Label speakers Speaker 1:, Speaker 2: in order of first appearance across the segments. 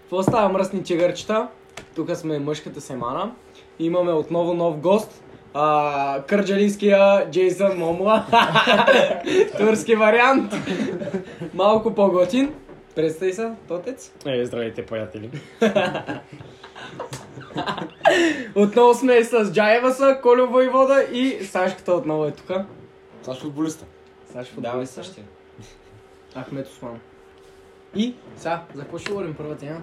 Speaker 1: Какво става, мръсни чегърчета? Тук сме мъжката семана. Имаме отново нов гост. А, кърджалийския Джейсън Момла. Турски вариант. Малко по-готин. Представи се, Тотец.
Speaker 2: Е, здравейте, приятели.
Speaker 1: Отново сме с Джаеваса, Колю Войвода и Сашката отново е тук.
Speaker 2: Саш футболиста.
Speaker 1: Саш футболист.
Speaker 3: същия.
Speaker 1: Ахмет Осман. И сега, за какво ще говорим първа тема?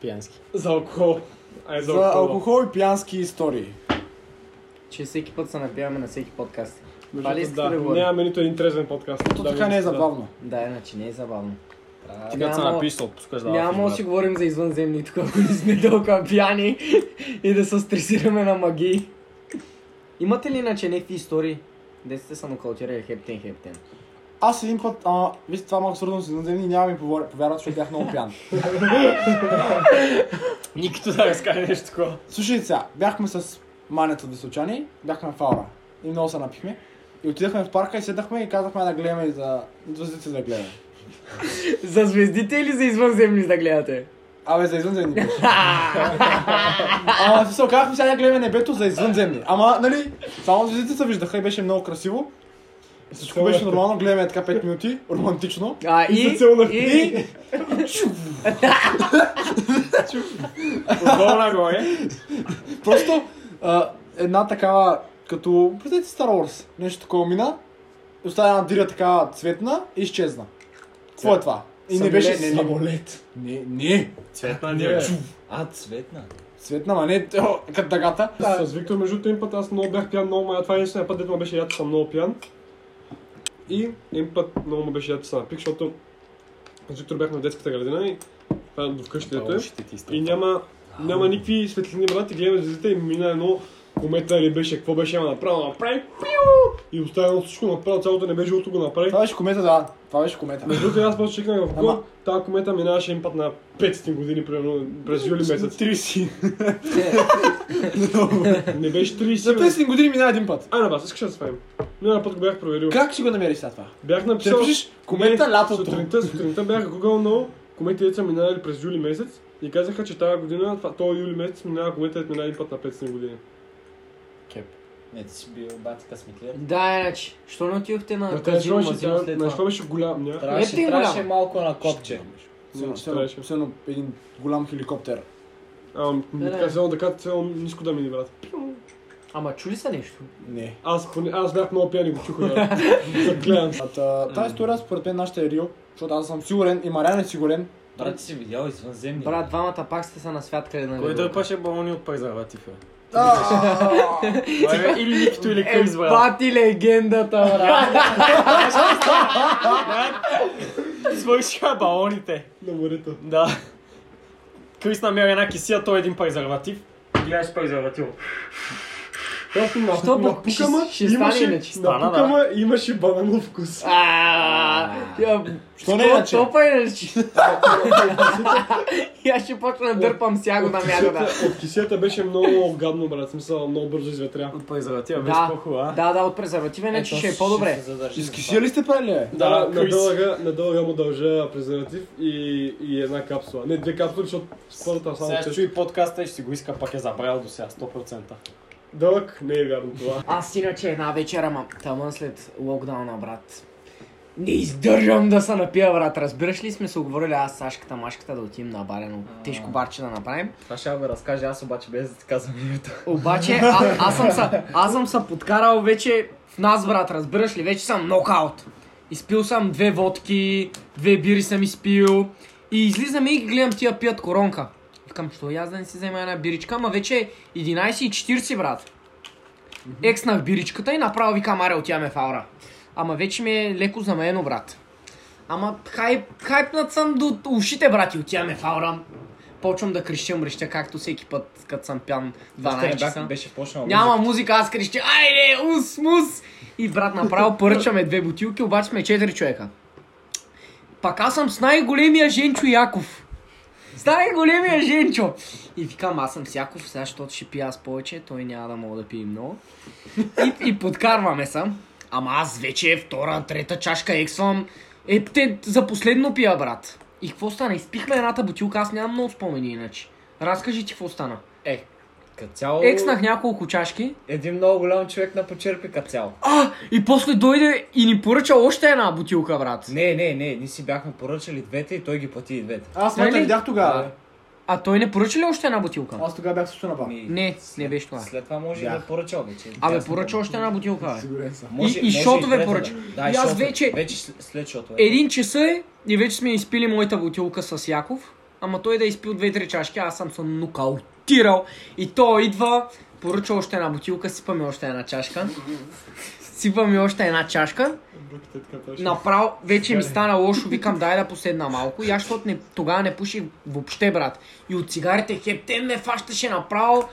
Speaker 2: Пиянски.
Speaker 3: За алкохол. Ай, за,
Speaker 2: За алкохол и пиянски истории.
Speaker 1: Че всеки път се напиваме на всеки подкаст.
Speaker 3: Между
Speaker 1: Това ли
Speaker 3: другото,
Speaker 1: искате да
Speaker 3: да,
Speaker 1: говорим?
Speaker 3: нямаме нито един трезвен подкаст.
Speaker 2: То
Speaker 3: Да,
Speaker 2: така не
Speaker 3: да.
Speaker 2: е забавно.
Speaker 1: Да, иначе не е забавно.
Speaker 2: Ти
Speaker 1: като се Няма- напиш,
Speaker 2: се отпускаш
Speaker 1: Няма да си говорим за извънземни тук, ако не сме толкова пияни и да се стресираме на магии. Имате ли иначе някакви истории? Де сте самокалтирали хептен хептен?
Speaker 2: Аз един път, а, вижте, това малко свързано с извънземни, няма ми повор- повярват, защото бях много пиян.
Speaker 3: Никито да разкаже нещо такова.
Speaker 2: Слушай сега, бяхме с манята височани, бяхме в аура и много се напихме. И отидахме в парка и седнахме и казахме да гледаме и за звездите да гледаме.
Speaker 1: За звездите или за извънземни да гледате?
Speaker 2: Абе, за извънземни беше. Ама се оказахме сега да гледаме небето за извънземни. Ама, нали, само звездите се виждаха и беше много красиво. И всичко беше нормално, гледаме така 5 минути, романтично.
Speaker 1: А, и...
Speaker 3: се целунах.
Speaker 1: и...
Speaker 3: Отдолу нагоре.
Speaker 2: Просто а, една такава, като, представете Star Wars, нещо такова мина, и остана една диря така цветна и изчезна. Какво е това? И не беше не, не,
Speaker 3: самолет.
Speaker 2: не, не.
Speaker 3: Цветна ни е.
Speaker 4: А, цветна.
Speaker 2: Цветна, ма не, о, като дъгата.
Speaker 3: Да. С Виктор, между другото, един път аз много бях пиян, много ма... Това е единствения път, дето ме беше яд, че съм много пиян. И един път много ме беше яд, че съм напих, защото с Виктор бяхме в детската градина и това е до вкъщи, дето е. И няма, няма никакви светлини, брат, и гледаме звездите и мина едно комета или беше, какво беше, ама направо направи, пиу! и оставя едно всичко направо, цялото не беше жълто го направи.
Speaker 2: Това беше комета, да. Това беше комета.
Speaker 3: Между другото, аз после чекнах в
Speaker 2: Ама-
Speaker 3: Гол, тази комета минаваше един път на 500 години, примерно през юли месец.
Speaker 2: 30.
Speaker 1: Е,
Speaker 3: Не беше
Speaker 2: За
Speaker 3: 30. бе.
Speaker 2: 50 години мина един път.
Speaker 3: Ай на вас, искаш да сваем. Миналия път го бях проверил.
Speaker 2: Как ще го намериш сега това?
Speaker 3: Бях
Speaker 2: Ще
Speaker 3: написал...
Speaker 2: напишеш комета
Speaker 3: Не,
Speaker 2: лятото.
Speaker 3: Сутринта, сутринта бях Google много комети деца минали през юли месец и казаха, че тази година, това- този юли месец минава комета дето мина един път на 500 години.
Speaker 4: Не, ти си бил бати
Speaker 5: Е,
Speaker 4: късметлия.
Speaker 1: Да, иначе. Що не отидохте на
Speaker 3: На
Speaker 1: Каджино
Speaker 3: това
Speaker 1: Мазино след това?
Speaker 3: беше голям, ня?
Speaker 1: Не ти
Speaker 4: Трябваше,
Speaker 1: е
Speaker 4: трябваше
Speaker 1: голям.
Speaker 4: малко на копче.
Speaker 2: Все едно-
Speaker 3: Ще
Speaker 2: все едно-
Speaker 3: трябваше.
Speaker 2: все едно един голям хеликоптер.
Speaker 3: Ам,
Speaker 1: Да,
Speaker 3: ми
Speaker 1: да.
Speaker 3: така само да кажа, цяло ниско да ми ни брат.
Speaker 1: Ама чули са нещо?
Speaker 2: Не.
Speaker 3: Аз, поне- аз бях много пиян и го чух. да. Заклевам се.
Speaker 2: А, та- Тази история според мен нашата е Рио, защото аз съм сигурен и Мариан е сигурен.
Speaker 4: Брат, ти си видял извънземни.
Speaker 1: Брат, двамата пак сте са на свят къде на
Speaker 6: Кой да паше балони е от презерватива?
Speaker 1: Или никто, или кой избра. Пати Е, легендата, брат.
Speaker 6: Свършиха балоните.
Speaker 3: На морето.
Speaker 6: Да. Крис намери една кисия, той е един презерватив. Гледаш презерватив.
Speaker 3: Просто на,
Speaker 1: Що
Speaker 3: на
Speaker 1: пък ще-
Speaker 3: пукама
Speaker 1: ще
Speaker 3: имаше,
Speaker 1: стане иначе?
Speaker 3: на
Speaker 6: Стана, да.
Speaker 3: пукама имаше бананов вкус.
Speaker 1: А, я-
Speaker 2: Що не иначе?
Speaker 1: Топа иначе. И аз ще почна да дърпам сяго на мягата.
Speaker 3: Кисията- От кисията беше много гадно, брат. В Смисъл, много бързо изветря.
Speaker 6: От презерватива беше
Speaker 1: Да.
Speaker 6: по-хубава.
Speaker 1: Да, да, от презерватива иначе ще е по-добре.
Speaker 2: Изкисия ли сте правили? бе?
Speaker 3: Да,
Speaker 6: Да,
Speaker 3: на,
Speaker 6: Крис.
Speaker 3: дълга, на дълга му дължа презерватив и, и една капсула. Не, две капсули, защото с първата само
Speaker 6: Сега ще
Speaker 3: чест.
Speaker 6: чуи подкаста и ще си го иска, пак е забрал до сега, 100%.
Speaker 3: Дълъг, не е вярно това.
Speaker 1: Аз иначе една вечер, ама тамън след локдауна, брат. Не издържам да се напия, брат. Разбираш ли сме се оговорили аз, Сашката, Машката да отидем на барено. Тежко барче да направим.
Speaker 4: Това ще ме разкаже аз обаче без да ти казвам името.
Speaker 1: Обаче, а, аз, съм са, аз съм са подкарал вече в нас, брат, разбираш ли? Вече съм нокаут. Изпил съм две водки, две бири съм изпил. И излизаме и ги гледам тия пият коронка. Викам, що и аз да не си взема една биричка, ама вече е 11.40, брат. Екснах биричката и направо викам, аре, отиваме в аура. Ама вече ми е леко замаяно, брат. Ама хайп, хайпнат съм до ушите, брат, и отиваме в аура. Почвам да крещя мреща, както всеки път, като съм пян 12 часа.
Speaker 4: беше почнал.
Speaker 1: Няма музика, аз крещя, айде, ус, мус! И брат, направо поръчаме две бутилки, обаче сме четири човека. Пак аз съм с най-големия Женчо Яков. С най-големия Женчо! И викам, аз съм с Яков, сега, защото ще пия аз повече, той няма да мога да пие много. И, и подкарваме съм. Ама аз вече втора, трета чашка ексвам. Ептен за Е, последно пия, брат. И какво стана? Изпихме едната бутилка, аз нямам много спомени иначе. Разкажи ти какво стана.
Speaker 5: Е, като цяло...
Speaker 1: Екснах няколко чашки.
Speaker 5: Един много голям човек на почерпи като цяло.
Speaker 1: А, и после дойде и ни поръча още една бутилка, брат.
Speaker 5: Не, не, не, ние си бяхме поръчали двете и той ги плати и двете.
Speaker 2: Аз май
Speaker 1: Нали?
Speaker 2: не видях тогава.
Speaker 5: Да.
Speaker 1: А той не поръча ли още една бутилка?
Speaker 2: Аз тогава бях също на бар.
Speaker 5: Ми,
Speaker 1: Не, не беше това.
Speaker 5: Ами, След това може и
Speaker 2: Да.
Speaker 5: да е поръча обаче.
Speaker 1: Абе,
Speaker 5: Ясно.
Speaker 1: поръча още една бутилка, бе.
Speaker 2: Сигурен съм.
Speaker 5: Може-
Speaker 1: и
Speaker 5: може
Speaker 1: шотове
Speaker 5: двете,
Speaker 1: поръча.
Speaker 5: Да,
Speaker 1: И аз
Speaker 5: шотове.
Speaker 1: вече-
Speaker 5: Вече с- след шотове.
Speaker 1: Един часа е и вече сме изпили моята бутилка с Яков. Ама той да е изпил 2-3 чашки, аз съм съм нокаутирал. И той идва, поръча още една бутилка, сипаме още една чашка. Сипаме още една чашка.
Speaker 3: Буките така точно.
Speaker 1: Направо, вече ми стана лошо, викам дай да поседна малко. И аз, защото не, тогава не пуших въобще, брат. И от цигарите хептен ме фащаше направо.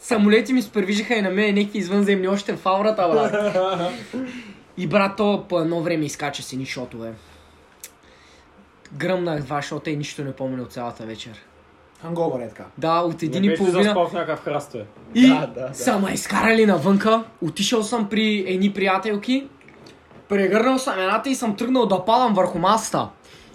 Speaker 1: Самолети ми спървижиха и на мен някакви извънземни още в аурата, брат. И брат, то по едно време изкача си ни шотове. Гръмнах два шота и нищо не помня от цялата вечер.
Speaker 2: Хангобър е така.
Speaker 1: Да, от
Speaker 6: Не
Speaker 1: един и
Speaker 6: беше
Speaker 1: половина.
Speaker 6: заспал в някакъв храстове.
Speaker 1: И
Speaker 5: Да, да, да.
Speaker 1: са ме изкарали навънка, отишъл съм при едни приятелки, прегърнал съм едната и съм тръгнал да падам върху масата.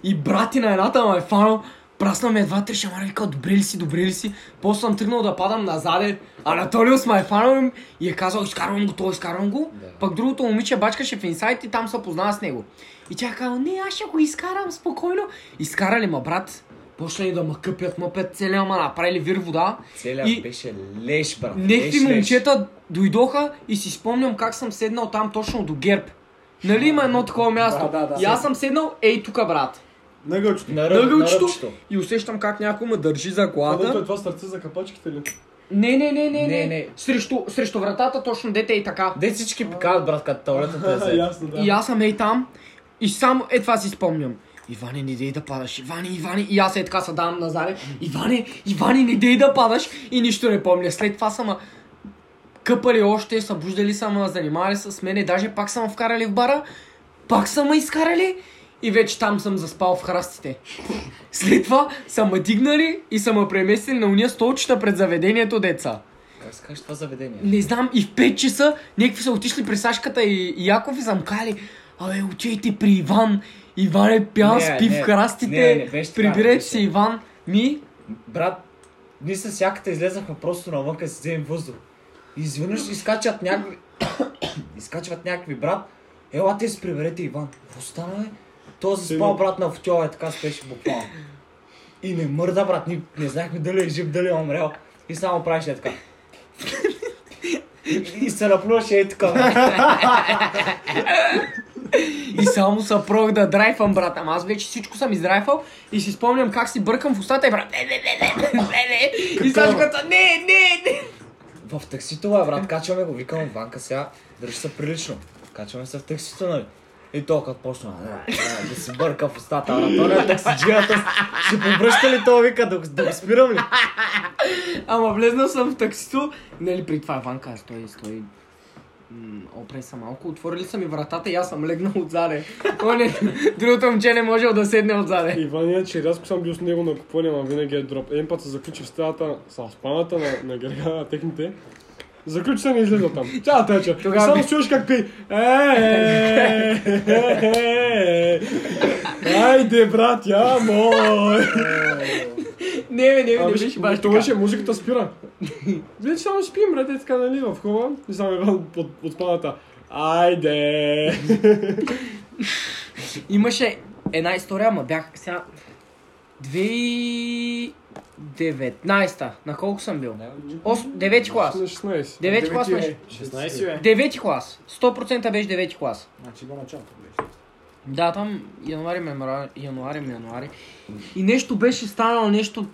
Speaker 1: И брати на едната ме е фанал, прасна ме едва три шамара, вика, добре ли си, добре ли си? После съм тръгнал да падам назаде, Анатолиус ме е фанал и е казал, изкарвам го, той изкарвам го.
Speaker 5: Да.
Speaker 1: Пък другото момиче бачкаше в инсайт и там се познава с него. И тя е казала, не, аз ще го изкарам спокойно. Изкарали ма, брат. Почнали да ма къпят, мъпят целия ма направили вир вода.
Speaker 5: Целият
Speaker 1: И-
Speaker 5: беше леш, брат.
Speaker 1: Някакви
Speaker 5: леш, леш.
Speaker 1: момчета дойдоха и си спомням как съм седнал там точно до герб. Нали има едно такова място?
Speaker 2: Да, да, да.
Speaker 1: и аз съм седнал ей тук, брат.
Speaker 2: Нъгълчето.
Speaker 5: На, ръ... на
Speaker 1: Нъгълчето
Speaker 5: ръбчето.
Speaker 1: и усещам как някой ме държи за
Speaker 3: А, дето е
Speaker 1: главата.
Speaker 3: това сърце за капачките ли?
Speaker 1: Не, не, не, не, не.
Speaker 5: Не,
Speaker 1: не.
Speaker 5: не.
Speaker 1: Срещу, срещу вратата точно дете е и така.
Speaker 5: Де всички пикават, брат, като таблетата е
Speaker 3: Да,
Speaker 5: заед.
Speaker 3: ясно, да.
Speaker 1: И аз съм ей там и само е това си спомням. Иване, не дей да падаш. Иване, Иване. И аз е така се давам назад. Иване, Иване, не дей да падаш. И нищо не помня. След това съм а, къпали още, събуждали са ме, занимавали с мене. Даже пак са ме вкарали в бара. Пак са ме изкарали. И вече там съм заспал в храстите. След това са ме дигнали и са ме преместили на уния столчета пред заведението деца.
Speaker 5: Как се казваш това заведение?
Speaker 1: Не знам, и в 5 часа някакви са отишли при Сашката и, и Яков и са му кали, абе, отидете при Иван. Иван е пиян,
Speaker 5: Не,
Speaker 1: спи
Speaker 5: не,
Speaker 1: в храстите,
Speaker 5: не, не, беше така,
Speaker 1: приберете
Speaker 5: беше.
Speaker 1: се Иван. Ми,
Speaker 5: Брат, ние с яката излезахме просто навънка да си вземем въздух. И изведнъж изкачат някакви... изкачват някакви, брат. Ела те си приберете Иван. Какво стана, бе? Той заспал,
Speaker 3: Сигурно.
Speaker 5: брат, на футьола е така спеше буквално. И не мърда, брат. Ние не знаехме дали е жив, дали е умрял. И само правеше е така. И- И се наплюваше е така. брат.
Speaker 1: и само са прох да драйфам, брат. Ама аз вече всичко съм издрайфал и си спомням как си бъркам в устата и брат. Не, не, не, не, не, не, не. И Сашката, не, не, не.
Speaker 5: В таксито, бе, брат, качваме го, викам, Ванка сега, държи се прилично. Качваме се в таксито, нали? И то, като почна а, а, да си бърка в устата, брат, той на таксиджията, ще побръща ли то, вика, да, го- да го спирам ли?
Speaker 1: Ама влезнал съм в таксито. Нали, при това Иванка, стой, стой. М, Опре са малко, отворили са ми вратата и аз съм легнал отзаде. О, не, другото момче не можел да седне отзаде.
Speaker 3: Ивания, че рязко съм бил с него на купуване, ама винаги е дроп. Един път се заключи в стаята с спаната на, на гърга, техните. Заключи се не излиза там. Цяла тече.
Speaker 1: Тогава
Speaker 3: Само
Speaker 1: би-
Speaker 3: чуеш как пи. Е, Айде, брат, я мой!
Speaker 1: Не, бе, не, бе,
Speaker 3: А,
Speaker 1: Е, не
Speaker 3: виж,
Speaker 1: беше баш
Speaker 3: Ами, Това
Speaker 1: така.
Speaker 3: беше, музиката спира. Вече само ще пием, брат, е така, нали, в хова. И само Иван под, под спаната. Айде!
Speaker 1: Имаше една история, ама бях сега... 2019-та. На колко съм бил? 9 клас.
Speaker 3: На 16.
Speaker 1: 9 клас
Speaker 2: е-
Speaker 1: беше.
Speaker 6: 16 бе.
Speaker 1: 9 клас. 100% беше 9 клас.
Speaker 2: Значи го началото беше.
Speaker 1: Да, там януари, мемора- януари, януари. И нещо беше станало, нещо...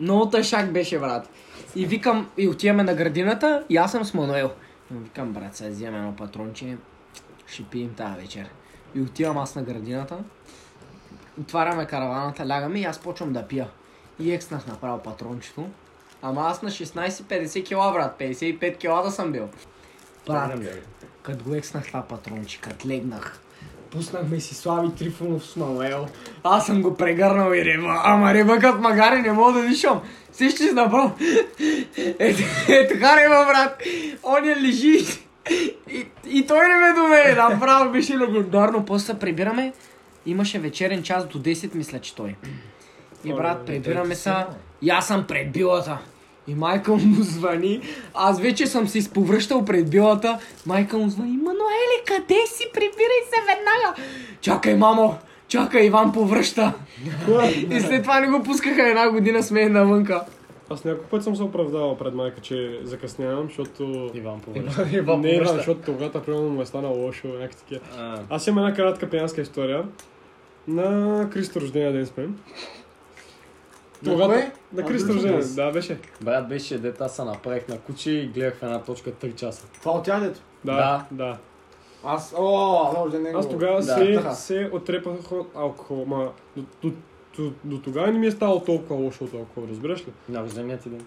Speaker 1: Много тъшак беше, брат. И викам, и отиваме на градината, и аз съм с Мануел. И му викам, брат, сега вземем едно патронче, ще пием тази вечер. И отивам аз на градината, отваряме караваната, лягаме и аз почвам да пия. И екснах направо патрончето. Ама аз на 16-50 кила, брат, 55 кила да съм бил. Брат, като го екснах това патронче, като легнах, пуснахме си Слави Трифонов с Мануел. Аз съм го прегърнал и рева. Ама рева като магари, не мога да дишам. Всички си направо. Е, е, така рева, брат. Он е лежи. И, и той не ме доведе. Направо беше легендарно. После се прибираме. Имаше вечерен час до 10, мисля, че той. И брат, прибираме се.
Speaker 4: сигурно.
Speaker 1: И аз съм пред билата. И майка му звъни. Аз вече съм се изповръщал пред билата. Майка му звъни. Мануеле, къде си? Прибирай се веднага. Чакай, мамо. Чакай, Иван повръща. и след това не го пускаха една година с мен навънка.
Speaker 3: Аз няколко път съм се оправдавал пред майка, че закъснявам, защото...
Speaker 6: Иван повърши.
Speaker 4: Иван
Speaker 3: Не, Иван,
Speaker 4: повръща.
Speaker 3: защото тогава примерно му е станало лошо, някакви такива. Аз имам една кратка пиянска история. На Кристо рождения ден сме.
Speaker 2: кое?
Speaker 3: Тогава на Кристо
Speaker 2: Кристо
Speaker 3: рождения
Speaker 2: ден.
Speaker 3: ден. Да, беше.
Speaker 6: Брат беше дета, се направих на куче и гледах в една точка 3 часа.
Speaker 2: Това от тях дето.
Speaker 3: Да,
Speaker 6: Да.
Speaker 3: да.
Speaker 2: Аз, о, аз Е, още не го-
Speaker 3: Аз тогава
Speaker 6: Да.
Speaker 3: се,
Speaker 2: Така.
Speaker 3: се отрепах от алкохол, ма до, до, до, до тогава не ми е стало толкова лошо от алкохол, разбираш ли?
Speaker 6: На рождения ти ден.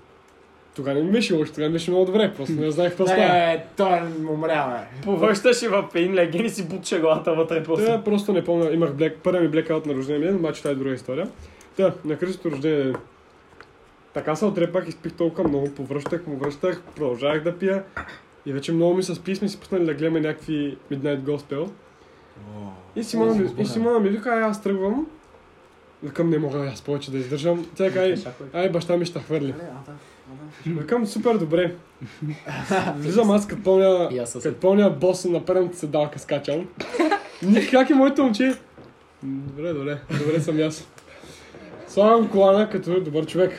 Speaker 3: Тогава не ми беше лошо, тогава ми беше много добре, просто не знаех какво става.
Speaker 2: Не, е, той е. му умря, бе.
Speaker 6: Повръщаше в един леген и си бутче главата вътре после.
Speaker 3: Та, просто не помня, имах блек, първия ми блекаут на рождения ми ден, обаче това е друга история. Та, на Кристото рождения ден. Така се отрепах, изпих толкова много, повръщах, му връщах, продължавах да пия. И вече много ми се спи, сме си пуснали да гледаме някакви Midnight Gospel. И Симона, ми, и Симона ми вика, ай аз тръгвам. Викам, не мога, аз повече да издържам. Тя кай, ай баща ми ще хвърли. Викам, супер добре. Влизам аз като пълня,
Speaker 6: И аз със-
Speaker 3: като пълня боса на предната седалка скачам. Ник, как е моето момче? М, Добре, добре, добре съм и аз. Слагам колана като е добър човек.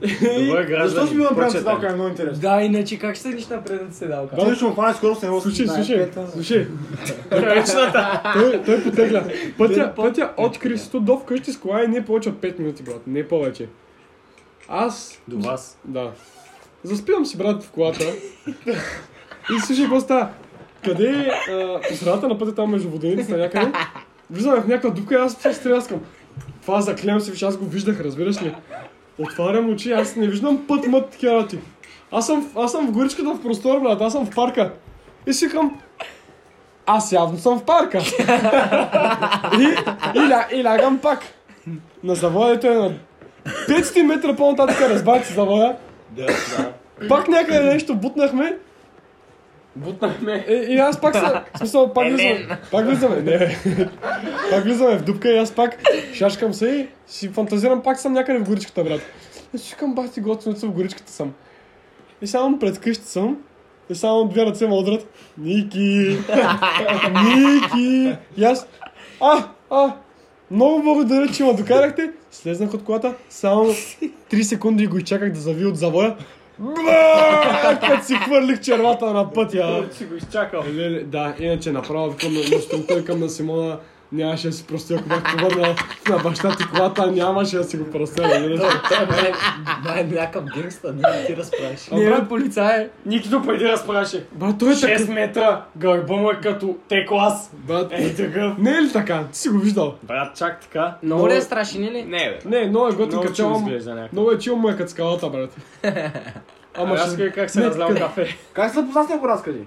Speaker 6: Добър
Speaker 2: Защо
Speaker 6: гражданин.
Speaker 2: си бил направен
Speaker 6: почетен.
Speaker 2: седалка е много интересно.
Speaker 1: Да, иначе как ще са неща пред седалка?
Speaker 2: Той ще му хване скоро с него.
Speaker 3: Слушай,
Speaker 2: знаеш,
Speaker 3: слушай,
Speaker 2: пета.
Speaker 3: слушай. той, той потегля. Пътя, пътя от Кристо до вкъщи с кола е не повече от 5 минути, брат. Не повече. Аз
Speaker 6: До вас.
Speaker 3: Да. Заспивам си, брат, в колата. и слушай, какво става? Къде е а, по средата на пътя там между воденицата някъде? Влизаме в някаква дупка и аз се стряскам. Това заклевам се, виж, аз го виждах, разбираш ли? Отварям очи, аз не виждам път мът такива работи. Аз съм, в- аз съм в горичката в простор, брат, аз съм в парка. И си викам, аз явно съм в парка. и, и, ля, и лягам пак. На завоето е на 500 метра по-нататък разбрах се завоя.
Speaker 6: Да, да.
Speaker 3: Пак някъде нещо бутнахме.
Speaker 6: Бутнахме.
Speaker 3: И, и аз пак се... В смисъл, пак влизам. Пак влизаме. Не, бе. пак влизаме в дупка и аз пак шашкам се и си фантазирам, пак съм някъде в горичката, брат. И си викам, бах ти готино, в горичката съм. И само пред къщи съм. И само две ръце ме удрят. Ники! Ники! И аз... А! А! Много благодаря, че ме докарахте. Слезнах от колата. Само 3 секунди го изчаках да зави от завоя. Бля! Като си хвърлих червата на пътя. Е,
Speaker 6: Си го изчакал.
Speaker 3: Леле, да, иначе направо викам на настроителка към на Симона. Нямаше да си прости, ако бях повърнал на баща ти колата, нямаше да си го простя. нали?
Speaker 4: Май е някакъв генгста, не ти разправиш.
Speaker 3: А, брат,
Speaker 1: полицае.
Speaker 6: Никито преди разпраше.
Speaker 3: брат, той е така.
Speaker 6: 6 метра. Гърба му е като Т-клас.
Speaker 3: Брат,
Speaker 6: Ей такъв.
Speaker 3: не е ли така? Ти си го виждал.
Speaker 6: Брат, чак така.
Speaker 1: Много ли е страшен или?
Speaker 6: Не, бе.
Speaker 3: Не, много е готин
Speaker 6: Много
Speaker 3: като
Speaker 6: чул
Speaker 3: цяло,
Speaker 6: изглежда някакъв.
Speaker 3: Много е чил му е като скалата, брат. Ама
Speaker 6: Ама
Speaker 3: ще...
Speaker 6: аз кажа как се
Speaker 3: Не,
Speaker 6: разлял
Speaker 3: къде?
Speaker 6: кафе.
Speaker 2: Как се запозна с него, разкажи?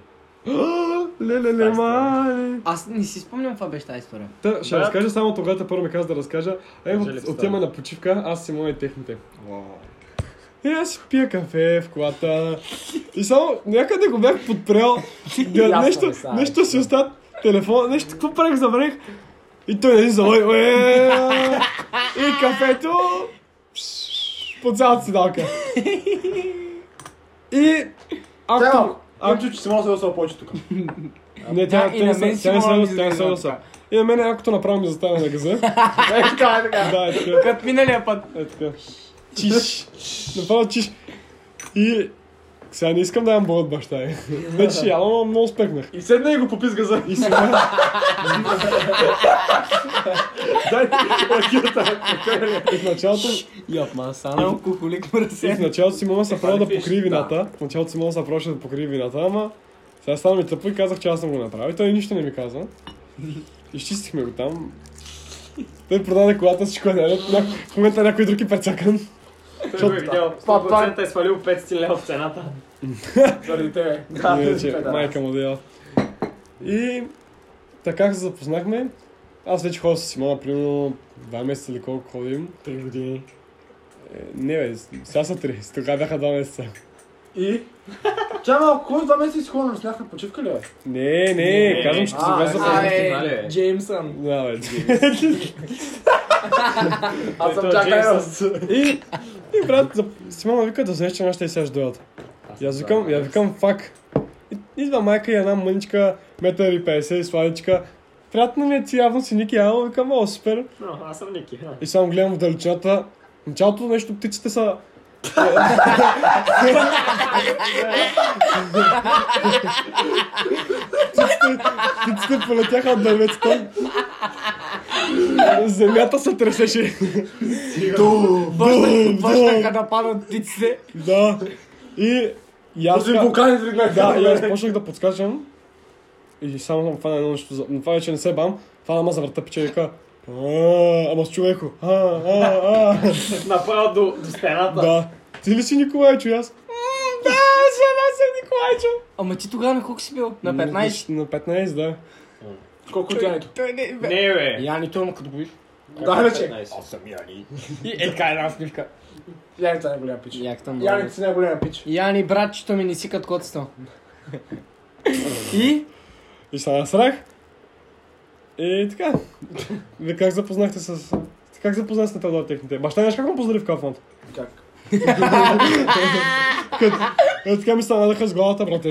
Speaker 3: Леле, ле, мале.
Speaker 1: Аз не си спомням каква беше тази история.
Speaker 3: Та, ще
Speaker 6: Брат.
Speaker 3: разкажа само тогава, първо ми каза да разкажа. Е,
Speaker 6: Кажа ли
Speaker 3: от,
Speaker 6: става?
Speaker 3: отиваме на почивка, аз си моя и техните. И аз си пия кафе в колата. И само някъде го бях подпрел. Да,
Speaker 2: Ясно
Speaker 3: нещо,
Speaker 2: ми става.
Speaker 3: нещо си остат. Телефон, нещо, какво правих, забравих. И той не завой. Уе! И кафето. пш, По цялата седалка. И...
Speaker 2: Тя,
Speaker 3: Авто...
Speaker 2: а чу, че си може да се повече тук.
Speaker 3: Не, тя,
Speaker 1: Да, и на
Speaker 3: тя, тя,
Speaker 1: мен
Speaker 3: не
Speaker 1: си
Speaker 3: тя, не
Speaker 1: мога да ми
Speaker 3: следва- тя не
Speaker 1: изглежда
Speaker 3: следва са. И на мен е, якото направо ми застана на газа.
Speaker 2: Е, така, е, така.
Speaker 3: Да, е така.
Speaker 1: Като миналия път.
Speaker 3: Е така. Чиш. Направо чиш. И сега не искам да ям болът баща ми. Вече ям, ама много спекнах.
Speaker 2: И седна и го попизга за...
Speaker 3: И сега...
Speaker 2: Дай,
Speaker 3: И в началото...
Speaker 6: Япма,
Speaker 1: Е,
Speaker 6: само.
Speaker 1: алкохолик
Speaker 3: И в
Speaker 1: мърсе.
Speaker 3: началото си мога се правя Е, да покри вината. В началото си мога се правя да покри вината, ама... Сега стана ми тъпо и казах, че аз съм го направил. И той нищо не ми каза. Изчистихме го там. Той продаде колата, всичко е наред. Ня- В момента някой друг е прецакан.
Speaker 6: Той го е видял.
Speaker 2: Па, това е-
Speaker 6: 100% е свалил 500 лева в цената.
Speaker 2: заради тебе.
Speaker 3: Да, Иначе,
Speaker 2: да, да.
Speaker 3: е, майка му да я. И така се запознахме. Аз вече ходя с Симона, примерно два месеца или колко ходим.
Speaker 6: Три години.
Speaker 3: Е, Не бе, сега са три, тогава бяха два месеца.
Speaker 2: И? Чай малко, кой два месеца си ходил на сняг на почивка ли е? бе?
Speaker 3: Не, не,
Speaker 6: Не,
Speaker 3: казвам,
Speaker 6: не.
Speaker 3: че ти
Speaker 2: А,
Speaker 3: се влезе
Speaker 2: а,
Speaker 3: да
Speaker 6: е,
Speaker 1: Абе, Джеймсън.
Speaker 3: Да, бе,
Speaker 2: Аз съм
Speaker 6: Той е
Speaker 2: чакай.
Speaker 6: Джеймс
Speaker 2: бе.
Speaker 6: с-
Speaker 3: И, и брат, за- Симона вика да вземеш една ще и сядаш дойдат. И аз викам, и аз викам, фак. И- Идва майка и една мъничка, метър и 50, сладичка. Приятно ми е ти, явно си Ники Ало, викам, о, супер.
Speaker 6: Но, аз съм Ники. а.
Speaker 3: И само гледам в далечината. В Началото нещо птиците са... птиците, птиците полетяха от дърветата. Земята се тресеше.
Speaker 1: Почнаха да падат птиците.
Speaker 3: Да. И, и аз...
Speaker 2: Този вулкан изригнах.
Speaker 3: Да, и аз почнах да подскачам. И само съм фана едно нещо. за- Но това вече не се бам. Фана ма завърта пича и вика. «А, Ама с човеко. А, а, а.
Speaker 6: Направо до, до стената.
Speaker 3: Да. Ти ли си Николайчо и аз? «М, Да, си аз съм Николайчо.
Speaker 1: Ама ти тогава на колко си бил? На 15?
Speaker 3: На 15, да.
Speaker 2: Колко от Янито?
Speaker 1: Той не е бе.
Speaker 6: Не, бе.
Speaker 1: Янито, ама като го виж.
Speaker 2: Да, вече.
Speaker 6: 15.
Speaker 1: И е така една усмивка.
Speaker 2: Янито е най-голям пич.
Speaker 1: Як там
Speaker 2: Янито си най-голям пич.
Speaker 1: Яни, братчето ми не си като котство. И?
Speaker 3: И се насрах. И така. Вие как запознахте с... Как запознах с Наталда техните? Баща нямаш как му поздрави в Кафмант?
Speaker 2: Как?
Speaker 3: Е, така ми станаха с главата, е, брате.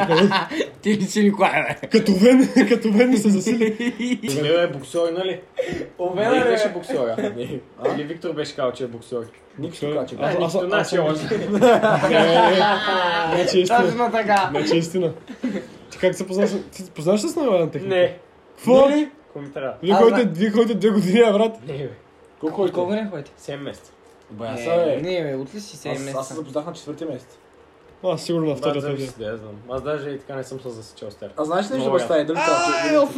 Speaker 1: Ти ли си Николай, бе?
Speaker 3: Като вен, като вен ми се засили.
Speaker 6: Лео е боксер, нали?
Speaker 1: Овена,
Speaker 6: Не
Speaker 1: бе.
Speaker 6: беше боксер. а? Или Виктор беше казал, че е боксер.
Speaker 2: Никто каче.
Speaker 3: Аз- аз-
Speaker 6: Никто
Speaker 3: аз-
Speaker 6: нашия още.
Speaker 3: Не, не, не. Не, че е истина.
Speaker 1: Точно така.
Speaker 3: Не, че е истина. Ти как се познаваш? Ти се познаваш ли с Наварен техника?
Speaker 6: Не. Нали?
Speaker 3: Какво?
Speaker 6: Коментара.
Speaker 3: Вие ходите, вие ходите две години, а, брат.
Speaker 6: Не, бе.
Speaker 2: Колко е
Speaker 1: Колко
Speaker 2: ти?
Speaker 1: не ходите?
Speaker 6: 7 месеца.
Speaker 2: Бе, аз е.
Speaker 1: Не, бе, отли си 7
Speaker 2: Аз, аз се
Speaker 1: месеца.
Speaker 2: запознах на четвърти месец.
Speaker 3: А, сигурно на
Speaker 6: Да,
Speaker 3: втория
Speaker 6: зависи
Speaker 3: тъгия.
Speaker 6: да я знам. Аз даже и така не съм се засечал с теб.
Speaker 2: А знаеш ли нещо
Speaker 6: Много
Speaker 2: баща е? Дали
Speaker 3: Ай,
Speaker 2: това?
Speaker 3: оф.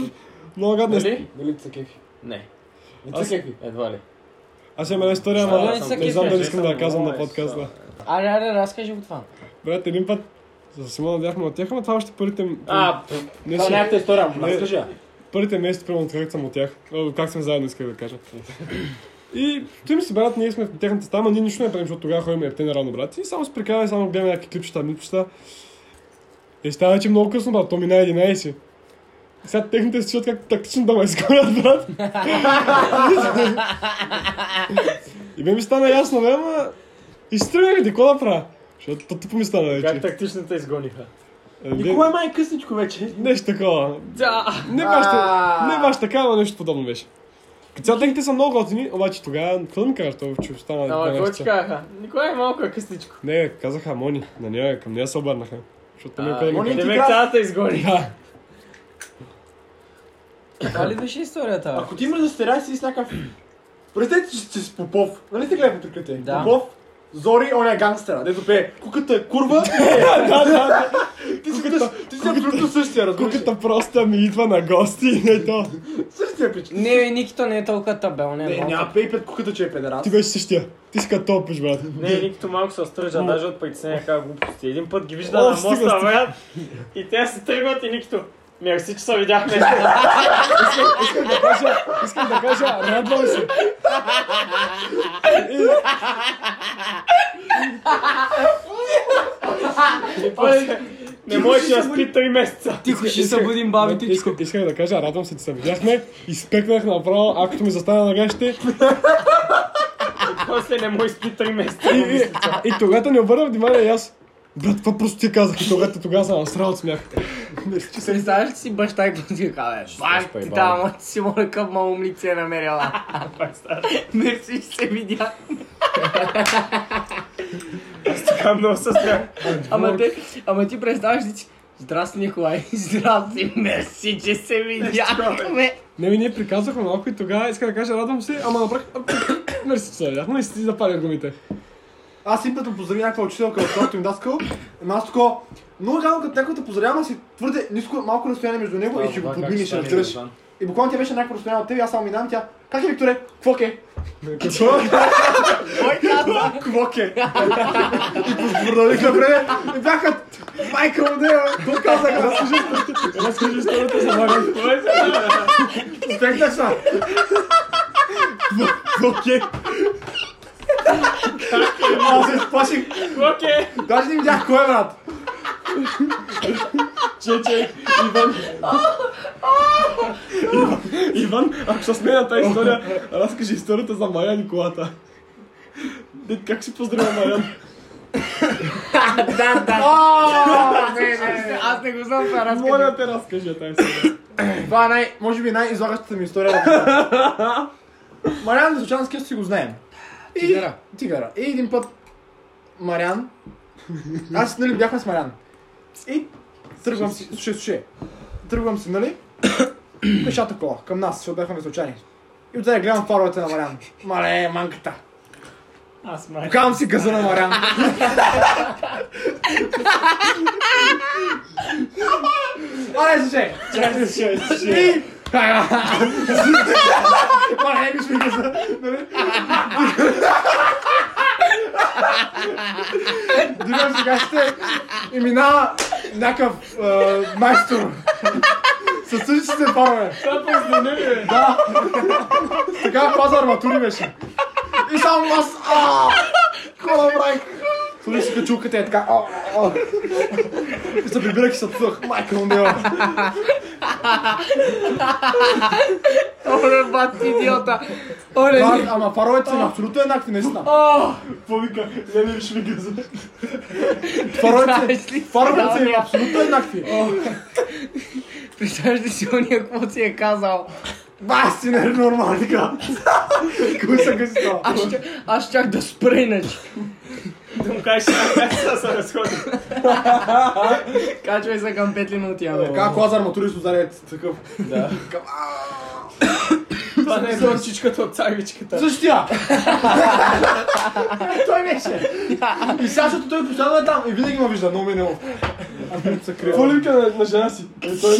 Speaker 3: Много гадно. е. сте.
Speaker 6: Нали?
Speaker 2: Дали ти се кефи?
Speaker 6: Не.
Speaker 2: Не
Speaker 3: Аз-
Speaker 2: ти се кефи.
Speaker 6: Едва ли.
Speaker 3: Аз имам една история,
Speaker 6: Да,
Speaker 3: ама
Speaker 1: не са
Speaker 3: не знам
Speaker 1: кефи,
Speaker 3: дали искам да я
Speaker 6: съм
Speaker 3: казвам на
Speaker 6: много е,
Speaker 3: подкаста.
Speaker 1: Аре, аре, разкажи го това.
Speaker 3: Брат, един път с Симона бяхме от тях, ама това още първите... м-
Speaker 6: А, п-
Speaker 3: не
Speaker 2: Това
Speaker 3: си-
Speaker 2: е някаква история,
Speaker 3: Не.
Speaker 2: разкажи я.
Speaker 3: Първите месеци, примерно, откакто съм от тях. О, Как сме заедно, исках да кажа. И ти ми си, брат, ние сме в тяхната стая, ама ние нищо не правим, защото тогава ходим ептен рано, брат. И само се прикараме, само гледаме някакви клипчета, митчета. И става вече много късно, брат, то мина 11. И Сега техните се чуят как тактично да ме изгонят, брат. и бе ми стана ясно, бе, ама... И се тръгнах, ти какво да правя? Защото то тъпо ми стана
Speaker 6: как
Speaker 3: вече.
Speaker 6: тактичната изгониха?
Speaker 3: Е, не-
Speaker 2: Никога май е късничко вече.
Speaker 3: Нещо такова.
Speaker 6: Да.
Speaker 3: Не баш,
Speaker 2: А.
Speaker 3: не баш така, но нещо подобно беше. Като цяло техните са много готини, обаче тогава, какво да ми кажеш, това че остана
Speaker 6: Ама какво ти
Speaker 3: нещо.
Speaker 6: казаха? Николай е малко е късничко.
Speaker 3: Не, казаха Мони, на нея, към нея се обърнаха. Защото не е
Speaker 6: А,
Speaker 3: кой да ми
Speaker 2: Мони
Speaker 3: каже.
Speaker 2: ти
Speaker 6: Тебе
Speaker 2: каза-
Speaker 6: цялата изгони.
Speaker 3: Да,
Speaker 1: Това ли беше историята, бе?
Speaker 2: Ако ти имаш дъщеря си с някакъв... Представете, че че си Попов. Нали сте гледали по триките?
Speaker 1: Да.
Speaker 2: Попов, Зори, оня гангстера, дето пее куката е курва,
Speaker 3: да, да.
Speaker 2: ти си, тъж- ти си абсолютно същия, разбираш ли?
Speaker 3: Куката просто ми идва на гости и не то.
Speaker 2: Същия пич.
Speaker 1: Не, бе, Никито не е толкова табел, не е
Speaker 2: Не,
Speaker 1: малко.
Speaker 2: няма пей пет куката, че е педерас.
Speaker 3: Ти беше същия. Ти си като топиш, брат.
Speaker 6: Не, никто малко се отстръжа, даже от притеснение как глупости. Един път ги вижда
Speaker 3: О,
Speaker 6: на
Speaker 3: стига,
Speaker 6: моста,
Speaker 3: стига.
Speaker 6: брат, и те се тръгват и никто. Мерси, че се видяхме.
Speaker 3: Искам да кажа, искам да кажа, радвам се.
Speaker 6: И после Не можеше да спи 3 месеца.
Speaker 1: Тихо, ще събудим бабите.
Speaker 3: Искам, искам да кажа, радвам се, че се видяхме. Изпекнах направо, акото ми застана на гащите.
Speaker 6: И после не може да спи 3 месеца.
Speaker 3: И, и, и тогава не обърна внимание и аз. Брат, това просто ти казах и тогава, тогава съм насрал от смях.
Speaker 1: Представяш ли си баща и какво ти казваш? Бах ти да, ама ти си моля към малом лице е намерила. Мерси, ще се видя.
Speaker 6: Така много се смях.
Speaker 1: Ама, те, ама ти представяш ли си? Здрасти, Николай. Здрасти, мерси, че се видяхме.
Speaker 3: Не, ми ние приказахме малко и тогава иска да кажа, радвам се, ама направих. а, Мерси, че се видяхме и си запаля гумите.
Speaker 2: Аз един път му поздравя някаква учителка от Тото им даскал, ама аз тако, много е гадно като някой те поздравя, ама си твърде ниско, малко разстояние между него и ще го подминеш, разбираш. И буквално тя беше някакво разстояние от теб и аз само минавам тя. Как е, Викторе? Какво е? Какво?
Speaker 1: Кой казва?
Speaker 2: Квоке! И продължих напред. И бяха майка му нея. То казах, разкажи
Speaker 3: Разкажи историята за Ваган.
Speaker 2: спектачна.
Speaker 3: Окей.
Speaker 2: Аз се изплаших.
Speaker 6: Окей.
Speaker 2: Даже не видях кой е брат.
Speaker 3: Че, че, Иван... Иван- Иван, ако ще сме на тази история, разкажи историята за Мария и колата. Дед, как си поздравя Мариян?
Speaker 1: Да, да. Не, не, не, Аз не го знам, това разкажи.
Speaker 3: Моля те, разкажи я тази история.
Speaker 2: Това е най, може би най-излагащата ми история. в Мариан Зачански си го знаем. И-
Speaker 1: Тигъра.
Speaker 2: Тигъра. И един път Мариан. Аз, нали, бяхме с Мариан. И тръгвам си, слушай, слушай. Тръгвам си, нали? Пешата кола към нас, защото бяхме случайни. И отзад гледам фаровете на Мариан. Мале, е, манката.
Speaker 6: Аз май.
Speaker 2: Покавам си газа на Мариан. Мале, слушай.
Speaker 6: Чакай, слушай, слушай.
Speaker 2: И... Мале, виж ми газа. нали? Дигам си газите и минава някакъв а, майстор. Със същите фарове.
Speaker 3: Това поздравление е.
Speaker 2: Да. Така паза арматури беше. И само аз... а, Какво направих? Слушай си качулката е така... а, а, а. И се прибирах и се цъх. Майка му мила.
Speaker 1: Оле, бат, идиота. Оле,
Speaker 2: Да,
Speaker 1: ни-
Speaker 2: Ама фаровете са ми абсолютно еднакви, наистина.
Speaker 1: О,
Speaker 3: Какво вика? Не, не, виж ми газа.
Speaker 2: Фаровете,
Speaker 1: Знаеш ли,
Speaker 2: фаровете са ми абсолютно еднакви.
Speaker 1: представяш ли си ония, какво си е казал?
Speaker 2: Ба, си не е нормалника. Кои са къси това?
Speaker 1: Аз ще- Аз чак да спра иначе.
Speaker 6: Да му кажеш, сега сега се разходи.
Speaker 1: Качвай се към 5 минути, абе.
Speaker 2: Така, ако аз арматурист ударят такъв.
Speaker 6: Да.
Speaker 2: Към,
Speaker 6: Това не е дончичката от цагичката.
Speaker 2: Същия! той беше. И сега, защото той постоянно е там и винаги ме вижда, но ми не е се крие.
Speaker 3: Какво ли вика на, на жена си? Е, той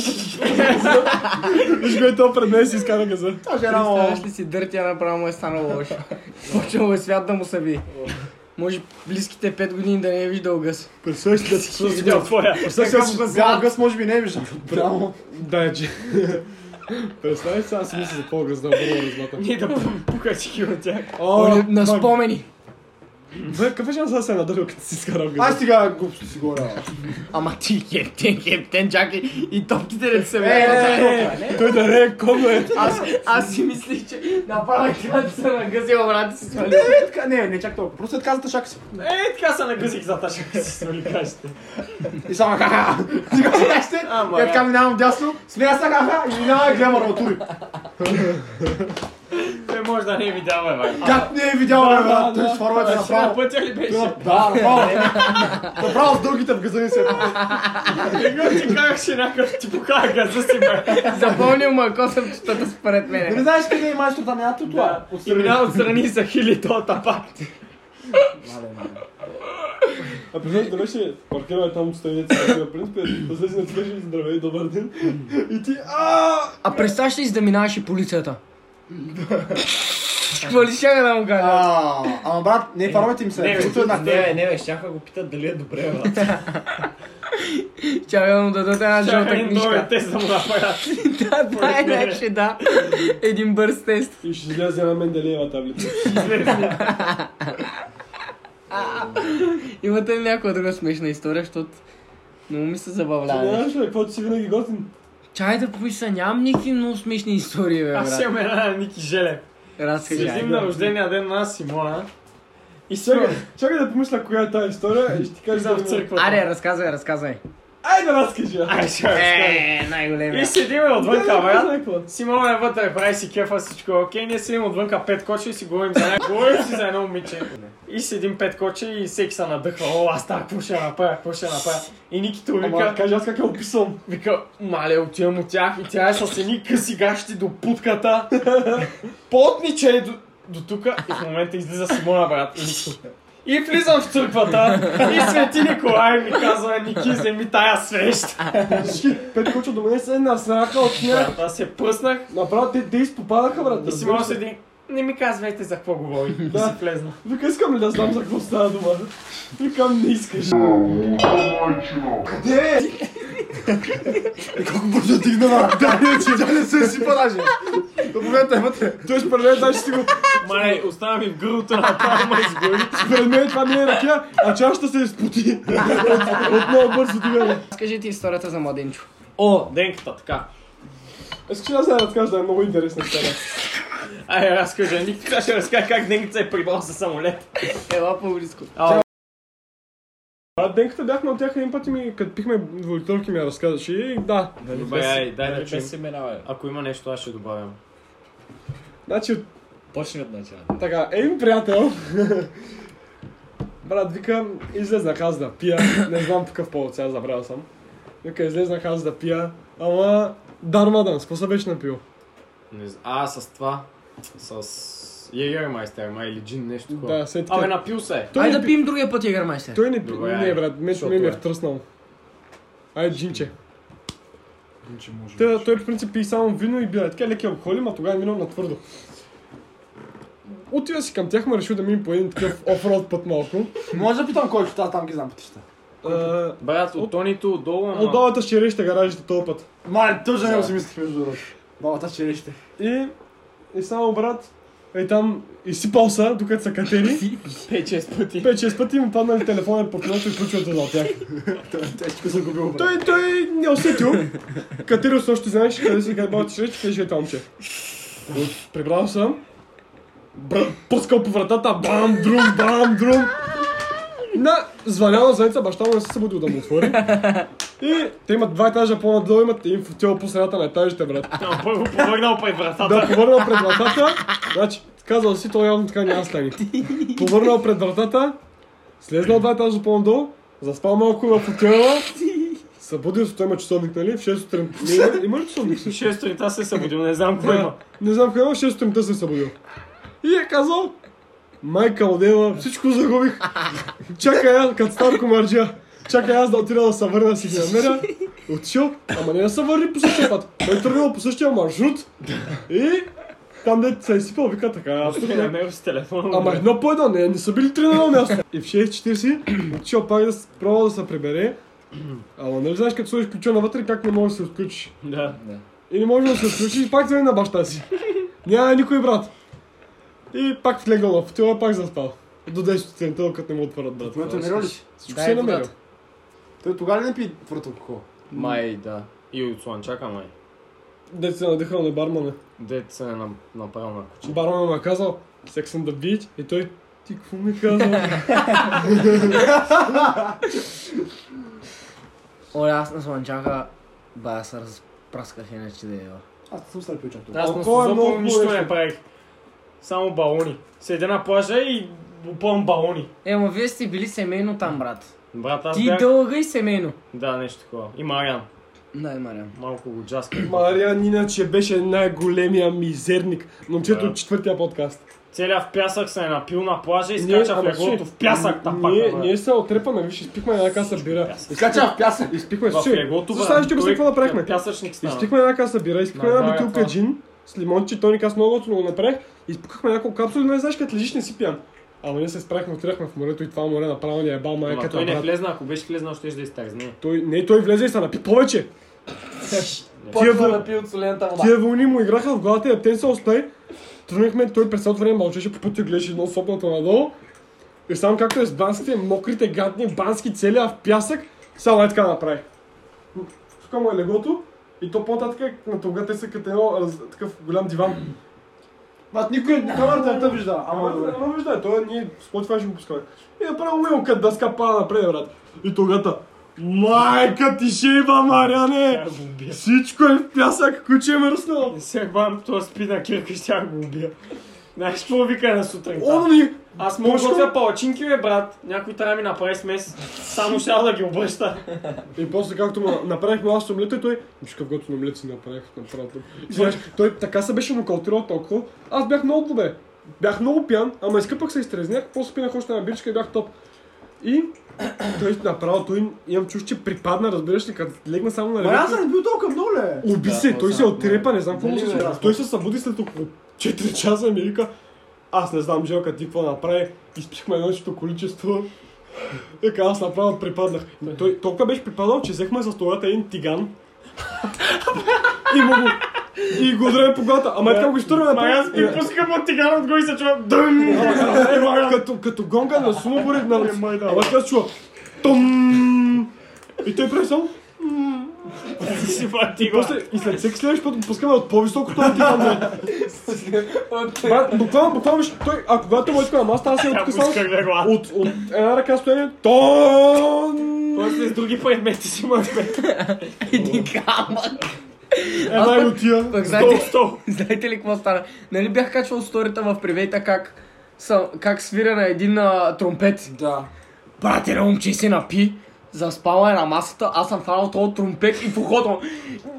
Speaker 3: Виж го е то пред мен си изкара газа.
Speaker 2: Това жена му...
Speaker 1: Представяш ли си дъртя направо му е станало лошо. Почнало е свят да му се ви. Може близките 5 години да не е виждал гъс.
Speaker 3: Представяш ли да си
Speaker 6: Слушай, видял твоя.
Speaker 2: Сега бял гъс може би не е виждал. Прямо.
Speaker 3: Да, че. Представяш ли сега си мисля за какво гъзда бърва размата?
Speaker 6: Ние да пукай чеки от тях.
Speaker 1: Оле, на спомени.
Speaker 3: Бе, какъв е шанс да се надърил като си изкарал газа?
Speaker 2: Аз сега глупости си говоря.
Speaker 1: Ама ти кептен, кептен, чакай и топките да се
Speaker 2: Е,
Speaker 1: вярват.
Speaker 2: е,
Speaker 3: Той да не е комно е.
Speaker 1: Аз, аз си мислих, че направих това да се нагъзя, брат, и се свали.
Speaker 2: Не, така, не, не чак толкова. Просто е така за тъшака си.
Speaker 6: Е, така се нагъзих за ташка си свали кажете.
Speaker 2: И само ха-ха. Сега се кажете.
Speaker 6: Ама,
Speaker 2: И така минавам дясно. Смея се ха-ха и минава и гледам арматури.
Speaker 6: Той може да не е видял, бе, бе.
Speaker 2: Как не е видял
Speaker 3: Да,
Speaker 2: бе,
Speaker 3: да,
Speaker 2: брат, той
Speaker 3: да.
Speaker 2: с фаровете
Speaker 6: Ще на
Speaker 2: направо.
Speaker 6: пътя ли беше?
Speaker 2: Да, направо. Направо с дългите в газа не се.
Speaker 6: Какво ти казваше някакъв ти покага газа си, бе?
Speaker 1: Запомнил му е косъмчетата според
Speaker 2: Не
Speaker 1: мене.
Speaker 2: знаеш къде е майстор там, ято това.
Speaker 6: Да. И минава отстрани са хили тоя тапак.
Speaker 3: А при да беше паркираме там стоеници, на принцип, да слезе на цвежи и здравей, добър ден. И ти, а
Speaker 1: А представяш ли си да минаваш и полицията? Какво ли ще да му кажа?
Speaker 2: А, Ама брат, не фаровете им се. е
Speaker 6: Не, бе,
Speaker 2: абсолютно еднакви.
Speaker 4: Не, бе, не, бе, щяха го питат дали е добре, брат.
Speaker 1: Чакай е да му дадат една
Speaker 6: Чакай
Speaker 1: жълта
Speaker 6: един добър
Speaker 1: книжка.
Speaker 6: тест да му направят.
Speaker 1: Да, да, е,
Speaker 6: Според мен.
Speaker 1: вече да. Един бърз тест.
Speaker 3: И ще излезе една Менделеева таблица.
Speaker 1: Имате ли някоя друга смешна история, защото много ми се
Speaker 3: Не
Speaker 1: забавлява.
Speaker 3: знаеш ли, какво ти си винаги готин?
Speaker 1: Чай да помисля, нямам никакви много смешни истории, бе,
Speaker 6: Аз
Speaker 1: брат.
Speaker 6: имам една на Ники Желев.
Speaker 2: е
Speaker 1: Разкажи.
Speaker 6: Следим на рождения ден на Симона. И сега
Speaker 3: Чакай, чакай да помисля коя е тази история и ще ти кажа
Speaker 6: за в
Speaker 3: да църква.
Speaker 6: църквата.
Speaker 1: Аре, разказвай, разказвай.
Speaker 3: Айде, разкажи. а.
Speaker 6: Аре, ще разкажа.
Speaker 1: Е, най-големия.
Speaker 6: И седиме отвънка,
Speaker 3: Аз
Speaker 6: брат.
Speaker 3: знам какво.
Speaker 6: Симона е вътре, прави си кефа, всичко е окей. Ние седим отвънка пет кочи и си говорим за някакво. Говорим си за едно момиче. И седим пет кочи и всеки се надъхва. О, аз това какво ще направя, какво ще направя. И Никито
Speaker 3: Ама
Speaker 6: вика,
Speaker 3: кажи аз как я описвам.
Speaker 6: Вика, мале, отивам от тях и тя е с едни къси гащи до путката. Потниче е до, до тука и в момента излиза Симона, брат. И, нищо. и влизам в църквата и Свети Николай ми казва, Ники, вземи тая свещ.
Speaker 3: Всички пет куча до мене се насраха от тях.
Speaker 6: Брат, Аз се пръснах
Speaker 3: Направо те, те изпопадаха, брат.
Speaker 6: и
Speaker 3: разбираш
Speaker 6: Симона
Speaker 3: ли?
Speaker 6: седи, не ми казвайте за какво говори. И
Speaker 3: Да.
Speaker 6: си влезна.
Speaker 3: Вика, искам ли да знам за какво става дума? Викам, не искаш.
Speaker 2: Къде е? И колко бързо дигна на Дария, че тя не се си даже. До момента е вътре.
Speaker 3: Той според мен даже си го...
Speaker 6: Май, остава ми в гърлото на палма изгори.
Speaker 3: Според мен това не е ръка, а чашата се е изпоти. От- От много бързо дигане.
Speaker 1: Скажи ти историята за младенчо.
Speaker 6: О, денката, така.
Speaker 3: Искаш ли аз да разкажа, е много интересна история.
Speaker 6: Ай, разкажа, Ник, сега ще разкажа как денката е прибал за самолет.
Speaker 1: Ела по-близко.
Speaker 3: А денката бяхме от тях един път и ми, като пихме дволиторки ми я разказваше и да.
Speaker 6: Добре, ай, дай да
Speaker 4: Нали
Speaker 6: чуем.
Speaker 4: без имена, бе.
Speaker 6: Ако има нещо, аз ще добавям.
Speaker 3: Значи от
Speaker 4: Почни от начало.
Speaker 3: Така, един приятел. Брат, викам, излезнах аз да пия. Не знам по какъв повод, сега забравял съм. Вика, излезнах аз да пия. Ама, дармадан, с какво се беше напил?
Speaker 6: Не з- А, с това. С... Егермайстер, май или джин, нещо такова.
Speaker 3: Да, след
Speaker 6: Абе,
Speaker 3: като...
Speaker 6: напил се.
Speaker 3: Той,
Speaker 1: Ай да
Speaker 3: не пи...
Speaker 1: пием другия път, Егермайстер.
Speaker 3: той не пи...
Speaker 6: Добре,
Speaker 3: не,
Speaker 6: ай,
Speaker 3: брат, мен
Speaker 6: защото
Speaker 3: ми, ми е
Speaker 6: е.
Speaker 3: втръснал. Ай, джинче.
Speaker 2: Че може.
Speaker 3: Той, той по принцип пи само вино и бира. Така леки алкохоли, ма тогава е минал на твърдо. Отива си към тях, ма решил да минем по един такъв офроуд път малко.
Speaker 2: Може да питам кой ще там ги знам пътища.
Speaker 3: А,
Speaker 6: Брат, от Тонито отдолу, ама...
Speaker 3: Е, От долата ще реща гаражите този път.
Speaker 2: Мале, тъжа не го си мислих между другото. Балата ще реще.
Speaker 3: И, и само брат, е там изсипал са, докато са катери.
Speaker 6: 5-6 пъти.
Speaker 3: 5-6 пъти му паднали телефона по киното и ключовете за тях.
Speaker 2: Те ще се губил. брат.
Speaker 3: Той, той не усетил. Катерил се още знаеш къде си къде бъдат шречки, къде ще е там, че. Прибрал съм. Бра- Пускал по вратата, бам, друм, бам, друм. На звъняла звънеца, баща му не се събудил да му отвори. И те имат два етажа по-надолу, имат един футел по средата на етажите, брат.
Speaker 6: Ама Първо повърнал пред вратата.
Speaker 3: Да, повърнал пред вратата. Значи, казал си, то явно така няма стане. Повърнал пред вратата, слезнал два етажа по-надолу, заспал малко в хотела, събудил се, той има часовник, нали? В 6 сутринта. Не, има- Има ли часовник?
Speaker 6: 6 сутринта се е събудил, не знам какво
Speaker 3: Да,
Speaker 6: има.
Speaker 3: не знам къде, има, в 6 сутринта се е събудил. И е казал, майка Одева, всичко загубих. Чакай аз, като стар комарджия. Чакай аз да отида да се върна да си ги намеря. Отишъл, ама не да се върни по същия път. Той е тръгнал по същия маршрут. И там дете се е изсипал, вика така. Аз тук
Speaker 6: Е,
Speaker 3: не...
Speaker 6: Намерил си телефона.
Speaker 3: Ама едно по едно, не, не са били три на едно място. И в 6.40 отишъл пак да с- пробва да се прибере. Ама нали знаеш, като сложиш ключа навътре, как не можеш да се отключиш?
Speaker 6: Да.
Speaker 3: И не може да се отключи и пак звъни на баща си. Няма никой брат. И пак влегал в футила, пак заспал. До 10 сутринта, докато не му отварят брат.
Speaker 2: Той те намерил ли си?
Speaker 3: Всичко
Speaker 1: Дай
Speaker 3: се е
Speaker 1: водата.
Speaker 3: намерил.
Speaker 2: Той тогава ли не пи твърд алкохол?
Speaker 6: Май, да. И от слънчака, май.
Speaker 3: Дете се надъхал на бармана.
Speaker 6: Дет се е на- направил на куче.
Speaker 3: Бармана му е казал, секс съм да бич. И той, ти какво ми казал?
Speaker 1: Оле, аз на слънчака бая се разпрасках иначе да ева.
Speaker 2: Аз не съм се напил чак толкова.
Speaker 6: Аз на
Speaker 3: Алко е много
Speaker 6: Созопол нищо
Speaker 3: хубаво.
Speaker 6: не правих. Само балони. Седя на плажа и опълвам балони.
Speaker 1: Е, ма вие сте били семейно там, брат.
Speaker 6: Брат, аз
Speaker 1: Ти
Speaker 6: бях...
Speaker 1: дълга и семейно.
Speaker 6: Да, нещо такова. И Мариан.
Speaker 1: Да, е, Мариан.
Speaker 6: Малко го джаска.
Speaker 3: Мариан иначе беше най-големия мизерник. Момчето
Speaker 6: Да.
Speaker 3: от четвъртия подкаст.
Speaker 6: Целя в пясък се е напил на плажа и
Speaker 3: Ние-
Speaker 6: скача в
Speaker 3: ама
Speaker 6: леглото
Speaker 3: ще-
Speaker 6: в пясък. тапака,
Speaker 3: Ние,
Speaker 6: брат.
Speaker 3: ние се отрепаме, виж, изпихме една каса бира.
Speaker 6: е пясък.
Speaker 2: Изкача в пясък.
Speaker 3: Изпихме
Speaker 6: В
Speaker 3: всички.
Speaker 6: леглото, брат.
Speaker 3: Защо ще обясня
Speaker 6: Той е
Speaker 3: какво направихме?
Speaker 6: Пясъчник стана.
Speaker 3: Изтихме една каса бира, изтихме една
Speaker 6: Направя
Speaker 3: бутилка
Speaker 6: това.
Speaker 3: джин с лимонче, тоник, аз много готино го направих. Изпукахме няколко капсули, не знаеш, като лежиш не си пиян. Ама ние се спряхме, отидахме в морето и това море направо ни е бал
Speaker 6: Ама
Speaker 3: майката.
Speaker 6: той не
Speaker 3: брат.
Speaker 6: влезна, ако беше влезнал, ще да изтързне.
Speaker 3: той, не, той влезе и се напи повече.
Speaker 2: Почва
Speaker 3: вол-
Speaker 2: да пи от солената вода.
Speaker 3: Тия вълни му играха в главата и те се остай. Тръгнахме, той през цялото време мълчеше, по пътя гледаше едно сопното надолу. И сам както е с банските, мокрите, гадни бански целия в пясък, само е така направи. Тук му е легото и то по-нататък на тога те са като едно раз, такъв голям диван.
Speaker 2: Брат, никой на камерата не те вижда. Ама добре.
Speaker 3: Ама вижда, той ние с Spotify ще го пускаме. И е направо му като дъска пада напред, брат. И тогата. Майка ти шеба, Мариане!
Speaker 6: Тя го убия.
Speaker 3: Всичко е в пясък, куче е мръснало.
Speaker 6: Не се хвам, това спи на кирка и ще го убия. Знаеш какво вика на сутринта?
Speaker 3: Он ни
Speaker 6: Аз мога да
Speaker 3: Пушко?
Speaker 6: готвя палачинки, бе, брат. Някой трябва да ми направи смес. Само ще да ги обръща.
Speaker 3: И после както му направихме аз омлета и той, виж какъв готин омлет си направих направо. И знаеш, той така се беше му калтирал толкова. Аз бях много добре. Бях много пиян, ама изкъпах се изтрезнях, после пинах още една биричка и бях топ. И той направо, той имам чуш, че припадна, разбираш ли, като легна само на
Speaker 2: Ма аз
Speaker 3: леглото.
Speaker 2: съм не бил толкова много ле.
Speaker 3: Уби се, той се отрепа, не знам какво му се
Speaker 2: Дали, бе,
Speaker 3: случи.
Speaker 2: да.
Speaker 3: Той се събуди след около 4 часа и ми вика, аз не знам Желка ти какво направи, изпихме едното количество. Така аз направо припаднах. Ме, Той толкова беше припадал, че взехме с столата един тиган. и му го и го удря по главата. Ама е така го изтурва на
Speaker 6: Ма аз ти пускам от тиган отгоре и се чува дъм.
Speaker 3: Е,
Speaker 6: Е,
Speaker 3: като, като гонга на сумо бори на Ама така се чува. Том! И той прави само.
Speaker 6: Си пати
Speaker 3: И, после, и след всеки следващ път го пускаме от по-високо това ти там. Брат, Буквално, буквално, ще- той, а когато му иска, ама аз тази се
Speaker 6: Тя
Speaker 3: отпуска само
Speaker 6: пусках е легла.
Speaker 3: от, от една ръка стоене. Тон!
Speaker 6: После с други предмети си имаш бе.
Speaker 1: Един камък.
Speaker 3: Една и отия.
Speaker 1: Пък
Speaker 6: Стол,
Speaker 1: знаете,
Speaker 6: стол.
Speaker 1: знаете ли какво стана? Нали бях качвал сторита в привейта как, съм, как свиря на един а, тромпет.
Speaker 2: Да.
Speaker 1: Брате, на момче се напи, заспала е на масата, аз съм фанал този тромпет и походвам.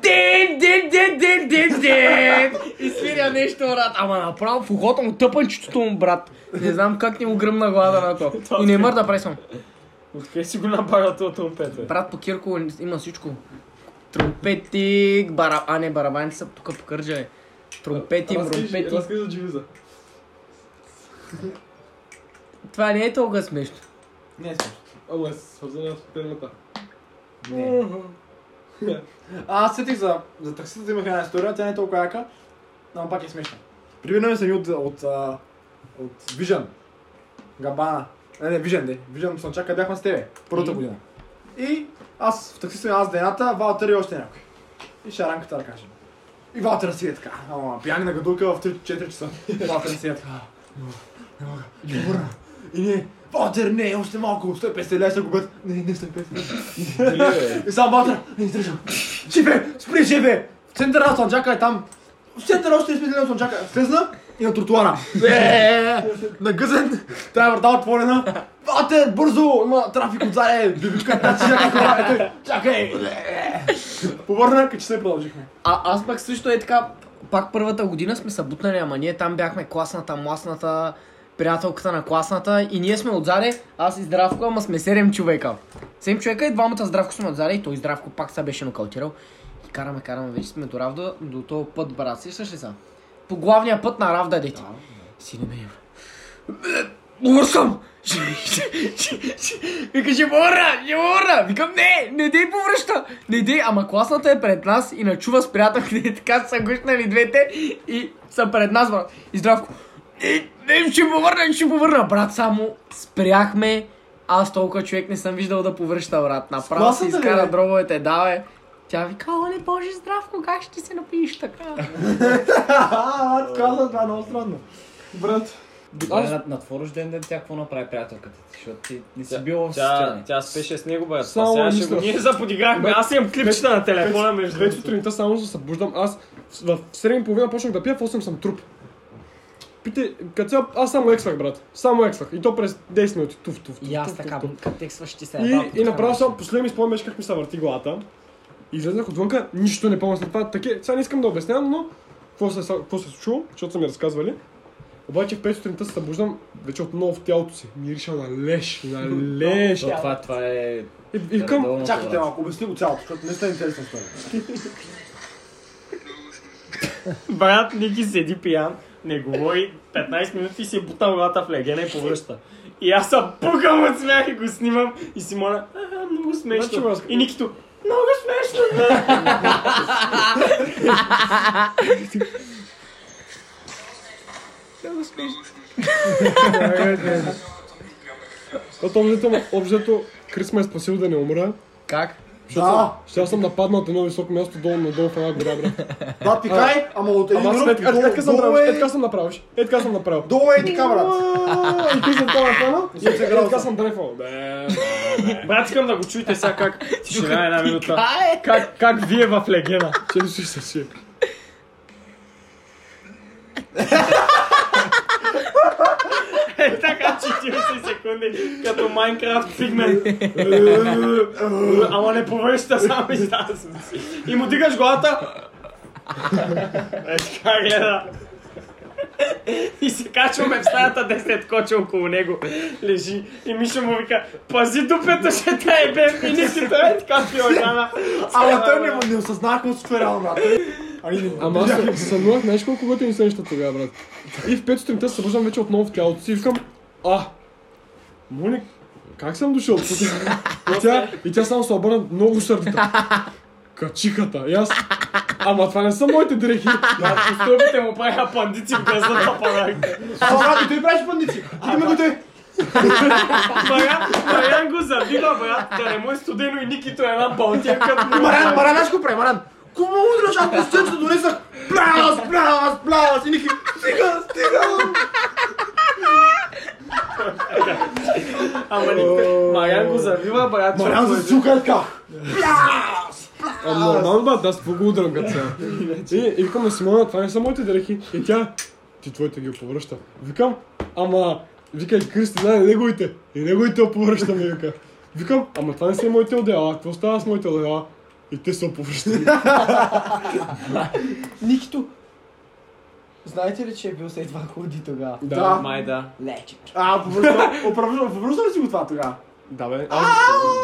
Speaker 1: Ден, ден, ден, ден, ден, ден! И свиря нещо, брат. Ама направо в ухото му тъпанчетото му, брат. Не знам как ни му гръмна глада на то. И не мърда пресвам.
Speaker 6: Откъде си го набавя този тромпет бе?
Speaker 1: Брат по Кирко има всичко. Тромпети, бара... а не, барабаните са тук по Кърджа, е. Тромпети, бромпети.
Speaker 3: Разкажи за Джилиза.
Speaker 1: Това не е толкова смешно.
Speaker 2: Не е
Speaker 3: Ама е свързана с темата.
Speaker 2: Не. А, аз сетих за, за такситата, имах една история, тя не е толкова яка, но пак е смешна. Привинаме се ни от, от, а, от Vision. Габана. Е, Не, не, Vision, де. Vision Слънчака бяхме с тебе. Първата година. И аз в таксита аз дената, Валтер и още някой. И шаранката да кажем. И Валтер си е така. Ама, пияни на гадулка в 3-4 часа. Валтер си е така. Не мога, не мога. И ние, Валтер, не, още малко, 150 лева ще губят. Не, не 150. И сам бата, не издръжам. Шипе, спри, шипе! В центъра на Слънчака е там. В центъра още е спитали на Слънчака. Слезна и на тротуара. Е, Нагъзен, тая врата отворена. Ватер, бързо, има трафик отзаде. Бибика, тачи, чакай, хора. Е, той, чакай. Е. Повърна, качи се и продължихме.
Speaker 1: А, аз пък също е така, пак първата година сме събутнали, ама ние там бяхме класната, мласната, приятелката на класната и ние сме отзаде, аз и Здравко, ама сме 7 човека. 7 човека и двамата Здравко сме отзаде и той Здравко пак са беше нокаутирал. И караме, караме, вече сме до Равда, до този път, брат, сещаш ли са? По главния път на Равда, дети. Си не ме ебра. Умър съм! Вика, ще умра! Ще умра! Викам, не! Не дей повръща! Не дей, ама класната е пред нас и начува с приятелките, така са гушнали двете и са пред нас, брат. И здравко. Не, не, ще повърна, ще повърна, брат, само спряхме. Аз толкова човек не съм виждал да повръща, брат. Направо се
Speaker 2: класната ли, е?
Speaker 1: изкара
Speaker 2: бе?
Speaker 1: дробовете, да, бе. Тя вика, оле, боже, здравко, как ще се напиеш така?
Speaker 2: Ха, аз казвам, това е много странно.
Speaker 3: Брат,
Speaker 4: Добре, на, на твой рожден ден тя какво направи приятелката ти? Защото ти не си бил в
Speaker 6: Тя,
Speaker 4: състояние.
Speaker 6: тя спеше с него, бе.
Speaker 3: Само
Speaker 6: Сега ще
Speaker 3: мисля.
Speaker 6: го ние заподиграхме. Аз имам клипчета на телефона между
Speaker 3: Две
Speaker 6: другото.
Speaker 3: сутринта само за да събуждам. Аз в 7.30 почнах да пия, в 8 съм труп. Пите, като цяло, аз само ексвах, брат. Само ексвах. И то през 10 минути. Туф, туф, туф.
Speaker 1: И аз
Speaker 3: туф,
Speaker 1: така,
Speaker 3: туф, туф.
Speaker 1: като текстваш ти се
Speaker 3: И, и направо само последния ми спомен беше как ми се върти главата. Излезнах отвънка, нищо не помня след това. Таке, сега не искам да обяснявам, но какво се, какво се случило, защото са ми разказвали. Обаче в 5 сутринта се събуждам вече отново в тялото си. Мириша на леш, на леш.
Speaker 4: Защото това, това е...
Speaker 3: И, и към,
Speaker 4: редовното,
Speaker 2: Чакайте
Speaker 4: брат.
Speaker 2: малко, обясни го цялото, защото не сте интересна история.
Speaker 6: Брат Ники седи пиян, не говори 15 минути и си е бутал главата в легена и повръща. И аз съм пукам от смях и го снимам и Симона, аха, много
Speaker 3: Значи
Speaker 6: смешно.
Speaker 3: го разк-
Speaker 6: И Никито, много смешно, бе.
Speaker 3: Защото обзето, обзето Крис ме е спасил да не умра.
Speaker 1: Как?
Speaker 2: Да,
Speaker 3: Ще аз съм нападнат на едно високо място долу надолу в една гора, брат.
Speaker 2: да, пикай, ама от един
Speaker 3: Ама аз
Speaker 2: друг,
Speaker 3: е така е така съм
Speaker 2: долу
Speaker 3: направил, е така
Speaker 2: е...
Speaker 3: съм направил. Е така съм направил.
Speaker 2: Долу е така, брат.
Speaker 3: А, И ти съм това направил? И
Speaker 2: съм се
Speaker 3: е
Speaker 2: грал.
Speaker 3: така съм дрефал. Бе,
Speaker 6: Брат, искам да го чуете сега как. Тишина една минута.
Speaker 1: Кае!
Speaker 6: Как, как вие в легена?
Speaker 3: Ще души се си.
Speaker 6: Е, така 40 секунди, като Майнкрафт фигмент. Ама не повръща само излязъм си. И му дигаш главата. Е, така гледа. И се качваме в стаята 10 коча около него. Лежи. И Миша му вика, пази дупето, ще те е бе. И не си той е така пиоргана. Е,
Speaker 2: Ама той не, не осъзна какво се случва реално, брат. Ами не
Speaker 3: Ама аз се- сънувах, знаеш колко готини са неща тогава, брат. И в 5 сутринта се събуждам вече отново в тялото си и викам, а, Моник, как съм дошъл тук? И тя, и тя само се обърна много сърдита. качихата. И аз, ама това не са моите дрехи.
Speaker 6: Стълбите му правиха пандици в газата панак.
Speaker 2: Ама, брат, ти правиш пандици. Ти ме дойде.
Speaker 6: Марян, Марян го завива, брат, да не му е студено и Никито е една балтинка.
Speaker 2: Маран, Маран, аз го прави, Маран. Кому удряш, аз пистенцето донесах. Плявас, плявас, плявас. И Ники, стига, стига.
Speaker 6: Ама ни, Марян го завива, брат.
Speaker 2: Маран се сука е така.
Speaker 3: А, нормално, брат, аз го удрям като сега. И, и викам на Симона, това не са моите дрехи. И тя, ти твоите ги повръща. Викам, ама, вика и Кристи, знае неговите. И неговите оповръща ми, вика. Викам, ама това не са и моите одеяла, какво става с моите одеяла? И те са оповръщани.
Speaker 7: Никито. Знаете ли, че е бил след това ходи тогава?
Speaker 2: Да.
Speaker 6: Май да.
Speaker 7: Лече.
Speaker 2: А, повръща- повръща повръща ли си го това тогава?
Speaker 3: Да, бе. Аз,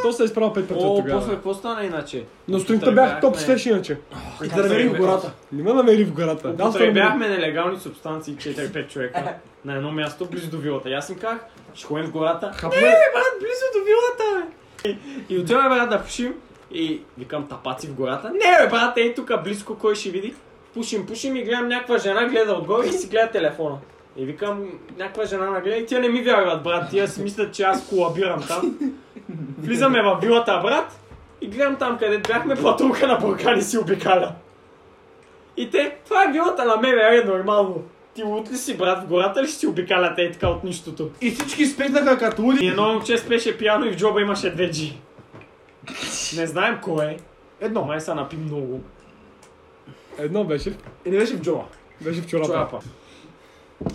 Speaker 3: то се е изправил пет пъти
Speaker 6: О,
Speaker 3: от
Speaker 6: после
Speaker 3: тогава.
Speaker 6: какво стана иначе?
Speaker 3: Но сутринта
Speaker 6: Потребяхме-
Speaker 3: бях топ свеж иначе.
Speaker 2: И да намерим в гората.
Speaker 3: Не ме намери в гората. Да,
Speaker 6: Да,
Speaker 3: бях.
Speaker 6: бяхме нелегални субстанции 4-5 човека на едно място близо до вилата. И аз им казах, ще ходим в гората.
Speaker 3: Хапвай.
Speaker 6: Не, бе, брат, близо до вилата, бе. И, и отиваме, брат, да пушим. И викам, тапаци в гората. Не, бе, брат, ей тук, близко, кой ще види. Пушим, пушим и гледам някаква жена, гледа отгоре и си гледа телефона. И викам, някаква жена на гледа и тя не ми вярват, брат. Тя си мислят, че аз колабирам там. Влизаме в вилата, брат. И гледам там, къде бяхме, патулка на Балкани си обикаля. И те, това е вилата на МВР, нормално. Ти лут ли си, брат, в гората ли ще си обикаляте и така от нищото?
Speaker 2: И всички спитнаха като
Speaker 6: И
Speaker 2: луди.
Speaker 6: едно момче спеше пияно и в джоба имаше две джи. Не знаем кое е.
Speaker 2: Едно.
Speaker 6: Май са напи много.
Speaker 3: Едно беше.
Speaker 2: И не беше в джоба.
Speaker 3: Беше в чорапа.
Speaker 6: Чорапа.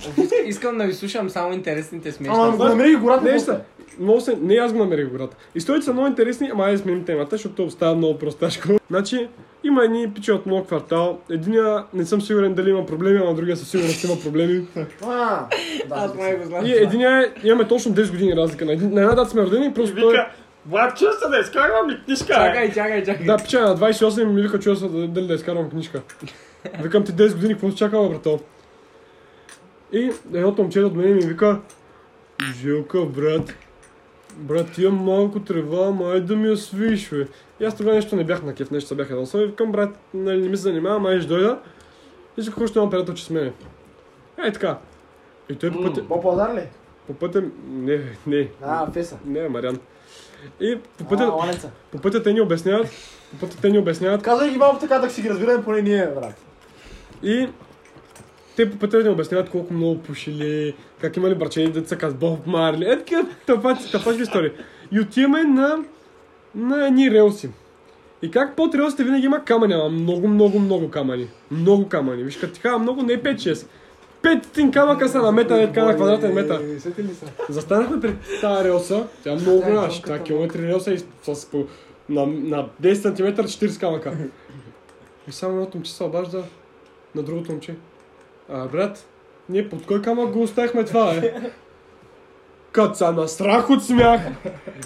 Speaker 1: Искам да ви слушам само интересните
Speaker 2: Ама
Speaker 1: смешни.
Speaker 2: го намери в гората.
Speaker 3: Не,
Speaker 2: после.
Speaker 3: са. Много се, не аз го намерих в гората. Историите са много интересни, ама айде да сменим темата, защото става много просташко. Значи, има едни пичи от много квартал. Единия не съм сигурен дали има проблеми, ама другия със сигурност има проблеми.
Speaker 2: А, да.
Speaker 1: май го знам.
Speaker 3: И единия е- имаме точно 10 години разлика. На, един- на една дата сме родени и
Speaker 6: И
Speaker 3: просто той...
Speaker 6: вика, брат, чува се да изкарвам ли книжка, бе?
Speaker 1: Чакай, чакай, чакай.
Speaker 3: Да, пича на 28 ми вика, чува се да- дали да изкарвам книжка. Викам ти 10 години, какво се чакава, брато? И едното момче от мен ми вика, Жилка, брат, брат, ти имам малко трева, май да ми я свиш, бе. И аз тогава нещо не бях на кеф, нещо се бях едал съм и викам, брат, нали не ми се занимавам, май ще дойда. И за какво ще имам приятел, че с мене. Ей така. И той по пътя,
Speaker 2: По-пазар ли?
Speaker 3: по пътя, не, не,
Speaker 2: А, феса.
Speaker 3: не, Мариан. И по
Speaker 2: А,
Speaker 3: пътя,
Speaker 2: ланеца.
Speaker 3: по пътя те ни обясняват, по пътя те ни обясняват
Speaker 2: Казвай ги малко така, да си ги разбираме, поне ние, брат.
Speaker 3: И те по пътя ни обясняват колко много пушили, как имали брачени деца с Боб Марли. Е, такива тъпачи, тъпачи истории. И отиваме на, на едни релси. И как под релсите винаги има камъни, ама много, много, много камъни. Много камъни. Виж, като ти кажа много, не е 5-6. Петин камъка са на метър, е така на квадратен метър.
Speaker 2: Е, Сети ли са?
Speaker 3: Застанахме пред тази релса, тя е много голяма, 6 км релса и с с по, на, на 10 см 40 камъка. И само едното момче се обажда на другото момче. А, брат, ние под кой камък го оставихме това, е? Кът са на страх от смях.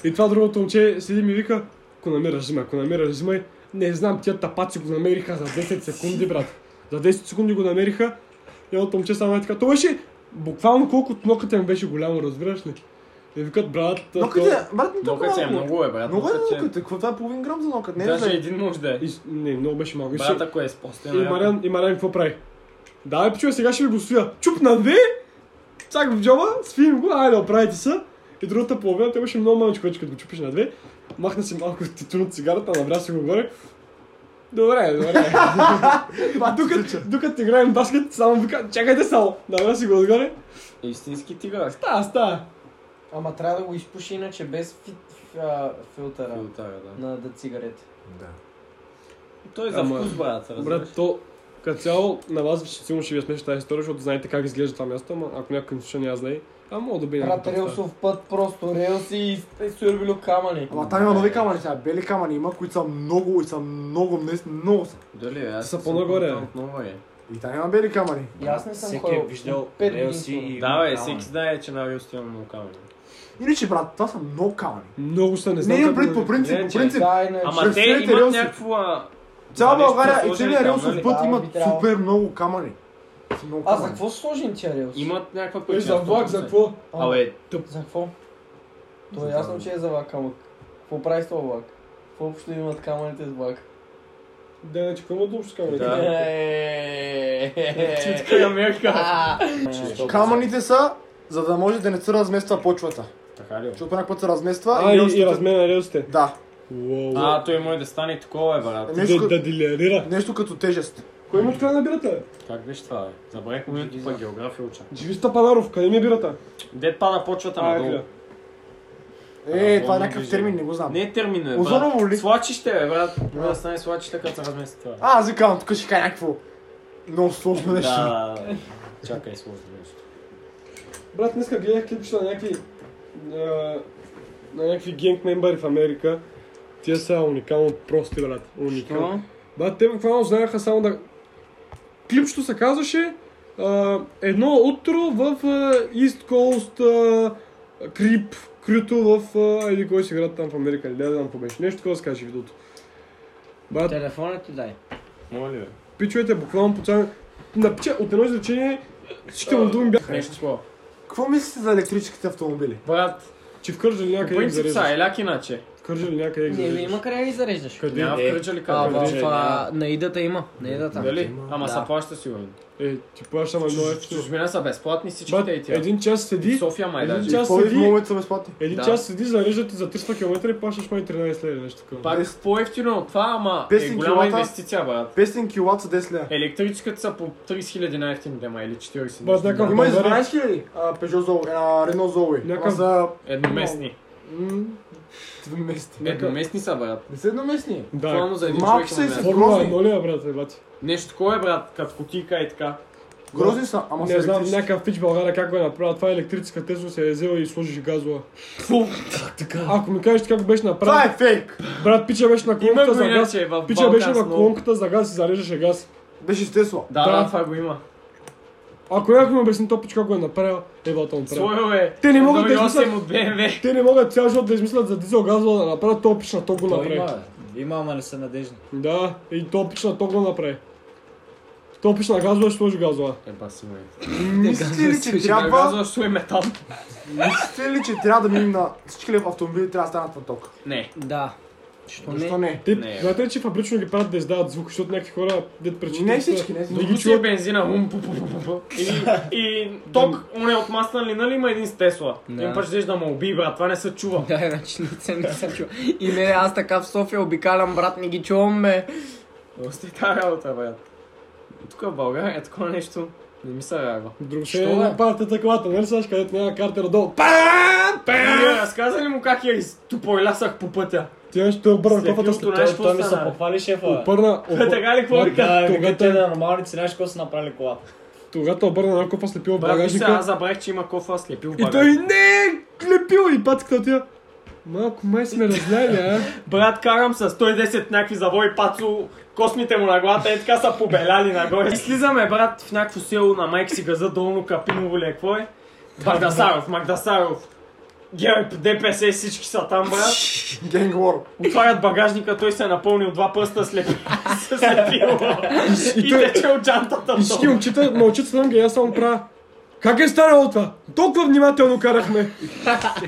Speaker 3: И това другото момче седи и ми вика, ако намираш, взимай, ако намираш, взимай. Не знам, тия тапаци го намериха за 10 секунди, брат. За 10 секунди го намериха. И едното момче само е така. То беше буквално колкото ноката ми беше голямо, разбираш ли? И викат, брат, а,
Speaker 2: Нокът
Speaker 3: то-
Speaker 2: е, брат, не толкова
Speaker 6: Нокът е
Speaker 2: малко.
Speaker 6: много, е, брат.
Speaker 2: Много е
Speaker 6: нокът е-
Speaker 2: нокът, какво това е половин грам за нокът? Не,
Speaker 6: Даже
Speaker 2: за-
Speaker 6: един може да е.
Speaker 3: И с- Не, много беше малко. И,
Speaker 6: Брат,
Speaker 3: се...
Speaker 6: ако е спостен,
Speaker 3: и Мариан, и Мариан какво прави? Да, пичове, сега ще ви го стоя. Чуп на две, цак в джоба, свием го, айде, оправите се. И другата половина, те беше много малко, вече като го чупиш на две. Махна си малко титун от цигарата, набря си го горе. Добре, добре. докато, докато играем баскет, само вика, чакайте само, набря си го отгоре.
Speaker 6: Истински тигър.
Speaker 3: Та, ста.
Speaker 7: Ама трябва да го изпуши иначе без фит, ф- а, филтъра на да цигарет.
Speaker 6: Той е за
Speaker 3: Ама-
Speaker 6: вкус, брат. разбираш.
Speaker 3: Брат, то като цяло на вас ще силно ще ви е смешна тази история, защото знаете как изглежда това място, ама ако някой не слуша, няма знае. А мога да би
Speaker 7: Брат, релсов път, просто релси и с- и сурбилю камъни.
Speaker 2: Ама там има нови камъни сега, бели камъни има, които са много и са много, днес много са.
Speaker 6: Дали, бе, аз
Speaker 3: Са
Speaker 6: съм
Speaker 3: по-нагоре,
Speaker 6: контент,
Speaker 3: бе.
Speaker 6: Много е.
Speaker 2: И там има бели камъни.
Speaker 7: И аз не съм
Speaker 4: Всеки е
Speaker 7: ходил.
Speaker 4: виждал
Speaker 7: Пет години
Speaker 4: релси
Speaker 7: съм.
Speaker 4: и...
Speaker 6: Да, бе, всеки знае, че на Рилс има много камъни.
Speaker 2: Иначе, брат, това са много камъни.
Speaker 3: Много са, не знам.
Speaker 2: Не имам
Speaker 3: как
Speaker 2: пред
Speaker 3: да-
Speaker 2: по принцип,
Speaker 6: Не,
Speaker 2: по
Speaker 6: че-
Speaker 2: принцип.
Speaker 7: Да,
Speaker 5: Е,
Speaker 7: и не
Speaker 6: Ама те
Speaker 2: Представете
Speaker 6: имат
Speaker 2: релси.
Speaker 6: някаква...
Speaker 2: Цяла
Speaker 6: за нещо
Speaker 2: България и
Speaker 6: сложени
Speaker 2: целият
Speaker 6: там,
Speaker 2: релсов
Speaker 6: нали?
Speaker 2: път
Speaker 7: Да,
Speaker 2: имат
Speaker 7: би трябвало.
Speaker 2: супер много камъни. Са Много
Speaker 7: А за
Speaker 2: камъни.
Speaker 7: какво са сложени тия релси?
Speaker 6: Имат някаква
Speaker 3: Е, за влак, за какво?
Speaker 7: А,
Speaker 6: Абе,
Speaker 7: За какво? То е ясно, че е за влак камък. Какво прави с този влак? Какво общо имат камъните с влак?
Speaker 3: Да, не, че какво има общо с камъните?
Speaker 6: Да.
Speaker 7: Е,
Speaker 6: Читка на мерка.
Speaker 7: а,
Speaker 2: Камъните са, за да може да не се размества почвата.
Speaker 6: Така ли? е? бе?
Speaker 2: Защото някой път се размества
Speaker 3: А, и, и
Speaker 2: остата-
Speaker 3: размер на релсите.
Speaker 2: Да.
Speaker 3: Уау.
Speaker 6: А, той може да стане такова, е, брат.
Speaker 2: Нещо,
Speaker 3: Да,
Speaker 2: като-
Speaker 3: да дилерира.
Speaker 2: нещо като тежест.
Speaker 3: Кой има откъде на бирата?
Speaker 6: Как беше това, бе? Забравих момента по география уча.
Speaker 3: Живи Стапанаров, къде ми е бирата?
Speaker 6: Дед пада почвата
Speaker 3: А, е
Speaker 6: надолу.
Speaker 3: ето.
Speaker 2: Е,
Speaker 6: А,
Speaker 2: това е
Speaker 6: помня,
Speaker 2: някакъв
Speaker 6: виждам.
Speaker 2: термин, не го знам.
Speaker 6: Не е термин, е,
Speaker 2: Озоново ли?
Speaker 6: брат. Свлачище, бе, брат. Може да стане свлачище, като се размести това.
Speaker 2: А, аз ви казвам, тук ще кажа някакво много сложно
Speaker 6: Да,
Speaker 2: нещо.
Speaker 6: да, да. Чакай, сложно нещо.
Speaker 3: Брат, днеска гледах клипчета на някакви... а, На някакви генг мембари в Америка. Тия са уникално прости, брат. Уникално. Брат, те буквално знаеха само да... Клипчето се казваше а, Едно утро в а, East Coast а, Крип, крито в а, еди кой си град там в Америка, или да знам какво беше. Нещо такова се каже видеото. Брат,
Speaker 7: Телефонът ти дай.
Speaker 6: Моля ли, бе?
Speaker 3: пичовете буквално по цял... На пича, от едно изречение всичките му думи бяха,
Speaker 6: Нещо такова.
Speaker 2: Какво мислите за електрическите автомобили?
Speaker 6: Брат,
Speaker 3: че в Кържали
Speaker 6: по
Speaker 3: някъде ги
Speaker 6: принцип са,
Speaker 3: зареждаш.
Speaker 6: еляк иначе.
Speaker 3: Кържали някъде
Speaker 7: е.
Speaker 3: ги
Speaker 7: Не, бе,
Speaker 3: зареждаш.
Speaker 7: има къде да ги зареждаш.
Speaker 6: Няма в
Speaker 1: Е,
Speaker 6: Кърджали
Speaker 7: А,
Speaker 6: къде?
Speaker 7: в,
Speaker 6: Че, няма. Нали?
Speaker 7: а, на идата има. На идата.
Speaker 6: Дали? Ама
Speaker 7: Да.
Speaker 6: са плаща сигурно.
Speaker 3: Е, ти плаща ама много
Speaker 6: В
Speaker 3: ефтино.
Speaker 6: Чужбина са безплатни
Speaker 3: Брат,
Speaker 6: всичките и тя.
Speaker 3: един час седи,
Speaker 6: В София май
Speaker 3: един
Speaker 6: даже.
Speaker 3: час
Speaker 2: И повече
Speaker 3: седи.
Speaker 2: момента са безплатни.
Speaker 3: един
Speaker 6: Да.
Speaker 3: час седи, зарежда ти за 300 км и плащаш май 13 лева или нещо такова.
Speaker 6: Пак по-ефтино от това, ама е
Speaker 2: 500
Speaker 6: голяма
Speaker 2: киловата.
Speaker 6: инвестиция, брат.
Speaker 2: 500 киловатт са 10
Speaker 6: Е,
Speaker 2: лева.
Speaker 6: Електрическата са по 30 000 най-ефтини дема или 40.
Speaker 3: Брат,
Speaker 6: нещо.
Speaker 3: някакъв
Speaker 2: Има и
Speaker 3: България-
Speaker 2: 12 хиляди Peugeot Zoe, а, Renault Zoe. Ама
Speaker 3: Някакъв-
Speaker 2: са...
Speaker 6: Едноместни.
Speaker 2: м, Двуместни.
Speaker 6: Едноместни са, брат.
Speaker 2: Не са едноместни.
Speaker 3: Да.
Speaker 6: Буквално за един
Speaker 2: Малки
Speaker 6: човек
Speaker 2: са и
Speaker 6: са
Speaker 2: са
Speaker 6: много.
Speaker 3: Формула
Speaker 2: грозни.
Speaker 3: 1 ли е, брат, е, бати?
Speaker 6: Нещо такова е, брат, като кутийка и така.
Speaker 2: Грозни са, ама са
Speaker 3: Не знам,
Speaker 2: електрически.
Speaker 3: някакъв пич в България как го е направил. Това е електрическа Тесла се е взела и сложиш газова. Ако ми кажеш как беше
Speaker 2: Това
Speaker 3: направен,
Speaker 2: е фейк!
Speaker 3: брат, пича беше на
Speaker 6: Има
Speaker 3: колонката
Speaker 6: го
Speaker 3: за газ.
Speaker 6: иначе в
Speaker 3: Пича беше
Speaker 6: Балканс,
Speaker 3: на
Speaker 6: но-
Speaker 3: колонката за газ и зареждаше газ.
Speaker 2: Беше с Тесла.
Speaker 6: Да,
Speaker 3: Да.
Speaker 6: да, това го има.
Speaker 3: Ако някой ми обясни то пич как го е направил, е бата направил.
Speaker 6: Слойл е.
Speaker 3: Те не могат да
Speaker 6: 1.8
Speaker 3: измислят-
Speaker 6: от BMW.
Speaker 3: Те не могат цял живот да измислят за дизел газова да направят, то пич на то го
Speaker 4: Той
Speaker 3: направи.
Speaker 4: има, бе. има, ама не са надежни.
Speaker 3: Да, и то пич на то го направи. То пич на газова ще сложи газова.
Speaker 6: Еба Е, си ме.
Speaker 2: Мислите ли, че
Speaker 6: Трябва...
Speaker 2: трябва...
Speaker 6: Газва, що е метал.
Speaker 2: Мислите ли, че трябва да минем на... Всички ли автомобили трябва да станат на ток?
Speaker 6: Не.
Speaker 7: Да. Що
Speaker 2: Защо
Speaker 7: не?
Speaker 2: не?
Speaker 3: Те,
Speaker 6: Е, Не, бе.
Speaker 3: знаете ли, че фабрично ги правят да издават звук, защото някакви хора дед пречи.
Speaker 2: Не всички, не
Speaker 3: Не
Speaker 2: всички.
Speaker 3: ги
Speaker 6: Друго си е
Speaker 3: чуват.
Speaker 6: бензина. Ум, пу, пу, пу, пу, пу. И, и ток, он е от масна ли, нали има един с Тесла.
Speaker 7: Да.
Speaker 6: Им път щеш да му уби, брат, това не се чува.
Speaker 1: Да, иначе не се не се чува. И не, аз така в София обикалям, брат, не ги чувам, бе.
Speaker 6: Остави тази работа, брат. Тук в България е такова нещо не ми се вярва.
Speaker 3: Друг
Speaker 4: Що,
Speaker 3: ще
Speaker 4: бе?
Speaker 3: е на партията колата, нали сега, където няма картера долу. Па!
Speaker 6: Вие разказа ли Е, му как я изтупойлясах по пътя?
Speaker 3: Тя ще обърна
Speaker 6: Слепилото
Speaker 3: кофата след това.
Speaker 6: нещо.
Speaker 4: Той,
Speaker 6: какво
Speaker 4: той ми се
Speaker 6: стана, бе?
Speaker 4: похвали шефа. бе.
Speaker 3: Обърна, обърна,
Speaker 6: Е, Така ли, какво ви
Speaker 4: Да,
Speaker 3: Тогава-
Speaker 4: викате на нормални цена, какво са направили колата.
Speaker 3: когато обърна една кофа слепила в
Speaker 6: Брат, виж сега,
Speaker 3: багажника.
Speaker 6: аз забравих, че има кофа слепил в
Speaker 3: И той
Speaker 6: багажника.
Speaker 3: не е клепил и пацката тя. Малко май сме разляли, а?
Speaker 6: Брат, карам с 110 някакви завои, пацо, космите му на главата, е така са побеляли нагоре. И слизаме, брат, в някакво село на майк си газа, долно Капиново ли е, какво е? Магдасаров, Магдасаров. ГЕРБ, ДПС, всички са там, брат.
Speaker 2: Gang war.
Speaker 6: Отварят багажника, той се е напълнил два пръста слеп... с слепило. И тече от джантата.
Speaker 3: И всички момчета мълчат с ги, аз само правя. Как е станало това? Толкова внимателно карахме.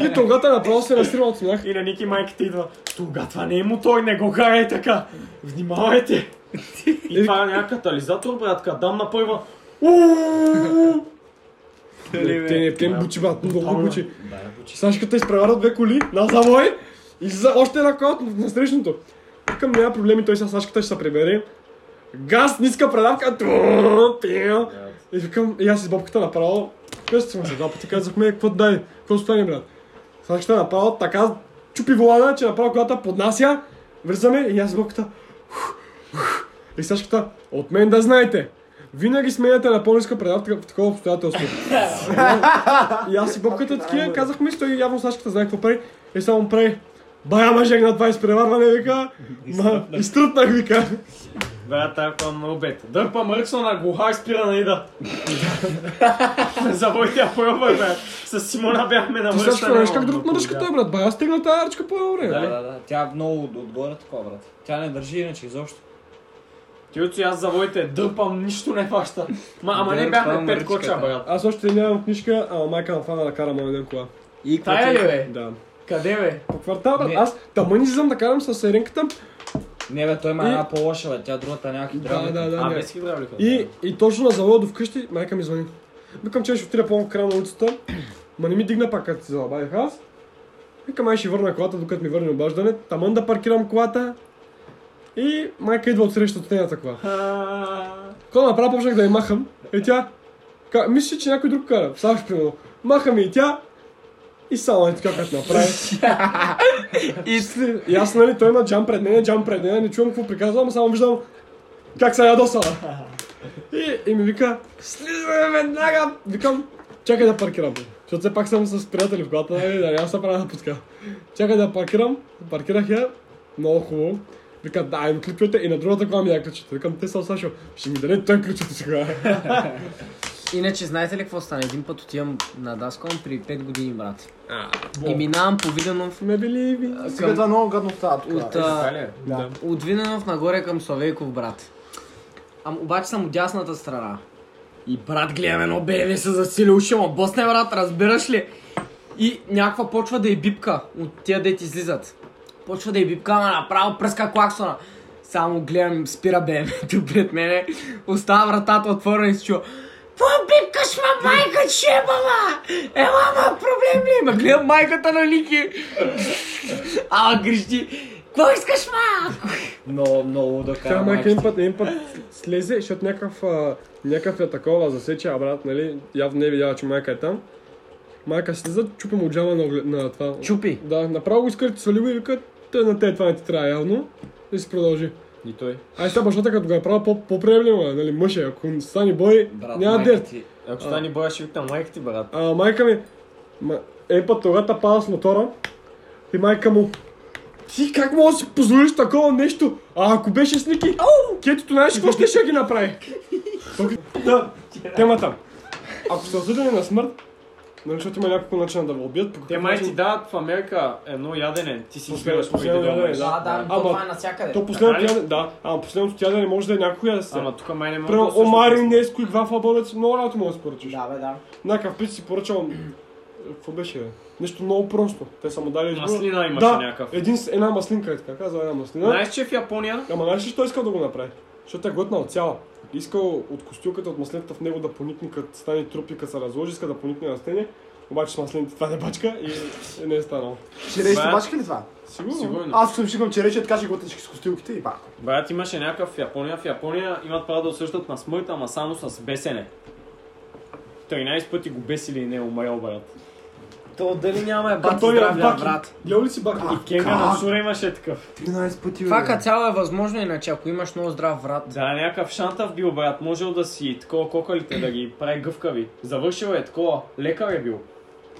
Speaker 3: И тогата направо се разстрива от смях.
Speaker 6: И на Ники майката идва. Тога това не е му той, не го карай така. Внимавайте. И това е някакъв катализатор, братка. Дам на първа. Уу!
Speaker 3: Те не пием бучи, брат, много бучи. Сашката изпревара две коли на завой и за още една кола от насрещното. Към няма проблеми, той сега Сашката ще се прибере. Газ, ниска предавка. тру, пиу. И викам, и аз с бобката направо. Късно съм се два пъти, казахме, какво дай, какво стане, брат. Сашката направо така чупи волана, че направо колата поднася. Връзваме и аз с бобката. ух, ух. И Сашката, от мен да знаете. Винаги сменяте на по-ниска предавка в такова обстоятелство. И аз и бабката такива казахме, че той явно Сашката знае какво прави. И само прави. Бая мъжек на 20 преварване, вика. Ма, изтръпнах, вика.
Speaker 6: Брат, тази кола много бета. Дърпа мръксна на глухар, спира на Ида. На завой тя пробва, брат. С Симона бяхме на
Speaker 3: Ти
Speaker 6: мръксна.
Speaker 3: Сашка, знаеш как
Speaker 6: няма
Speaker 3: дръпна
Speaker 6: много
Speaker 3: ръчката,
Speaker 6: проблем.
Speaker 3: брат? Бая стегна тази ръчка по
Speaker 4: Да,
Speaker 7: Нали?
Speaker 3: време.
Speaker 4: да, да. Тя е много от- отгоре такова, брат. Тя не държи иначе изобщо.
Speaker 6: Тилцо, аз завоите дърпам, нищо не фаща. Ма, ама не бяхме
Speaker 1: Дърпам
Speaker 6: пет коча,
Speaker 1: ръчката.
Speaker 6: брат.
Speaker 3: Аз още нямам книжка, ама майка ме фана да карам на ден кола.
Speaker 1: И какво
Speaker 6: Тая ли
Speaker 1: ти-
Speaker 6: бе?
Speaker 3: Да.
Speaker 6: Къде бе?
Speaker 3: По квартал, брат, аз тъмън излизам да карам с сиренката.
Speaker 4: Не бе, той има
Speaker 3: И-
Speaker 4: една по-лоша, бе. Тя другата е някакви драми.
Speaker 3: да, да,
Speaker 6: А,
Speaker 3: да.
Speaker 6: без хидравлика.
Speaker 3: И, и точно на завода до вкъщи, майка ми звъни. Викам, че ще отида по-края на улицата, ма не ми дигна пак, като се залабавих аз. Викам, аз ще върна колата, докато ми върне обаждане, таман да паркирам колата. И майка идва от среща от нейната кола. Когато направо почнах да я махам, и тя... Ка, мисля, че някой друг кара, Саш примерно. Маха ми и тя, и само е така като направи. и, сли- и аз, нали, той има джам пред нея, джам пред нея, не чувам какво приказва, ама само виждам как се е ядосала. И, и ми вика, слизаме веднага! Викам, чакай да паркирам. бе. Защото все пак съм с приятели в колата, нали, да няма да се правя на путка. Чакай да паркирам, паркирах я, много хубаво. Вика, дай ми ключовете и на другата кола ми дай ключите. Викам, те са Сашо, ще ми даде той ключите сега.
Speaker 1: Иначе знаете ли какво стана? Един път отивам на Даскон при 5 години, брат. И минавам по Виденов
Speaker 3: Не били ви.
Speaker 2: Сега
Speaker 1: към...
Speaker 2: това е много гадно става тук.
Speaker 1: От,
Speaker 2: Е,
Speaker 1: а,
Speaker 2: да.
Speaker 1: от Виденов нагоре към Славейков, брат. Ам, обаче съм от дясната страна. И брат, гледам едно БМВ се засили уши, ма босне, брат, разбираш ли? И някаква почва да е бипка от тия дет излизат. Почва да е бипка, ама направо пръска клаксона. Само гледам, спира БМВ-то пред мене, остава вратата отворена и се чува. Какво бипкаш, ма майка, че е, бала? Ела, ма проблем ли? е?» Ма гледам майката на Ники. Ама грижди. Какво искаш, ма?
Speaker 4: Много, много да значи.
Speaker 3: Тя
Speaker 4: кара
Speaker 3: майка
Speaker 4: майка.
Speaker 3: един път, един път слезе, защото някакъв, а, някакъв е такова засече, а брат, нали, явно не е видяла, че майка е там. Майка слиза, чупи му джама на, огле- на това.
Speaker 1: Чупи.
Speaker 3: Да, направо го искали, свали го и вика, те на те това не ти трябва явно. И се продължи.
Speaker 6: И той.
Speaker 3: Ай сега бащата като го е правил по- по-приемлива, нали, мъж е, ако стане бой,
Speaker 4: Брат,
Speaker 3: няма
Speaker 4: майка
Speaker 3: дерт.
Speaker 4: ти.
Speaker 6: Ако стане боя, ще викна майка ти, брат.
Speaker 3: А майка ми, ма, е път тогава пада с мотора и майка му, ти как мога да си позволиш такова нещо? А ако беше с Ники, кетото знаеш какво ще ще ги направи? Тук- да, темата. Ако сте осъдени на смърт, нали, защото има няколко начина да ви убият, по
Speaker 6: Те
Speaker 3: какъв
Speaker 6: май ти
Speaker 3: начин...
Speaker 6: дават в Америка едно ядене. Ти си
Speaker 3: Последно,
Speaker 6: избираш нали? кой да
Speaker 3: последно ядене,
Speaker 6: дойдеш.
Speaker 7: Да, да,
Speaker 3: Ама-
Speaker 7: но това е навсякъде.
Speaker 3: То последното
Speaker 6: Така ли?
Speaker 3: ядене, да, ама последното ядене може да е някоя да се.
Speaker 6: Ама тук май не мога
Speaker 3: Примерно,
Speaker 1: е
Speaker 6: слушаш.
Speaker 3: омарин, неско и вафа борец, много работа може да споръчиш.
Speaker 7: Да, бе, да.
Speaker 3: Някакъв пич си поръчал... Какво беше, бе? Нещо много просто. Те са му дали избор.
Speaker 6: Маслина имаше
Speaker 3: Да,
Speaker 6: някакъв.
Speaker 3: един, с- една маслинка е така, казва една маслина.
Speaker 6: Знаеш, че в Япония
Speaker 3: Ама знаеш ли, що искал да го направи? Защото е готна от цяла. Искал от костюката, от маслинката в него да поникне, като стане труп и като се разложи, иска да поникне растение. Обаче с маслините това не бачка и и не е станало.
Speaker 2: Череши
Speaker 6: Ба-
Speaker 2: бачка ли това?
Speaker 3: Сигурно.
Speaker 6: Сигурно.
Speaker 2: Аз съм шикам череши, така ще готвиш с костилките и бако.
Speaker 6: Брат, имаше някакъв в Япония. В Япония имат право да осъждат на смърт, ама само с бесене. 13 пъти го бесили и не е умрял, брат.
Speaker 1: То дали няма е бати
Speaker 3: Кантония
Speaker 1: здравля,
Speaker 3: Баки.
Speaker 1: брат.
Speaker 3: Гледал ли си бака?
Speaker 6: Кенга на Шура имаше такъв.
Speaker 2: 13 пъти. бе.
Speaker 1: Това като цяло е възможно, иначе ако имаш много здрав врат.
Speaker 6: Да, някакъв шантав бил, брат. Можел да си такова кокалите, да ги прави гъвкави. Завършил е такова. Лекар е бил.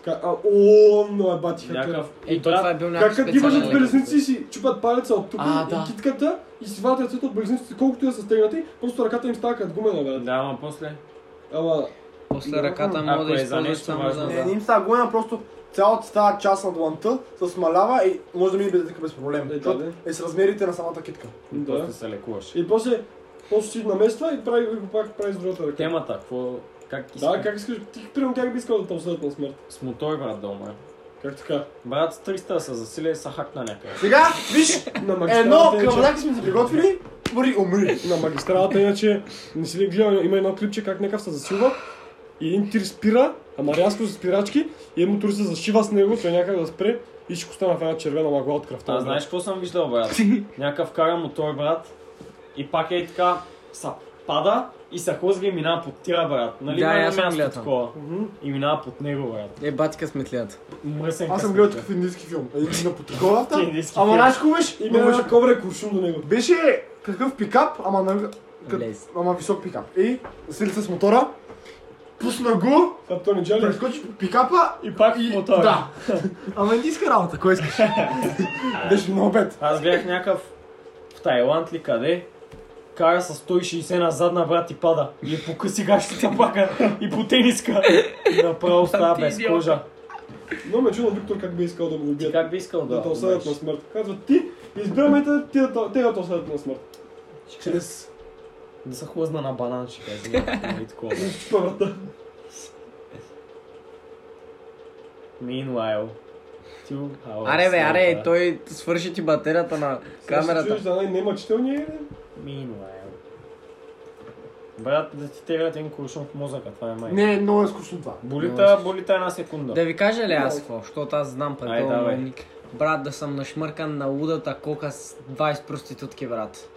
Speaker 3: Ка- а, О, много е бати. хакер.
Speaker 6: Някакъв.
Speaker 1: И то това е бил
Speaker 3: Как
Speaker 1: някакъв
Speaker 3: като ги
Speaker 1: специален
Speaker 3: вържат
Speaker 1: лекар.
Speaker 3: белезници и си чупат палеца от тук
Speaker 1: А,
Speaker 3: и
Speaker 1: да.
Speaker 3: китката и си вадят ръцете от белезниците, колкото и да са стегнати, просто ръката им става като гумена, брат.
Speaker 6: Да, ама после.
Speaker 3: Ама,
Speaker 1: После ръката мога
Speaker 6: Ако
Speaker 1: да
Speaker 6: е за
Speaker 1: използваш
Speaker 6: нещо
Speaker 1: само
Speaker 6: важно,
Speaker 2: Не,
Speaker 1: за...
Speaker 2: не им става голема, просто цялата тази част на дланта се смалява и може да мине бедетика без проблем.
Speaker 3: Е, да,
Speaker 2: Защото
Speaker 3: да.
Speaker 2: е с размерите на самата китка.
Speaker 3: да.
Speaker 6: После се лекуваш.
Speaker 3: И после, после си намества и прави и го пак прави с другата ръка.
Speaker 6: Темата, какво... Как ти
Speaker 3: Да, как искаш, ти примерно как би искал да те осъдят на смърт.
Speaker 6: С мотор, брат, да умре.
Speaker 3: Как така?
Speaker 6: Брат, с 300 са засили и са хакна някъде.
Speaker 2: Сега, виж,
Speaker 3: На
Speaker 2: едно
Speaker 3: магистралата иначе,
Speaker 2: камънаки сме си приготвили, пари умри.
Speaker 3: на магистралата иначе, не си ли гледал, има едно клипче как някакъв се засилва и един тир спира, ама рязко с спирачки и един мотор се зашива с него, той някак да спре и ще стана в една червена магла от кръвта.
Speaker 6: А,
Speaker 3: брат.
Speaker 6: знаеш какво съм виждал, брат? Някакъв кара мотор, брат. И пак е така, са пада и са хозга и минава под тира, брат. Нали
Speaker 1: Да,
Speaker 6: има
Speaker 1: аз
Speaker 6: едно
Speaker 1: съм
Speaker 6: място
Speaker 1: гледал.
Speaker 6: такова? И минава под него, брат.
Speaker 1: Е, бати късметлията.
Speaker 6: Мръсен
Speaker 2: Аз съм гледал такъв индийски филм. Е, Един си на потоковата,
Speaker 6: Индийски
Speaker 2: ама
Speaker 6: филм.
Speaker 2: знаеш какво беше?
Speaker 3: И минава
Speaker 2: Имаше-
Speaker 3: беше кобра и куршум до него.
Speaker 2: Беше такъв пикап, ама на... кът-
Speaker 1: Лез.
Speaker 2: Ама висок пикап. И свили с мотора, пусна го,
Speaker 3: А то не джали.
Speaker 2: прескочи пикапа
Speaker 6: И пак и... мотор.
Speaker 2: Да. Ама не ти иска работа, кой искаш? Беше много бед.
Speaker 6: Аз гледах някакъв в Тайланд ли къде, кара с 160 на задна брат и пада. И е покъси гащата пака и по тениска. И направо става
Speaker 1: Ти
Speaker 6: без
Speaker 1: идиот.
Speaker 6: кожа.
Speaker 3: Но ме чудо Виктор как би искал да го
Speaker 6: Ти
Speaker 3: убият.
Speaker 6: как би искал да...
Speaker 3: Да те осъдят на смърт. Казва ти, избираме те, те, да те- те да те осъдят на смърт.
Speaker 2: Чрез
Speaker 6: Да се хлъзна на банан, ще кажа. Нали такова. бе.
Speaker 3: Чупа врата.
Speaker 6: Meanwhile,
Speaker 1: Аре бе, аре, той свърши ти батерията на
Speaker 3: Се
Speaker 1: камерата.
Speaker 3: чуеш за най-немъчителния
Speaker 6: Мина е. Брат, да ти теглят един куршум в мозъка, това е май.
Speaker 2: Не, е много е скучно това.
Speaker 6: Болита, болита една секунда.
Speaker 1: Да ви кажа ли аз какво, защото аз знам
Speaker 6: Ай, давай.
Speaker 1: предполагам. Брат, да съм нашмъркан на лудата кока с 20 проститутки, брат.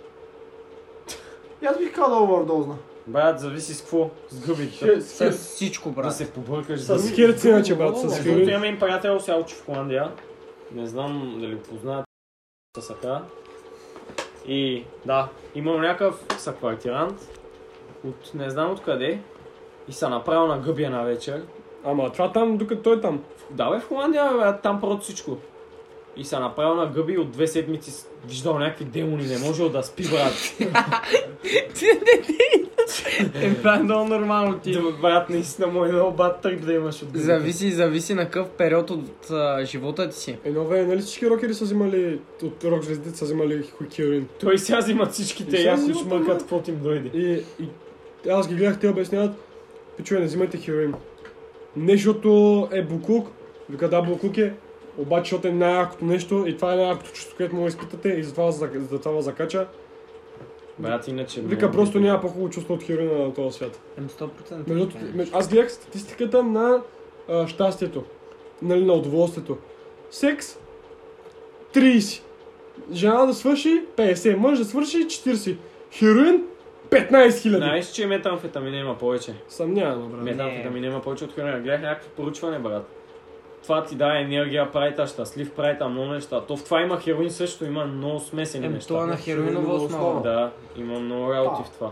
Speaker 2: И аз бих казал овърдозна.
Speaker 6: Брат, зависи с какво. С гъбите.
Speaker 1: С всичко,
Speaker 6: Да
Speaker 1: брат.
Speaker 6: се побъркаш. да
Speaker 3: С хирц иначе, брат, с
Speaker 6: Между другото
Speaker 3: хирц.
Speaker 6: имаме им Е, приятел Сялчи в Холандия. Не знам дали го познаят с сака. И да, имам някакъв съквартирант от не знам откъде и са направил на гъби една вечер.
Speaker 3: Ама това там, докато той е там.
Speaker 6: Да бе, в Холандия бе, там прото всичко. И са направил на гъби от две седмици с- виждал някакви демони, не можел да спи, брат.
Speaker 1: Е, това е много нормално ти.
Speaker 6: Да, брат, наистина му е много бат тръп да имаш от гъби.
Speaker 1: Зависи, зависи на какъв период от а, живота ти
Speaker 6: Е,
Speaker 1: си.
Speaker 3: Едно време, нали всички рокери са взимали, от рок звездите са взимали хокеорин.
Speaker 6: Той сега взимат всичките
Speaker 3: И
Speaker 6: и
Speaker 3: сега
Speaker 6: ако
Speaker 3: взимат,
Speaker 6: шмъркат,
Speaker 3: брат.
Speaker 6: каквото им дойде.
Speaker 3: И, и аз ги гледах, те обясняват, пичове, не взимайте хероин. Не защото е буклук, вика да, буклук е, обаче защото е най-якото нещо и това е най-якото чувство, което му изпитате и затова, за, затова ва закача.
Speaker 6: Брат, иначе...
Speaker 3: Вика, просто няма по-хубаво чувство от хероина на този свят.
Speaker 1: Ем 100%.
Speaker 3: Между,
Speaker 1: Ами, така
Speaker 3: другото,
Speaker 1: е.
Speaker 3: между- аз гледах статистиката на а, щастието, нали, на удоволствието. Секс 30. Жена да свърши 50, мъж да свърши 40. Хероин 15 000.
Speaker 6: Знаеш, че метамфетамина има повече.
Speaker 3: Съмнявам,
Speaker 6: Ами
Speaker 3: брат.
Speaker 6: Метамфетамина има повече от хероина. Гледах някакво поручване, брат. Това ти дава енергия, прави та щастлив, прави та много неща. То в това има хероин също, има много смесени
Speaker 1: Ем,
Speaker 6: неща.
Speaker 1: това е на хероинова основа.
Speaker 6: Да, има много работи в това.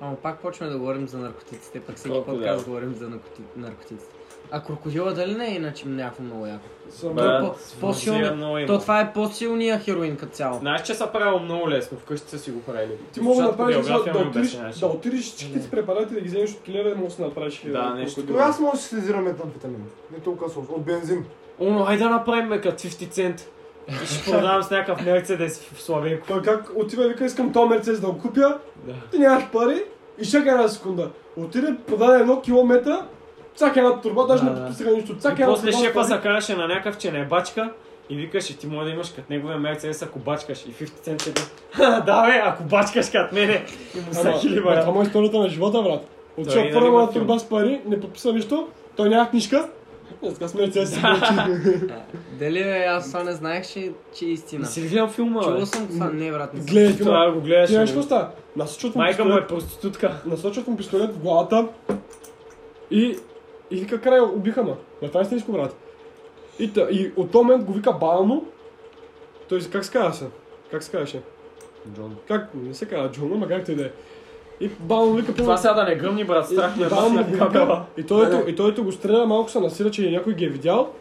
Speaker 1: Ама пак почваме да говорим за наркотиците, пък всеки
Speaker 6: Крокодил.
Speaker 1: подкаст говорим за наркоти... наркотиците. А крокодила дали не е иначе някакво много яко?
Speaker 3: Съм
Speaker 1: Брат,
Speaker 6: Брат,
Speaker 1: по- по-силно-
Speaker 6: музея много има.
Speaker 1: То това е по-силния хероин като цяло.
Speaker 6: Знаеш, че са правило много лесно, вкъщи са си го правили.
Speaker 3: Ти мога да
Speaker 6: Защото
Speaker 3: направиш
Speaker 6: биография ами
Speaker 3: да, да,
Speaker 6: ми
Speaker 3: отидеш,
Speaker 6: обясняваше.
Speaker 3: да отидеш всичките си препарати да ги вземеш от килера, да можеш да направиш хиляда.
Speaker 6: Да, нещо
Speaker 3: колко
Speaker 2: Тогава аз може да се сезирам метамфетамин. Не толкова сложно. От бензин.
Speaker 6: Оно, айде да направим бе, като 50 цент. И ще продавам с някакъв Мерцедес в Славейко.
Speaker 3: Той как отива и вика, искам този мерцес да го купя,
Speaker 6: Да.
Speaker 3: ти нямаш пари и чакай една секунда. Отиде, продаде едно километра, цака една турба, даже
Speaker 6: Да,
Speaker 3: не
Speaker 6: да.
Speaker 3: подписаха нищо.
Speaker 6: И
Speaker 3: Цака една
Speaker 6: после
Speaker 3: турба.
Speaker 6: шефа
Speaker 3: пари.
Speaker 6: се караше на някакъв, че не е бачка и викаше, ти може да имаш като неговия Мерцедес, ако бачкаш. И 50 цент е да бе, ако бачкаш като мене. И му са
Speaker 3: Ама,
Speaker 6: хили,
Speaker 3: брат,
Speaker 6: брат.
Speaker 3: Това му е историята на живота, брат.
Speaker 6: Да, и
Speaker 3: Отива
Speaker 6: да
Speaker 3: първа
Speaker 6: няма
Speaker 3: една
Speaker 6: филм.
Speaker 3: турба с пари, не подписа нищо, той няма книжка. Е, Сега с мерцес си плати.
Speaker 1: Дали бе, аз това не знаех, че, че е истина.
Speaker 6: Не си ли гледам филма,
Speaker 1: Чувал
Speaker 6: бе?
Speaker 1: съм това, не брат, не съм.
Speaker 3: Гледай филма.
Speaker 6: Това е го
Speaker 3: Ти знаеш какво
Speaker 6: гледаш.
Speaker 3: става? Насочват му
Speaker 6: Майка му
Speaker 3: пистолет.
Speaker 6: е проститутка.
Speaker 3: насочват му пистолет в главата и, и вика край, убиха ме. Ма това е истинско, брат. И, та, и от този момент го вика баба му. Той се- как се казваше? Как се казваше?
Speaker 6: Джон.
Speaker 3: Как? Не се казва Джон, ама как ти да е. И баба му вика
Speaker 6: Това сега да не гъмни, брат, страх ме
Speaker 3: и,
Speaker 6: е
Speaker 3: баба му
Speaker 6: на
Speaker 3: го
Speaker 6: кабела.
Speaker 3: вика, и той, ето, и той ето го стреля, малко се насира, че някой ги е видял.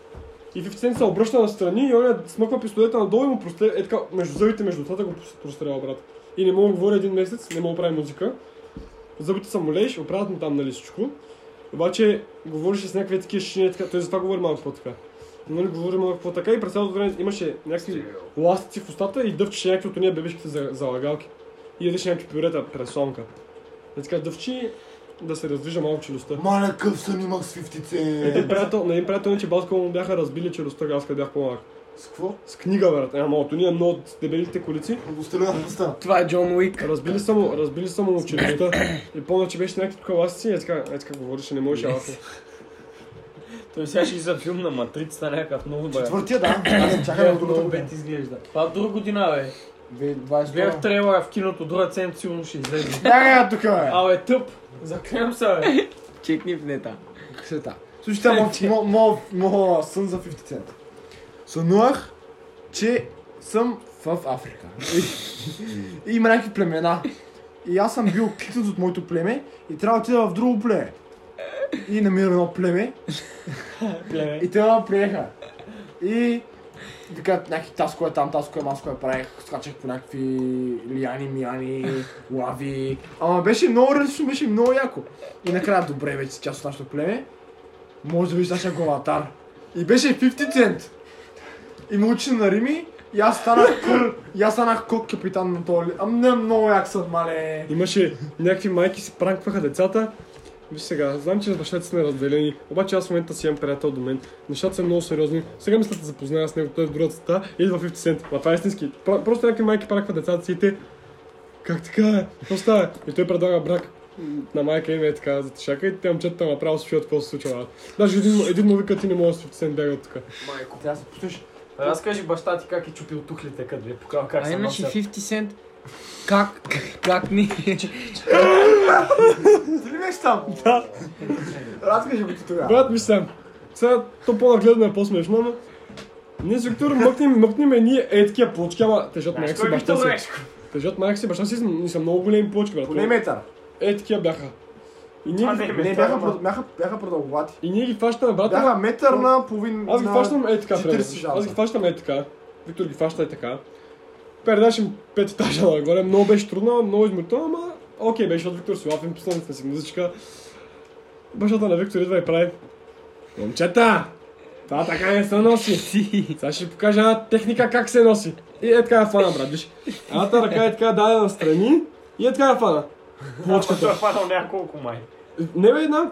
Speaker 3: И в се обръща настрани и он смъква пистолета надолу и му простреля. Е така, между зъбите, между устата го простреля, брат. И не мога да говоря един месец, не мога да прави музика. Зъбите са му лееш, оправят му там, нали, всичко. Обаче, говореше с някакви такива шини, така, той затова говори малко по-така. Нали, говори малко по-така и през цялото време имаше някакви ластици в устата и дъвчеше някакви от уния бебешките за- залагалки. И ядеше някакви пюрета, пресонка. Е така, дъвчи да се раздвижа малко челюстта.
Speaker 2: Маля къв съм имах с 50
Speaker 3: Един
Speaker 2: цент.
Speaker 3: приятел, на един приятел, иначе баскал му бяха разбили челюстта, аз къде бях по-малък.
Speaker 2: С какво?
Speaker 3: С книга, брат. Ама от уния много от дебелите колици.
Speaker 2: Го стреля на пуста.
Speaker 1: Това е Джон Уик.
Speaker 3: Разбили са му, разбили са му челюстта. И помня, че беше някакви тук ластици и е така, е така говореше, не можеше ласно.
Speaker 6: Той сега ще за филм на Матрицата някакъв много бе.
Speaker 2: Четвъртия, да. Чакай,
Speaker 3: е
Speaker 2: Чакай, от другата година.
Speaker 6: изглежда. Това друга година, бе.
Speaker 2: 2022.
Speaker 6: Гледах трейлера в киното, друга цен сигурно ще излезе.
Speaker 2: Бягай от тук, е. бе.
Speaker 6: Абе, тъп. Заклевам се, бе.
Speaker 1: Чекни в нета.
Speaker 2: Света. е Слушайте, ама мо- мо- моя сън за 50 цент. Сънувах, че съм в Африка. И- И има някакви племена. И аз съм бил кикнат от моето племе и трябва да отида в друго племе. И намирам едно племе
Speaker 6: Плеве.
Speaker 2: и те ме приеха. И викат някакви таскове там, таскове, маскове правих, скачах по някакви лияни, мияни, лави. Ама беше много различно, беше много яко. И накрая, добре, вече си част от нашето племе. Може да видиш нашия главатар. И беше 50 цент. И ме учи на Рими. И аз станах кър, и аз станах кок капитан на този. Ам не много як съм, мале.
Speaker 3: Имаше някакви майки си пранкваха децата. Виж сега, знам, че бащата сме разделени, обаче аз в момента си имам приятел до мен. Нещата са много сериозни. Сега мисля да се запозная с него, той е в другата стата и идва 50 Cent. Ма това е истински. Про- Просто някакви майки паракват децата си и те. Как така е? Какво става? И той предлага брак на майка им е така затишака и те момчета направо се чуят какво се случва. брат. Даже един, един му вика ти не можеш да си 50 бяга от тук.
Speaker 6: Майко, трябва да се пуснеш. Разкажи баща ти как е чупил тухлите, къде е покрал, как
Speaker 1: А
Speaker 6: се
Speaker 1: иначе
Speaker 6: носят.
Speaker 1: 50 Cent, как, как ни...
Speaker 2: Ти ли беше там? Да. Разкажи го ти тогава.
Speaker 3: Брат ми сам, сега то по-нагледно е по-смешно, но ние с Виктор мъкнем, мъкнем едни е такива плочки, ама тежат майка
Speaker 6: Знаеш
Speaker 3: си
Speaker 6: кой е
Speaker 3: баща
Speaker 6: Виктор
Speaker 3: си.
Speaker 6: Лешко?
Speaker 3: Тежат майка си баща си и са много големи плочки, брат.
Speaker 2: Поне метър.
Speaker 3: Е такива бяха. И ние,
Speaker 6: Това
Speaker 3: ги-
Speaker 6: не е
Speaker 2: Не,
Speaker 6: метал,
Speaker 2: бяха,
Speaker 6: ама.
Speaker 2: пред- бяха, бяха продълговати.
Speaker 3: и ние ги фащаме, брат.
Speaker 2: Бяха метър на половин...
Speaker 3: Аз ги
Speaker 2: на-
Speaker 3: фащам е така,
Speaker 2: 40
Speaker 3: примерно.
Speaker 2: жалба.
Speaker 3: Аз ги фащам е така. Виктор ги фаща е така. Передаш им пет етажа нагоре. Много беше трудно, много изморително, ама окей беше от Виктор Силафин, пуснали сме си музичка. Бащата на Виктор идва и прави. Момчета! Това така не се носи. Сега ще ви покажа една техника как се носи. И е така я фана, брат, виж. Едната ръка е така даде настрани и е така я фана.
Speaker 6: Ама той е фанал няколко май.
Speaker 3: Не бе една.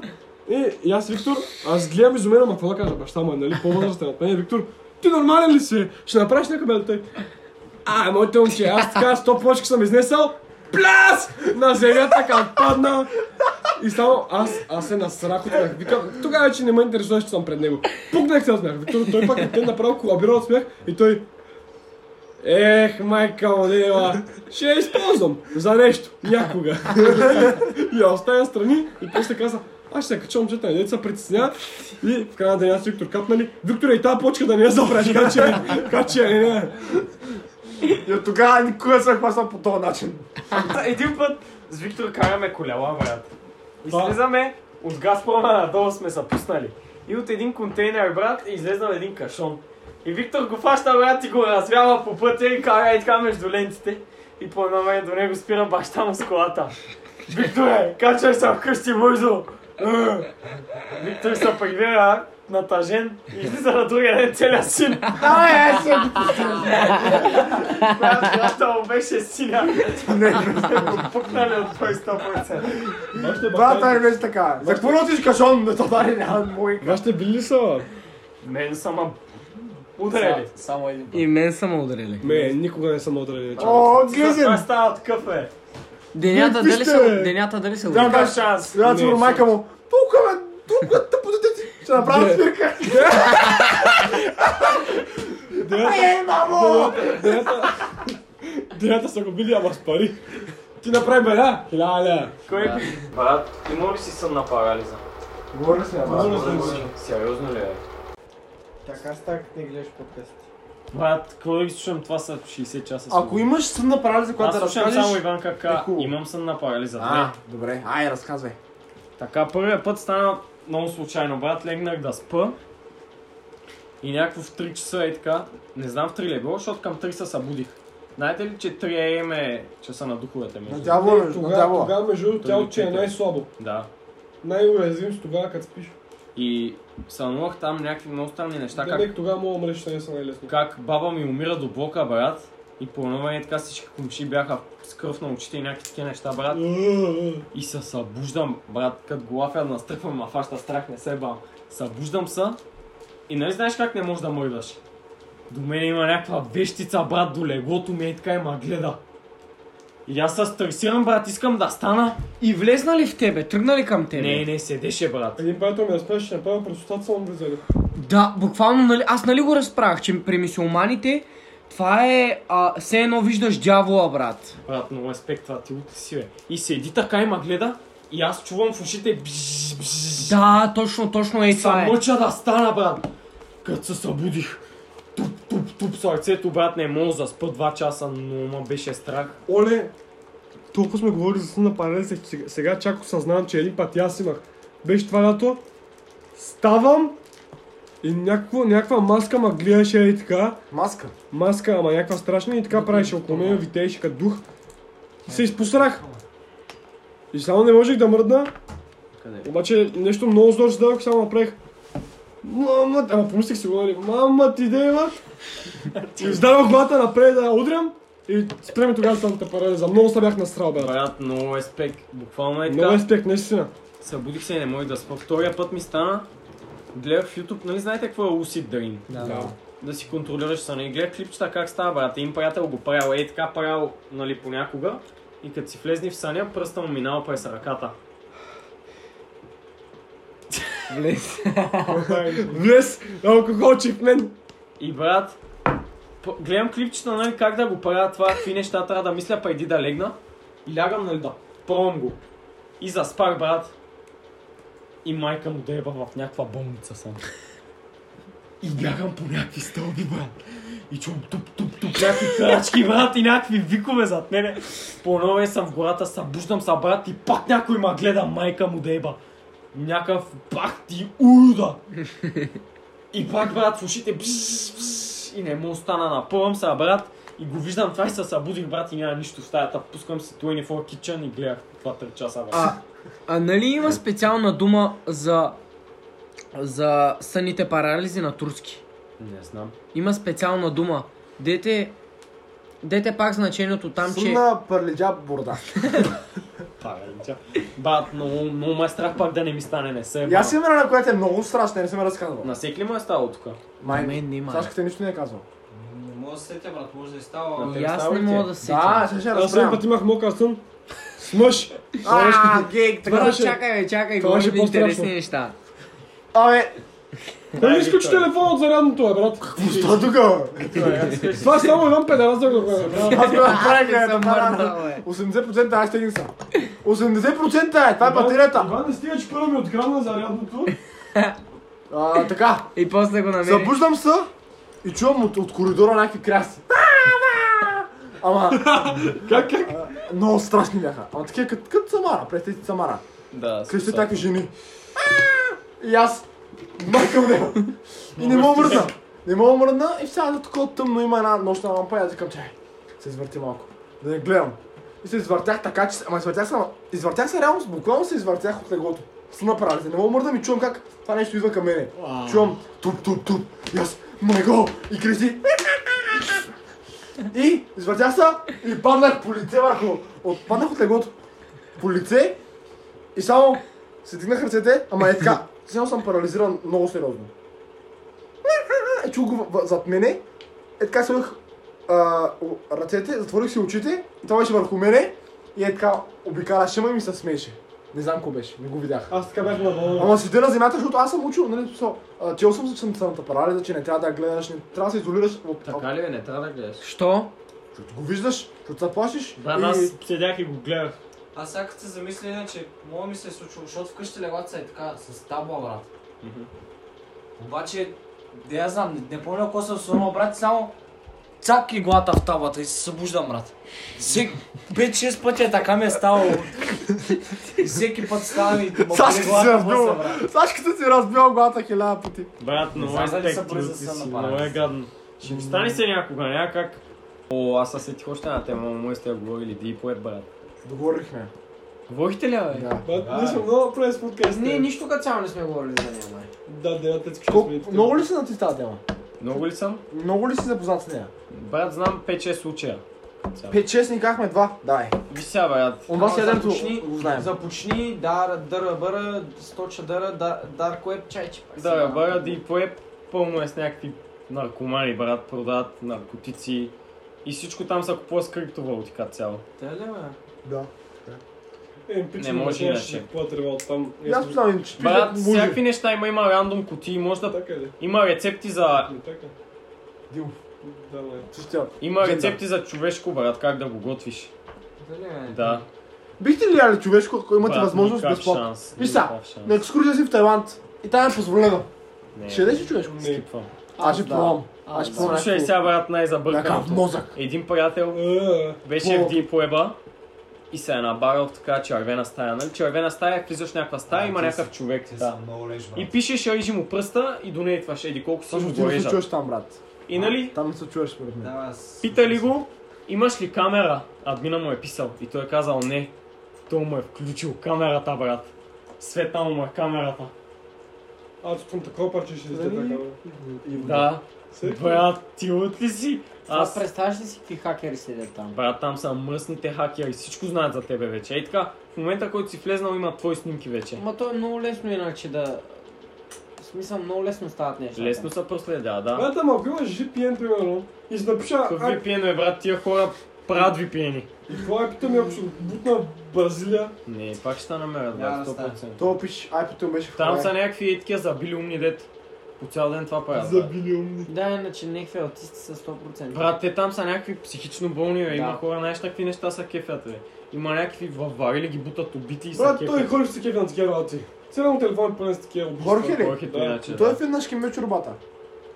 Speaker 3: Е, и аз Виктор, аз гледам изумено, ма какво да кажа, баща му е, нали, по-възрастен от мен. Виктор, ти нормален ли си? Ще направиш някой бе той. А, моите момче, аз така сто плочки съм изнесъл. Пляс! На земята така падна. И само аз, аз се насрах от смях. Викам, тогава вече не ме интересуваше, че съм пред него. Пукнах се от смях. Виктор, той пак те направо колабира от смях и той... Ех, майка му, дева, ще я използвам за нещо, някога. И я оставя страни и после каза, аз ще се кача момчета, не се притесня. И в края на деня с Виктор капнали, Виктор и тази почка да не я забравиш, качи я, качи я, не, не.
Speaker 2: И от тогава никога не съм хващал по този начин.
Speaker 6: Един път с Виктор караме колела, брат. И
Speaker 3: Да.
Speaker 6: слизаме от Газпрома надолу сме се пуснали. И от един контейнер, брат, е излезнал един кашон. И Виктор го фаща, брат, и го развява по пътя и кара и така между лентите. И по едно време до него спира баща му с колата. Викторе, качваш се вкъщи бързо! Е. Виктор се прибира натъжен и излиза на другия ден целия син.
Speaker 2: Ай, е, се го
Speaker 6: Брат, брат, му беше синя. Не, го пукнали от твой 100%.
Speaker 3: Вашите
Speaker 2: Брата
Speaker 3: баща,
Speaker 2: ми беше така. За какво носиш кашон? Не, това не няма мой.
Speaker 3: вашите били ли са, бе?
Speaker 6: Мен сама ударили.
Speaker 7: Само един път.
Speaker 1: И мен са ме ударили.
Speaker 3: Ме, никога не съм ударен. че.
Speaker 2: О,
Speaker 6: Това
Speaker 2: гизен!
Speaker 6: става от кафе.
Speaker 1: Денята
Speaker 2: Вижте,
Speaker 1: дали са,
Speaker 2: бе.
Speaker 1: денята дали са
Speaker 2: Да,
Speaker 1: ударили.
Speaker 6: Какъв
Speaker 2: да,
Speaker 6: шанс?
Speaker 2: Трябва да си
Speaker 3: Не,
Speaker 2: майка му. Тука, бе, тука, тъпо дете ти. Ще направя
Speaker 3: Да.
Speaker 2: свирка. Е, мамо!
Speaker 3: Деята, деята са го били, ама с пари. Ти направи беда, хиляда лева.
Speaker 6: Кой е би... Брат, има ли си сън на парализа?
Speaker 2: Говори си, ама.
Speaker 6: Сериозно ли е?
Speaker 7: Така става, като не гледаш подкаст.
Speaker 6: Брат, кой ги слушам, това са 60 часа.
Speaker 2: Ако имаш сън на парализа,
Speaker 6: Аз
Speaker 2: която да
Speaker 6: слушам
Speaker 2: разкажеш... е
Speaker 6: само Иван Кака,
Speaker 2: хубаво.
Speaker 6: имам сън на парализа.
Speaker 2: А, Е, добре. Ай, разказвай.
Speaker 6: Така, първия път стана много случайно, брат. Легнах да спа. И някакво в 3 часа е така. Не знам в 3 ли е било, защото към 3 се събудих. Знаете ли, че 3 AM е часа на духовете ми?
Speaker 2: На дявола, на
Speaker 3: Тогава,
Speaker 2: дявола.
Speaker 3: тогава между другото, тялото че е най-слабо.
Speaker 6: Да.
Speaker 3: Най-уязвим с тогава, като спиш.
Speaker 6: И сънувах там някакви много странни неща, как
Speaker 3: Дебек, тогава мога да мреш, не са най-лесно.
Speaker 6: как баба ми умира до блока, брат. И по едно време така всички комши бяха с кръв на очите и някакви такива неща, брат. И се събуждам, брат, като го лафя да настръхвам, ма фаща страх, не се бам. Събуждам се и нали знаеш как не можеш да мърдаш? До мен има някаква вещица, брат, до леглото ми е така и ма гледа. И аз се стресирам, брат, искам да стана.
Speaker 1: И влезна ли в тебе? Тръгна ли към тебе?
Speaker 6: Не, не, седеше, брат.
Speaker 3: Един приятел ми е разправяше, че направо през устата са му влизали.
Speaker 1: Да, буквално, нали, аз нали го разправях, че при мисулманите това е а, все едно виждаш дявола, брат.
Speaker 6: Брат, много респект, това ти лук си, бе. И седи така и ма гледа. И аз чувам в ушите бзж, бзж,
Speaker 1: Да, точно, точно е това
Speaker 6: Са
Speaker 1: е.
Speaker 6: мъча да стана, брат. Като се събудих. Туп, туп, туп сърцето, брат, не е мога да спа 2 часа, но ма беше страх.
Speaker 3: Оле, толкова сме говорили за сън на парализа, че сега- сега чак осъзнавам, че един път и аз имах. Беше това лято, ставам и някакво, някаква маска ма гледаше и така.
Speaker 2: Маска.
Speaker 3: Маска, ама някаква страшна и така правеше около мен, витееше като дух. И се изпосрах. И само не можех да мръдна. Обаче нещо много зло зададох, само направих. Мама, ама помислих си го, нали? Мама ти дева! И издадох главата напред да я удрям. И спреме тогава съм те парализа. Много се бях настрал, бе.
Speaker 6: Брат, много респект. Буквално е
Speaker 3: Много
Speaker 6: така.
Speaker 3: респект, наистина.
Speaker 6: Събудих се и не мога да спа. Втория път ми стана, гледах в YouTube, нали знаете какво е Lucid Dream?
Speaker 2: Да.
Speaker 6: да си контролираш съна. И гледах клипчета как става, брат. Им приятел го правил, ей така правил, нали, понякога. И като си влезни в съня, пръста му минава през ръката.
Speaker 4: Влез, алкохол че в мен.
Speaker 6: И брат, п- гледам клипчета, нали, как да го правя това, какви неща трябва да мисля преди да легна. И лягам, нали, да пробвам го. И заспах, брат. И майка му деба в някаква болница съм. И бягам по някакви стълби, брат. И чувам туп, туп, туп, някакви крачки, брат, и някакви викове зад мене. По едно време съм в гората, събуждам се, брат, и пак някой ма гледа, майка му деба. Някакъв пак ти урда. И пак, брат, в ушите бзз, бзз, и не му остана. Напъвам се, брат, и го виждам това и се събудих, брат, и няма нищо в стаята. Пускам си 24 Kitchen и гледах 2-3 часа, брат.
Speaker 1: А, а нали има специална дума за, за съните парализи на турски?
Speaker 6: Не знам.
Speaker 1: Има специална дума. Дете, дете пак значението там, че...
Speaker 2: Сумна парлиджа борда.
Speaker 6: Паралича. Брат, много, много ме е страх пак да не ми стане, не се.
Speaker 2: И
Speaker 6: брат.
Speaker 2: аз имам една, която е много страшна, не съм я разказвал.
Speaker 6: На всеки ли му е стало тук?
Speaker 1: На
Speaker 2: Май,
Speaker 1: мен не има.
Speaker 2: Сашката нищо не е казвал.
Speaker 7: Не мога да се сетя, брат, може да е става.
Speaker 1: И аз
Speaker 6: става
Speaker 1: не
Speaker 6: ли
Speaker 1: мога
Speaker 6: ти?
Speaker 1: да се
Speaker 2: Да, сега ще я
Speaker 3: Аз един
Speaker 2: разправям.
Speaker 3: път имах мокър сън. С мъж.
Speaker 2: А, гей, така
Speaker 1: Брат,
Speaker 2: беше.
Speaker 1: чакай, бе, чакай,
Speaker 3: Това
Speaker 1: говорим
Speaker 3: беше по-страшно.
Speaker 1: интересни неща.
Speaker 2: Абе,
Speaker 3: Нали изключи телефона от зарядното, бе, брат.
Speaker 2: що тук? бе?
Speaker 3: Това е само един педал за го правя, брат.
Speaker 2: Аз го направих,
Speaker 1: Аз не
Speaker 2: е,
Speaker 1: съм
Speaker 2: направя.
Speaker 1: мърдал, бе.
Speaker 2: 80% аз стегнах съм. 80% е, това е батерията.
Speaker 3: Иван, не стига, че първо ми открадна зарядното.
Speaker 2: А, Така,
Speaker 1: И после го намерих.
Speaker 2: Събуждам се и чувам от, от коридора някакви краси. Ама,
Speaker 3: Как, как?
Speaker 2: много страшни бяха. Ама такива като, като Самара, представи си Самара.
Speaker 6: Да.
Speaker 2: Крещи такива жени. И аз мъркам него. И не мога мръдна. Не мога мръдна и сега за такова тъмно има една нощна лампа и аз викам, чай, се извърти малко. Да не гледам. И се извъртях така, че... Ама извъртях се, ама- извъртях се реално, буквално се извъртях от легото. Сна парализа. Не мога мръдна и чувам как това нещо идва към мене. Чувам туп, туп, туп. И аз, майго! И крещи. И извъртях се и паднах по лице върху... От, паднах от легото. По лице и само се дигнах ръцете, ама е така. Сега съм парализиран много сериозно. И чул го в- в- зад мене. Е така сложих а, о- ръцете, затворих си очите. И това беше върху мене. И е така обикаляше ме и ми се смееше. Не знам кой беше, не го видях.
Speaker 3: Аз така бях на балона.
Speaker 2: Ама седи на земята, защото аз съм учил, нали, смисъл, а, чел съм се, че съм цената парализа, че не трябва да гледаш, не трябва да се изолираш от...
Speaker 6: Така ли бе, не трябва да гледаш?
Speaker 1: Що?
Speaker 2: Защото го виждаш, защото се плашиш.
Speaker 6: Да,
Speaker 2: и-
Speaker 6: аз седях и го гледах.
Speaker 7: Аз сега като се замисля, иначе, мога ми се е случило, защото вкъщи леглата са е така, с табла, брат. Обаче, да я знам, не, не помня какво съм сонал, брат, само цак и глата в таблата и се събуждам, брат. Всеки 5-6 пъти е така ми е ставало. И всеки път ставам и ма
Speaker 2: Сашка
Speaker 7: боли
Speaker 2: си
Speaker 7: главата, мъсна,
Speaker 2: разбил,
Speaker 7: брат.
Speaker 2: Сашката си разбил главата хиляда пъти.
Speaker 6: Брат, много
Speaker 7: знам
Speaker 6: е
Speaker 7: дали са
Speaker 6: стек,
Speaker 7: бързи
Speaker 6: ти
Speaker 7: за сън
Speaker 6: си,
Speaker 7: на парализа.
Speaker 6: много е гадно. Ще ми стане се някога, някак. О, аз се сетих още една тема, но мои сте я говорили, Deep Web, брат.
Speaker 2: Договорихме.
Speaker 6: Говорихте ли, бе?
Speaker 2: Да.
Speaker 3: Брат, ние сме много през подкаст.
Speaker 7: Ние нищо като цяло не сме говорили за нея, май.
Speaker 3: Да, да, те
Speaker 2: Колко- Много ли си на ти тази тема?
Speaker 6: Много ли съм?
Speaker 2: Много ли си запознат с нея?
Speaker 6: Брат, знам 5-6 случая.
Speaker 2: 5-6 никахме два. Давай.
Speaker 6: Ви сега, брат.
Speaker 2: Онова
Speaker 7: Ама
Speaker 2: седемто
Speaker 7: започни-
Speaker 2: го знаем.
Speaker 7: Започни, дар, дъра, бъра, сточа дъра, да- дарк веб, чай, че пак си
Speaker 6: Да, бе,
Speaker 7: на-
Speaker 6: брат, Deep Web пълно е с някакви наркомани, брат, продават наркотици. И всичко там се купува с криптовалути като цяло.
Speaker 7: Те ли, бе?
Speaker 2: Да.
Speaker 3: Е,
Speaker 6: Не може иначе.
Speaker 3: Какво трябва от там?
Speaker 2: И аз познавам един чипи.
Speaker 6: Брат, всякакви неща има, има рандом кутии, може да...
Speaker 3: Така ли?
Speaker 6: Има рецепти за...
Speaker 3: Не така.
Speaker 2: Дил.
Speaker 3: Да, не.
Speaker 2: Същия.
Speaker 6: Има
Speaker 2: Жена.
Speaker 6: рецепти за човешко, брат, как да го готвиш.
Speaker 7: Те ли, бе?
Speaker 6: Да.
Speaker 2: Бихте ли яли човешко, ако имате
Speaker 6: Брат,
Speaker 2: възможност
Speaker 6: никакъв
Speaker 2: безплатно?
Speaker 6: шанс,
Speaker 2: Виж сега,
Speaker 6: никакъв шанс. Е.
Speaker 2: на екскурзия си в Тайланд. И там е позволено.
Speaker 6: Не,
Speaker 2: Ще ядеш ли човешко?
Speaker 6: Скипвам.
Speaker 2: Аз ще пробвам. Аз ще пробвам.
Speaker 6: Слушай
Speaker 2: някакво-
Speaker 6: сега, брат,
Speaker 2: Някакъв
Speaker 6: най-забърканото.
Speaker 2: мозък.
Speaker 6: Един приятел
Speaker 3: Е,
Speaker 6: Беше
Speaker 2: По-
Speaker 6: в Deep Web и се е набавил в така червена стая. Нали? Червена стая, влизаш в някаква стая, има някакъв човек. Да. И пишеш, режи му пръста и донейтваш, еди колко си
Speaker 2: Точно
Speaker 6: му
Speaker 2: ти
Speaker 6: го
Speaker 2: не се
Speaker 6: режат.
Speaker 2: чуеш там, брат.
Speaker 6: И нали,
Speaker 2: Там не се чуеш, според мен.
Speaker 7: Да, бе, аз-
Speaker 6: питали го, имаш ли камера? Админа му е писал и той е казал не. Той му е включил камерата, брат. Светна му е камерата.
Speaker 3: Аз съм такова парче ще изде
Speaker 2: Нали?
Speaker 3: така. бе.
Speaker 6: Да. Брат, ти от ли си?
Speaker 8: Аз
Speaker 6: Аз...
Speaker 8: представяш ли си какви хакери седят там?
Speaker 6: Брат, там са мръсните хакери, всичко знаят за тебе вече. Ей така, в момента, който си влезнал, има твои снимки вече.
Speaker 8: Ма то е много лесно иначе да... В смисъл, много лесно стават нещата.
Speaker 6: Лесно се проследя, да.
Speaker 3: Брат, ама ако имаш GPN, примерно, и си напиша,
Speaker 6: Какъв
Speaker 3: а,
Speaker 6: VPN е, брат, тия хора правят VPN-и.
Speaker 3: и това е питаме, ако ще бутна в Бразилия,
Speaker 6: Не, пак ще те намерят, брат, 100%.
Speaker 2: То пиш, айпито беше в
Speaker 6: Там
Speaker 2: Корея.
Speaker 6: са някакви такива забили умни дет. По цял ден това правят.
Speaker 3: за
Speaker 6: брат.
Speaker 3: билион.
Speaker 8: Да, иначе някакви аутисти са 100%.
Speaker 6: Брат, те там са някакви психично болни, бе. има
Speaker 8: Да.
Speaker 6: хора, знаеш какви неща са кефят, бе. Има някакви въварили, ги бутат убити и са
Speaker 3: Брат, той
Speaker 6: кефят.
Speaker 3: ходи с такива на такива работи. Цена му телефон е пълен с такива убийства.
Speaker 2: Хорхе ли?
Speaker 6: Хорхето
Speaker 3: Да.
Speaker 6: иначе,
Speaker 2: Той е
Speaker 6: да.
Speaker 2: веднъж към мил чорбата.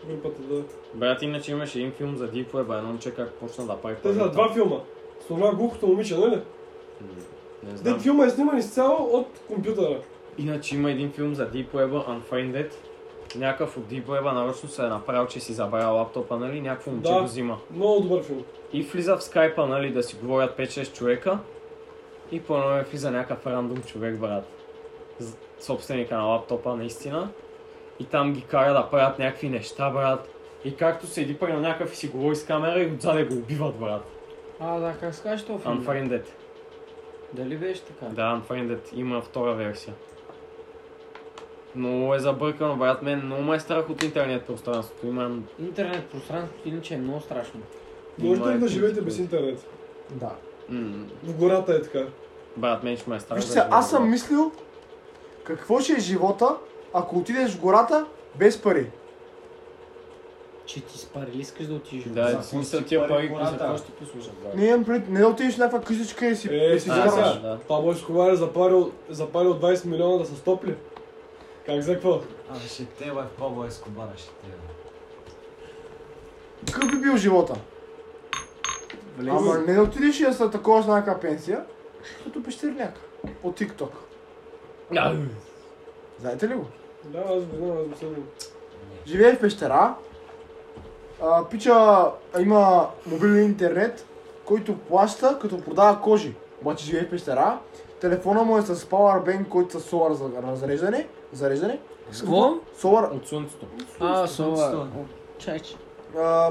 Speaker 3: Групата, да.
Speaker 6: Брат, иначе имаше един филм за Deep Web, а едно момче как почна да прави
Speaker 3: Те са
Speaker 6: порно.
Speaker 3: два филма. С това глухото момиче, нали?
Speaker 6: Не знам.
Speaker 3: Де филма е сниман изцяло от компютъра.
Speaker 6: Иначе има един филм за Deep Web, Unfriended. Някакъв от Deep Web нарочно се е направил, че си забравя лаптопа, нали? Някакво момче
Speaker 3: Да.
Speaker 6: го взима.
Speaker 3: Много добър филм.
Speaker 6: И влиза в скайпа, нали, да си говорят 5-6 човека. И по едно време влиза някакъв рандом човек, брат. З- Собственика на лаптопа, наистина. И там ги кара да правят някакви неща, брат. И както седи при на някакъв и си говори с камера и отзаде го убиват, брат.
Speaker 8: А, да, как скажеш това филм?
Speaker 6: Unfriended.
Speaker 8: Дали беше така?
Speaker 6: Да, Unfriended. Има втора версия. Много е забъркано, брат. Мен много ме е страх от интернет пространството. Имам...
Speaker 8: Интернет пространството иначе е много страшно.
Speaker 3: Можете
Speaker 6: има
Speaker 3: ли да живеете
Speaker 6: ефект,
Speaker 3: без
Speaker 6: брат.
Speaker 3: интернет?
Speaker 2: Да.
Speaker 6: М,
Speaker 3: В гората е така.
Speaker 6: Брат, мен ще ме е страх.
Speaker 2: Вижте,
Speaker 6: да
Speaker 2: сега,
Speaker 6: живея,
Speaker 2: аз съм
Speaker 6: брат.
Speaker 2: мислил какво ще е живота, ако отидеш в гората без пари.
Speaker 8: Че ти с пари ли искаш да отидеш?
Speaker 6: Да,
Speaker 8: За-
Speaker 6: в смисъл тия пари, за какво ще послушат, брат?
Speaker 2: Не имам пред, не да отидеш в някаква къщичка и си,
Speaker 3: Е,
Speaker 2: и си
Speaker 3: сега,
Speaker 2: изкарваш.
Speaker 3: сега.
Speaker 6: да.
Speaker 3: Пабло Ескобар е запалил, запалил 20 милиона да са стопли. Как за какво?
Speaker 7: А, ще те бе, Пабло Ескобара, ще те бе.
Speaker 2: Какъв би бил живота?
Speaker 3: Нали?
Speaker 2: Ама не да отидеш и да са такова с някаква пенсия, като пещерняк от TikTok. Знаете ли го?
Speaker 3: Да, аз го знам, аз го съдим.
Speaker 2: Живее в пещера. А, пича а, има мобилен интернет, който плаща като продава кожи. Обаче живее в пещера. Телефона му е с Powerbank, който е с Solar за разреждане. Зареждане.
Speaker 8: С какво?
Speaker 2: Solar.
Speaker 6: От слънцето.
Speaker 8: А, сова. Чай, че.
Speaker 2: А,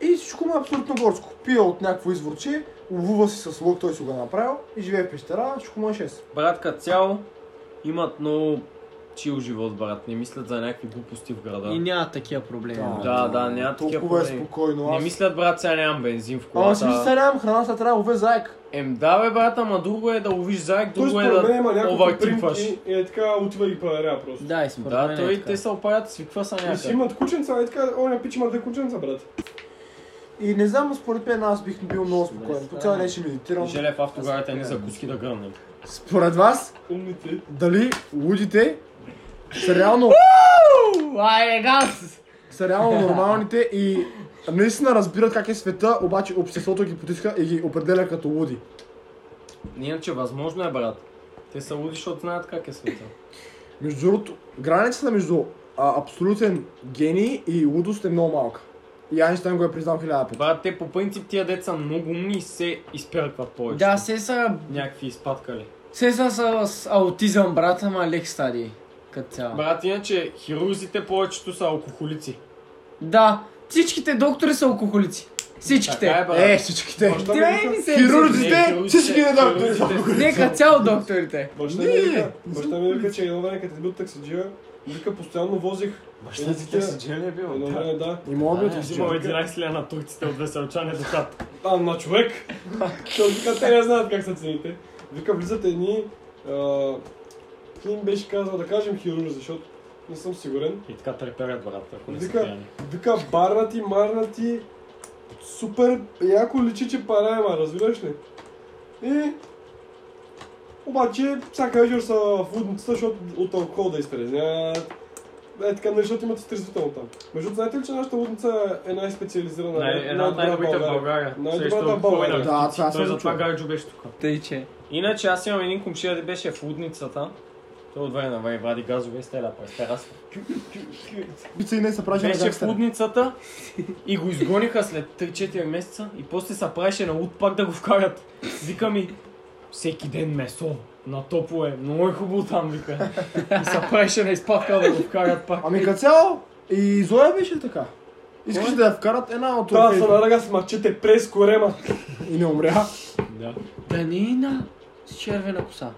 Speaker 2: и всичко му е абсолютно горско. Пие от някакво изворче, обува си с лук, той си го е направил и живее в пещера, всичко му е 6.
Speaker 6: Брат, като цяло имат много чил живот, брат. Не мислят за някакви глупости в
Speaker 1: И
Speaker 6: града.
Speaker 1: няма такива проблеми.
Speaker 2: Да.
Speaker 6: Да, да, няма такива
Speaker 2: Толкова е
Speaker 6: проблеми.
Speaker 2: спокойно.
Speaker 6: Не
Speaker 2: аз.
Speaker 6: мислят, брат, сега нямам бензин в
Speaker 2: Ама си мисля, сега
Speaker 6: колата.
Speaker 2: нямам храна, сега трябва да лове заек.
Speaker 6: Ем, да, бе, брат, ама друго е да ловиш заек,
Speaker 3: Той
Speaker 6: друго е
Speaker 3: според мен
Speaker 6: да
Speaker 3: има някакви
Speaker 6: овъртипваш.
Speaker 3: примки и е така отива и проверя просто.
Speaker 8: Да, и според
Speaker 6: Да,
Speaker 8: мен е
Speaker 6: той
Speaker 8: така.
Speaker 6: те се опарят, свиква са
Speaker 3: И си
Speaker 6: някак.
Speaker 3: имат кученца, е така, оня пич има две кученца, брат.
Speaker 2: И не знам, според мен аз бих бил много спокоен. По цял ден ще медитирам.
Speaker 6: Желев автогарата ни за куски да гръмнем.
Speaker 2: Според вас,
Speaker 3: Умните.
Speaker 2: дали лудите са реално,
Speaker 8: Айде, газ!
Speaker 2: са реално нормалните и наистина разбират как е света, обаче обществото ги потиска и ги определя като луди.
Speaker 6: Иначе възможно е, брат. Те са луди, защото знаят как е света.
Speaker 2: Между другото, границата между а, абсолютен гений и лудост е много малка. И Айнщайн го е признал хиляда пъти.
Speaker 6: Брат, те по принцип тия деца много умни и се изпъркват повече.
Speaker 1: Да, се са,
Speaker 6: Някакви изпадкали.
Speaker 1: се са с аутизъм, брат, ама лек стадии. Като цяло.
Speaker 6: Брат, иначе хирурзите повечето са алкохолици.
Speaker 1: Да, всичките доктори са алкохолици. Всичките.
Speaker 6: Така е, брат.
Speaker 2: Е, всичките!
Speaker 3: Баща ми
Speaker 1: Те
Speaker 3: вика,
Speaker 1: ми се... е
Speaker 2: Хирурзите, всички не дам.
Speaker 1: Нека цяло докторите.
Speaker 3: баща ми
Speaker 2: Не,
Speaker 3: вика,
Speaker 2: не
Speaker 3: баща ми вика, че едно време като е бил таксиджия, вика постоянно возих. Баща ти таксиджия
Speaker 6: не е
Speaker 3: Едно време, да.
Speaker 2: И мога да отида.
Speaker 6: Взимаме 11 лева на турците от е Веселчане до хат.
Speaker 3: А, на човек. Той вика, те не знаят как са цените. Вика, влизат едни... а, Ти им беше казал да кажем хирурзи, защото не съм сигурен.
Speaker 6: И така треперят, брат, ако не са
Speaker 3: Вика,
Speaker 6: пияни.
Speaker 3: вика, барнати, марнати, супер яко личи, че пара има, разбираш ли? И... Обаче, всяка вечер са в лудницата, защото от алкохол да изтрезнят. Е, така, нали, защото имат изтрезвително там. Между другото, знаете ли, че нашата лудница е най-специализирана?
Speaker 6: Най- Една от
Speaker 3: най-добра
Speaker 6: най-добрите в България.
Speaker 3: Най-добрата
Speaker 6: Срещу
Speaker 3: в България.
Speaker 6: алкохоли,
Speaker 2: Да, това е
Speaker 6: Той
Speaker 2: съм
Speaker 6: за това
Speaker 2: чул.
Speaker 6: гарджо беше тук.
Speaker 1: Тъй, че.
Speaker 6: Иначе аз имам един комшия, да беше в лудницата. Той от време на време вади газове и стеля през терасата.
Speaker 2: Пица и не се праща на
Speaker 6: Беше в
Speaker 2: гангстера.
Speaker 6: лудницата и го изгониха след 3-4 месеца и после се правеше на луд пак да го вкарат. Вика ми, всеки ден месо на топове. Много е хубаво там, вика. И се правеше на изпадка да го вкарат пак.
Speaker 2: Ами като цяло, и Зоя беше така. Искаш да я вкарат една от
Speaker 3: Та се
Speaker 2: Европейските.
Speaker 3: наръга с мачете през корема.
Speaker 2: И не умря.
Speaker 8: е
Speaker 1: Данина с червена коса.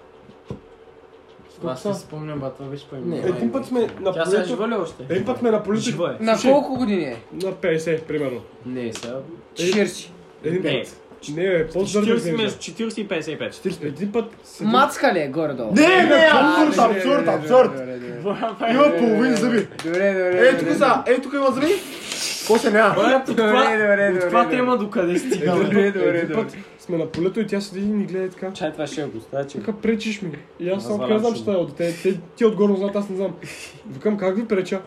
Speaker 1: Аз не си спомням, ба, това беше
Speaker 2: Не,
Speaker 1: по-именно.
Speaker 3: е, Един път сме на
Speaker 1: Тя сега
Speaker 3: полето.
Speaker 1: жива ли още?
Speaker 3: Един път сме на полето.
Speaker 6: е Жива е.
Speaker 9: На колко години е?
Speaker 3: На 50, примерно.
Speaker 1: Не, сега.
Speaker 9: Ширси.
Speaker 3: Един
Speaker 6: Не.
Speaker 3: път. Не, е, по-здърно
Speaker 6: 40, между 40 и 55.
Speaker 3: Един път. седим-
Speaker 9: Мацка ли е горе-долу?
Speaker 2: Не, не, абсурд,
Speaker 9: абе,
Speaker 2: абсурд,
Speaker 9: добре,
Speaker 2: абсурд.
Speaker 9: добре, добре.
Speaker 2: Има половин зъби.
Speaker 9: Добре, добре.
Speaker 2: Е, тук са, е, тук има зъби. После няма.
Speaker 6: Брат, от
Speaker 9: Добре,
Speaker 6: това,
Speaker 9: добре,
Speaker 6: от
Speaker 9: добре.
Speaker 6: това
Speaker 9: добре.
Speaker 6: тема до къде стига?
Speaker 2: Добре.
Speaker 9: Добре, добре,
Speaker 3: Един
Speaker 9: добре.
Speaker 3: път сме на полето и тя седи и ни гледа така.
Speaker 1: Чай, това ще го оставя, че...
Speaker 3: Така пречиш ми. И аз само
Speaker 1: Разваляш
Speaker 3: казвам,
Speaker 1: се.
Speaker 3: че тая от те, те, ти отгорно знаят, аз не знам. Викам, как ви преча?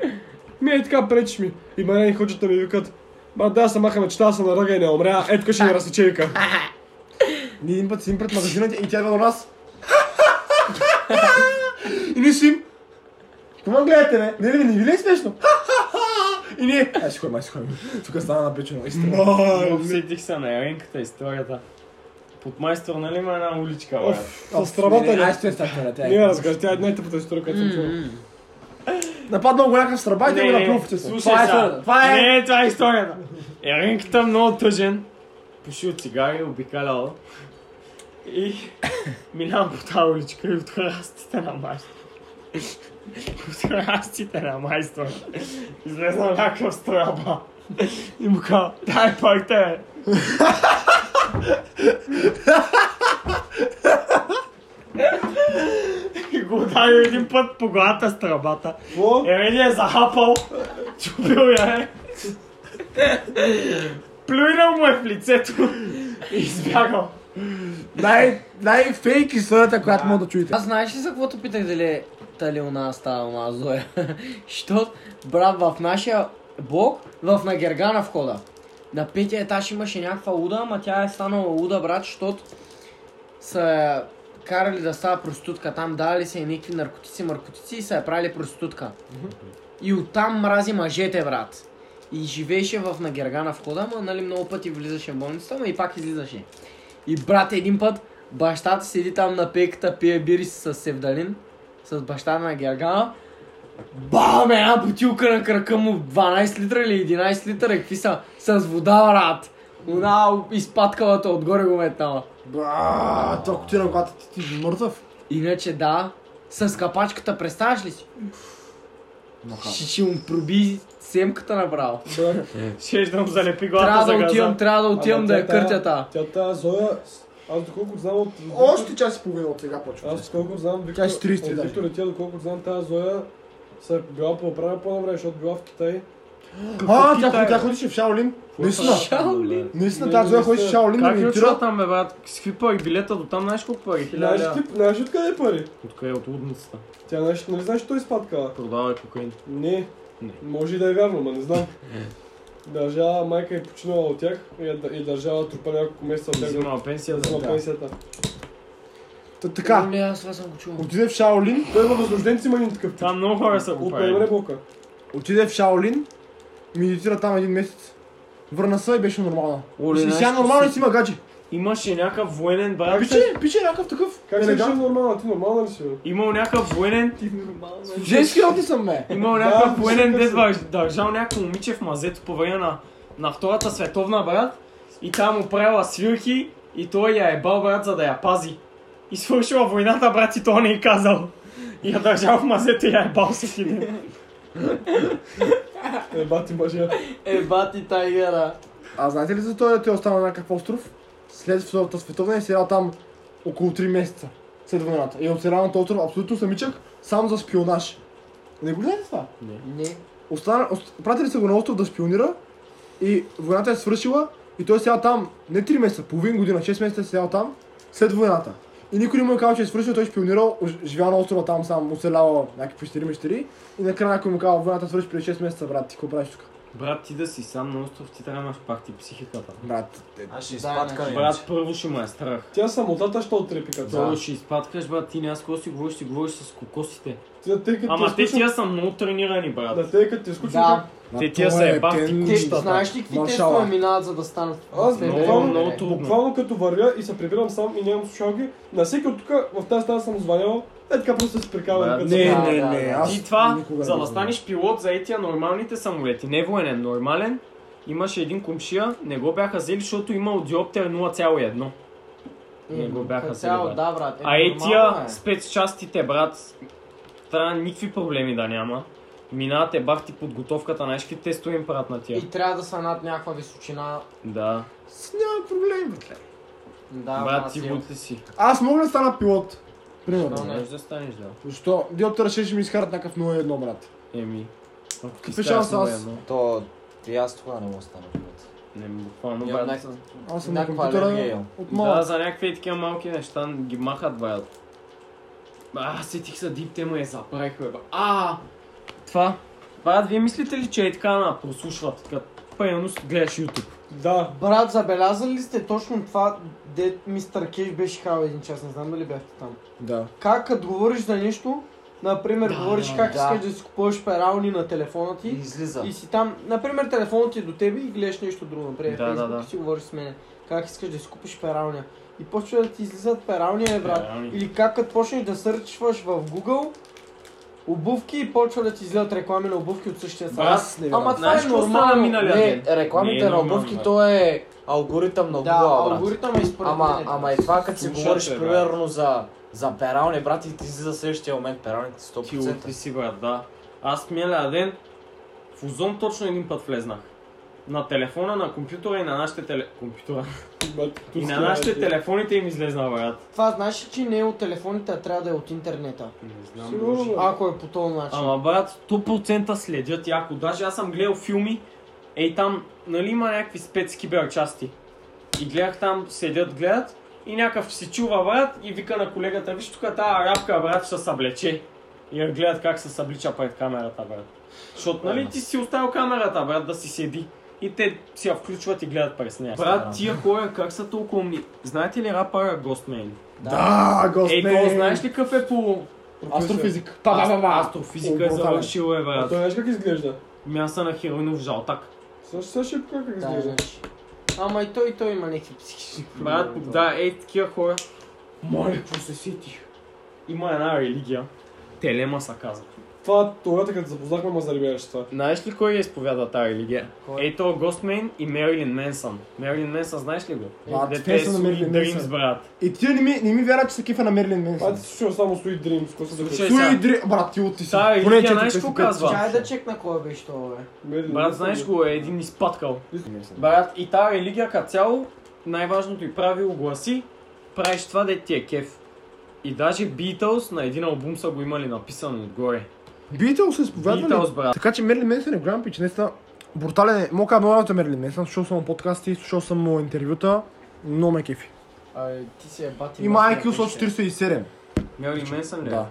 Speaker 3: Ми е така, пречиш ми. И мене и ходжат да ми викат. Ма да, се махаме, че тази се наръга и не умря. Е, така ще ни разсече, вика.
Speaker 2: Ние един път седим пред магазина и тя идва до нас. И ние си им. Кога гледате, бе? Не, не, не ви ли е смешно? И ние. Ай, си ходим, ай, си ходим. Тук стана напечено. Истина.
Speaker 6: Обсетих се на Еленката, историята. Под майстор, нали има една уличка, брат?
Speaker 3: Оф, с страната
Speaker 2: Ай,
Speaker 3: ни.
Speaker 2: стои с тях, тя
Speaker 3: Ние
Speaker 2: е.
Speaker 3: разкажа, тя е най-тъпата история, която съм чувал.
Speaker 2: Нападнал го някакъв страба и те
Speaker 6: Не,
Speaker 2: го
Speaker 6: не,
Speaker 2: наплювате.
Speaker 6: слушай сега.
Speaker 2: Това е.
Speaker 6: Не, това е историята. Еринката много тъжен. Пуши от цигари, обикалял. И минавам по тази уличка и от храстите на майстор. От храстите на майстор. Излезна някакъв страба. И му казва, дай парте, бе. И го ударил един път по главата с тръбата. Емили е захапал, чупил я е. Плюйнал му е в лицето и избягал.
Speaker 2: Най- Най-фейк историята, която мога да чуете.
Speaker 1: Аз знаеш ли за каквото питах дали е дали у нас става уна Зоя? Що, брат, в нашия блок, в на Гергана входа. е, На петия етаж имаше някаква луда, ама тя е станала луда, брат, защото са карали да става проститутка. Там дали се и някакви наркотици, наркотици и са я правили проститутка. И оттам мрази мъжете, брат. И живееше в Нагергана входа, ама нали много пъти влизаше в болницата, ама и пак излизаше. И брат, един път бащата седи там на пейката, пие бири с Севдалин, с бащата на Гергана. Бам, една бутилка на крака му, 12 литра или 11 литра, какви са? С вода, брат. Она изпадкалата отгоре го метнала.
Speaker 2: Ба, това котина, когато ти, ти си мъртъв.
Speaker 1: Иначе да, с капачката, представяш ли си? Ще, ще му проби семката направо.
Speaker 6: Шеждам залепи главата
Speaker 1: Трябва
Speaker 6: за
Speaker 1: да
Speaker 6: газа.
Speaker 1: отивам, трябва да отивам
Speaker 3: Ама
Speaker 1: да
Speaker 3: тя е
Speaker 1: я
Speaker 3: тая-
Speaker 1: къртя та.
Speaker 3: Тя тази Зоя, аз доколкото знам от...
Speaker 2: Още час и половина от сега почва.
Speaker 3: Аз доколкото знам, Виктор,
Speaker 2: Тя ще 30
Speaker 3: от
Speaker 2: даже.
Speaker 3: Виктор и тя, доколкото знам, тази Зоя се е била по време по-добре, защото била в Китай.
Speaker 2: А, тя, тя ходише в Шаолин.
Speaker 6: е
Speaker 2: Наистина.
Speaker 1: Шаолин.
Speaker 2: Наистина,
Speaker 3: Не,
Speaker 2: тази Зоя
Speaker 3: не
Speaker 2: ходише в
Speaker 3: сте.
Speaker 2: Шаолин да
Speaker 6: Как ли отива
Speaker 2: медитира.
Speaker 6: там, бе, брат? С какви пари? Билета до там, знаеш колко пари?
Speaker 3: Знаеш
Speaker 6: Хиляда.
Speaker 3: ти, знаеш откъде е пари?
Speaker 6: Откъде? От лудницата.
Speaker 3: Тя знаеш, нали знаеш, че той изпадка?
Speaker 6: Продава кокаин.
Speaker 3: Не.
Speaker 6: Не.
Speaker 3: Може и да е вярно, ма не знам. Държава майка е починала от тях и, я дъ- и държава трупа няколко месеца от тях да
Speaker 6: Взимала пенсия за
Speaker 3: взема пенсията.
Speaker 2: Та така,
Speaker 1: Не, аз това съм го чувал.
Speaker 2: отиде в Шаолин,
Speaker 3: Той има възрожденци, има един такъв тип.
Speaker 6: Там много хора са го
Speaker 2: е.
Speaker 3: От Мемре
Speaker 6: правили.
Speaker 3: Бока.
Speaker 2: отиде в Шаолин, медитира там един месец. Върна се и беше нормална.
Speaker 6: Оле,
Speaker 2: и
Speaker 6: знаеш
Speaker 2: сега
Speaker 6: какво
Speaker 2: нормално
Speaker 6: си-
Speaker 2: си има гадже.
Speaker 6: Имаше някакъв военен брат.
Speaker 2: Пиче, пиче някакъв такъв. Е,
Speaker 3: Как се реши
Speaker 2: елегант.
Speaker 3: нормална? Ти нормална ли си, бе?
Speaker 6: Имал някакъв военен
Speaker 2: Женски роди съм, ме.
Speaker 6: Имал
Speaker 3: Да,
Speaker 6: някакъв военен
Speaker 3: супер
Speaker 6: дед, бе, държал някакво момиче в мазето по време на, на Втората световна, брат. И там му правила свирки и той я е бал, брат, за да я пази. И свършила войната, брат, и той не е казал. И я държал в мазето и я е бал с хиляда.
Speaker 3: Е, бати мъжа.
Speaker 1: Е, бати тайгера.
Speaker 2: А знаете ли за той, той остана на някакъв остров? След Втората световна е седял там около 3 месеца. След войната. И е оцелял на този остров абсолютно самичък, само за шпионаж. Не го гледате това?
Speaker 1: Не.
Speaker 2: Остана, ост... Пратили са го на остров да шпионира и войната е свършила и той е седял там не 3 месеца, половин година, 6 месеца е седял там след войната. И никой не му е казал, че е свършил, той е шпионирал, ж- живял на острова там сам, оцелял някакви пещери мещери и накрая някой му казал, войната свърши преди 6 месеца, брат, ти какво правиш тук?
Speaker 6: Брат, ти да си сам на остров, ти трябва да имаш пак ти психиката.
Speaker 2: Брат,
Speaker 5: Аз ще изпаткам.
Speaker 6: Брат, първо ще ме е страх.
Speaker 3: Тя самотата ще отрепи като.
Speaker 6: Първо ще изпаткаш, брат, ти не аз си говориш, ти говориш с кокосите.
Speaker 3: Ти да тъй като
Speaker 6: Ама те
Speaker 3: изключим-
Speaker 6: тия са много тренирани, брат.
Speaker 3: Да тъй като ти изключим.
Speaker 1: Да,
Speaker 6: Те тия
Speaker 2: е
Speaker 6: са
Speaker 1: те,
Speaker 6: ебахти кучета.
Speaker 1: знаеш ли какви
Speaker 2: Маршала.
Speaker 1: тестове минават, за да станат?
Speaker 3: Аз
Speaker 1: Те-
Speaker 6: Много,
Speaker 3: буквално,
Speaker 6: много трудно.
Speaker 3: буквално като вървя и се прибирам сам и нямам слушалки, на всеки от тук в тази стая съм звънял, е така просто се прикалвам.
Speaker 6: Брат,
Speaker 3: като
Speaker 2: Не,
Speaker 3: съм-
Speaker 2: не,
Speaker 1: да,
Speaker 2: не.
Speaker 1: да.
Speaker 2: Аз
Speaker 6: Ти това,
Speaker 2: никога
Speaker 6: за
Speaker 2: не
Speaker 6: да
Speaker 2: го
Speaker 6: станеш пилот за етия нормалните самолети, не военен, нормален, имаше един комшия, не го бяха взели, защото имал диоптер
Speaker 2: Е,
Speaker 6: 0,1. Не го бяха взели,
Speaker 1: Цяло,
Speaker 6: брат.
Speaker 1: да, брат. Е,
Speaker 6: А
Speaker 1: нормално
Speaker 6: етия
Speaker 1: е.
Speaker 6: спецчастите, брат, трябва никакви проблеми да няма. Минават е бахти подготовката, знаеш какви тестове им правят на тия.
Speaker 1: И трябва да са над някаква височина.
Speaker 6: Да,
Speaker 1: Да,
Speaker 6: брат,
Speaker 1: брат,
Speaker 6: ти
Speaker 1: сигурно.
Speaker 6: бут ли си?
Speaker 2: Аз мога ли да стана пилот? Примерно.
Speaker 1: Защо не?
Speaker 6: Можеш да станеш, да.
Speaker 2: Защо? Диоптера ще ще ми изкарат някакъв 0-1, брат.
Speaker 6: Еми. е Ако ти
Speaker 2: Пиша
Speaker 6: става
Speaker 2: аз, аз.
Speaker 6: едно.
Speaker 5: То, и аз тогава не мога да стана пилот.
Speaker 6: Не, буквално,
Speaker 5: Имам
Speaker 6: брат.
Speaker 5: някаква-
Speaker 2: Аз съм на
Speaker 5: Някаква алергия
Speaker 2: компютъра
Speaker 5: имам.
Speaker 2: от
Speaker 6: Да,
Speaker 2: малък.
Speaker 6: за някакви такива малки неща ги махат, брат. А, сетих са дип тема и я забравих, бе. бе. А, това. Брат, вие мислите ли, че е така на прослушват, така, примерно гледаш YouTube?
Speaker 3: Да,
Speaker 1: Брат, забелязали ли сте точно това, де мистер Кеш беше хал един час, не знам дали бяхте там.
Speaker 2: Да.
Speaker 1: Как като говориш за нещо, например, говориш как искаш да си купуваш перални на телефона
Speaker 5: И
Speaker 1: ти
Speaker 5: излиза.
Speaker 1: и си там, например, телефонът ти е до тебе и гледаш нещо друго, например,
Speaker 6: Да,
Speaker 1: Facebook
Speaker 6: да, да.
Speaker 1: и си говориш с мене, как искаш да си купиш пералня. И почва да ти излизат пералния, бе, брат.
Speaker 6: Перални.
Speaker 1: Или как като почнеш да сърчваш в Google, обувки и почва да ти излизат реклами на обувки от същия сайт.
Speaker 6: Брат,
Speaker 2: не,
Speaker 1: Ама
Speaker 2: брат.
Speaker 1: това
Speaker 6: знаеш
Speaker 1: е
Speaker 6: какво стана
Speaker 1: нормално.
Speaker 6: миналия
Speaker 5: Не,
Speaker 6: ден? Не е
Speaker 5: рекламите на
Speaker 6: нормално,
Speaker 5: обувки,
Speaker 6: бе.
Speaker 5: то е алгоритъм на
Speaker 1: Да,
Speaker 5: Google, брат.
Speaker 1: алгоритъм е според
Speaker 5: Ама,
Speaker 1: мен е
Speaker 5: ама и това като си
Speaker 6: Слушате,
Speaker 5: говориш
Speaker 6: брат.
Speaker 5: примерно за, за перални, брат, и ти си за следващия момент пералните
Speaker 6: Ти от
Speaker 5: 100%.
Speaker 6: ли си, брат, да. Аз миналия ден в Озон точно един път влезнах. На телефона, на компютъра и на нашите теле... компютъра.
Speaker 3: брат,
Speaker 6: И
Speaker 3: тук
Speaker 6: на
Speaker 3: си,
Speaker 6: нашите
Speaker 3: брат.
Speaker 6: телефоните им излезна, брат.
Speaker 1: Това знаеш ли, че не е от телефоните, а трябва да е от интернета.
Speaker 6: Не знам.
Speaker 3: Сигурно, брат.
Speaker 1: Ако е по този начин.
Speaker 6: Ама брат, 100% следят яко. Даже аз съм гледал филми, ей там, нали има някакви спец киберчасти. И гледах там, седят, гледат и някакъв си чува брат и вика на колегата, виж тук тази арабка брат ще се облече. И я гледат как се съблича пред камерата брат. Защото нали ти си оставил камерата брат да си седи. И те си я включват и гледат през нея. Брат, тия хора как са толкова умни? Знаете ли рапъра Ghostman?
Speaker 2: Да,
Speaker 6: Ей,
Speaker 2: господи.
Speaker 6: то Е, знаеш ли какъв е по
Speaker 2: Астрофизик. Па, ба, ба, ба.
Speaker 6: астрофизика е
Speaker 2: Брутален.
Speaker 6: завършил е, брат.
Speaker 3: А той знаеш как изглежда?
Speaker 6: мяса на хероинов жалтак.
Speaker 3: Също също шипка как
Speaker 1: Да,
Speaker 3: изглежда.
Speaker 1: знаеш. Ама и той, и той има някакви психични проблеми.
Speaker 6: Брат, да, е такива хора. Моля, какво се сетих? Има една религия. Телема се казва.
Speaker 3: Това тогава, като запознахме, ма заребяваш това.
Speaker 6: Знаеш ли кой я изповяда тази религия? Ето Гостмейн и Мерилин Менсън. Мерилин Менсън, знаеш ли го?
Speaker 2: Брат,
Speaker 6: Дете
Speaker 2: фен
Speaker 6: е
Speaker 2: съм на
Speaker 6: Sweet
Speaker 2: Мерлин
Speaker 6: Dreams,
Speaker 2: Менсън.
Speaker 6: брат.
Speaker 2: И ти не ми, не ми вярваш, че се кефа на Мерлин
Speaker 3: А ти
Speaker 2: Менсън.
Speaker 3: си слушал само Sweet Dreams, какво се
Speaker 6: Слушай,
Speaker 2: Той дри... Брат, ти от ти си.
Speaker 6: Та,
Speaker 2: Поне
Speaker 6: Илия,
Speaker 2: четири
Speaker 6: знаеш
Speaker 2: песни,
Speaker 6: какво
Speaker 2: пет.
Speaker 6: казва?
Speaker 1: Чай да чекна кой беше това, бе.
Speaker 6: Брат, знаеш го, е един изпаткал. Брат, и тази религия като цяло, най-важното и правило гласи, правиш това да ти е кеф. И даже Beatles на един албум са го имали написано отгоре.
Speaker 2: Битъл се изповядва
Speaker 6: Beatles, брат.
Speaker 2: е Така че Мерлин Менсън е голям пич, наистина брутален е. Мога да кажа много работа Мерлин Менсън, слушал съм му подкасти, слушал съм му интервюта, много ме кефи.
Speaker 1: Абе, ти си е бати.
Speaker 2: Има IQ 147.
Speaker 6: Мери Менсън ли? е?
Speaker 2: Да.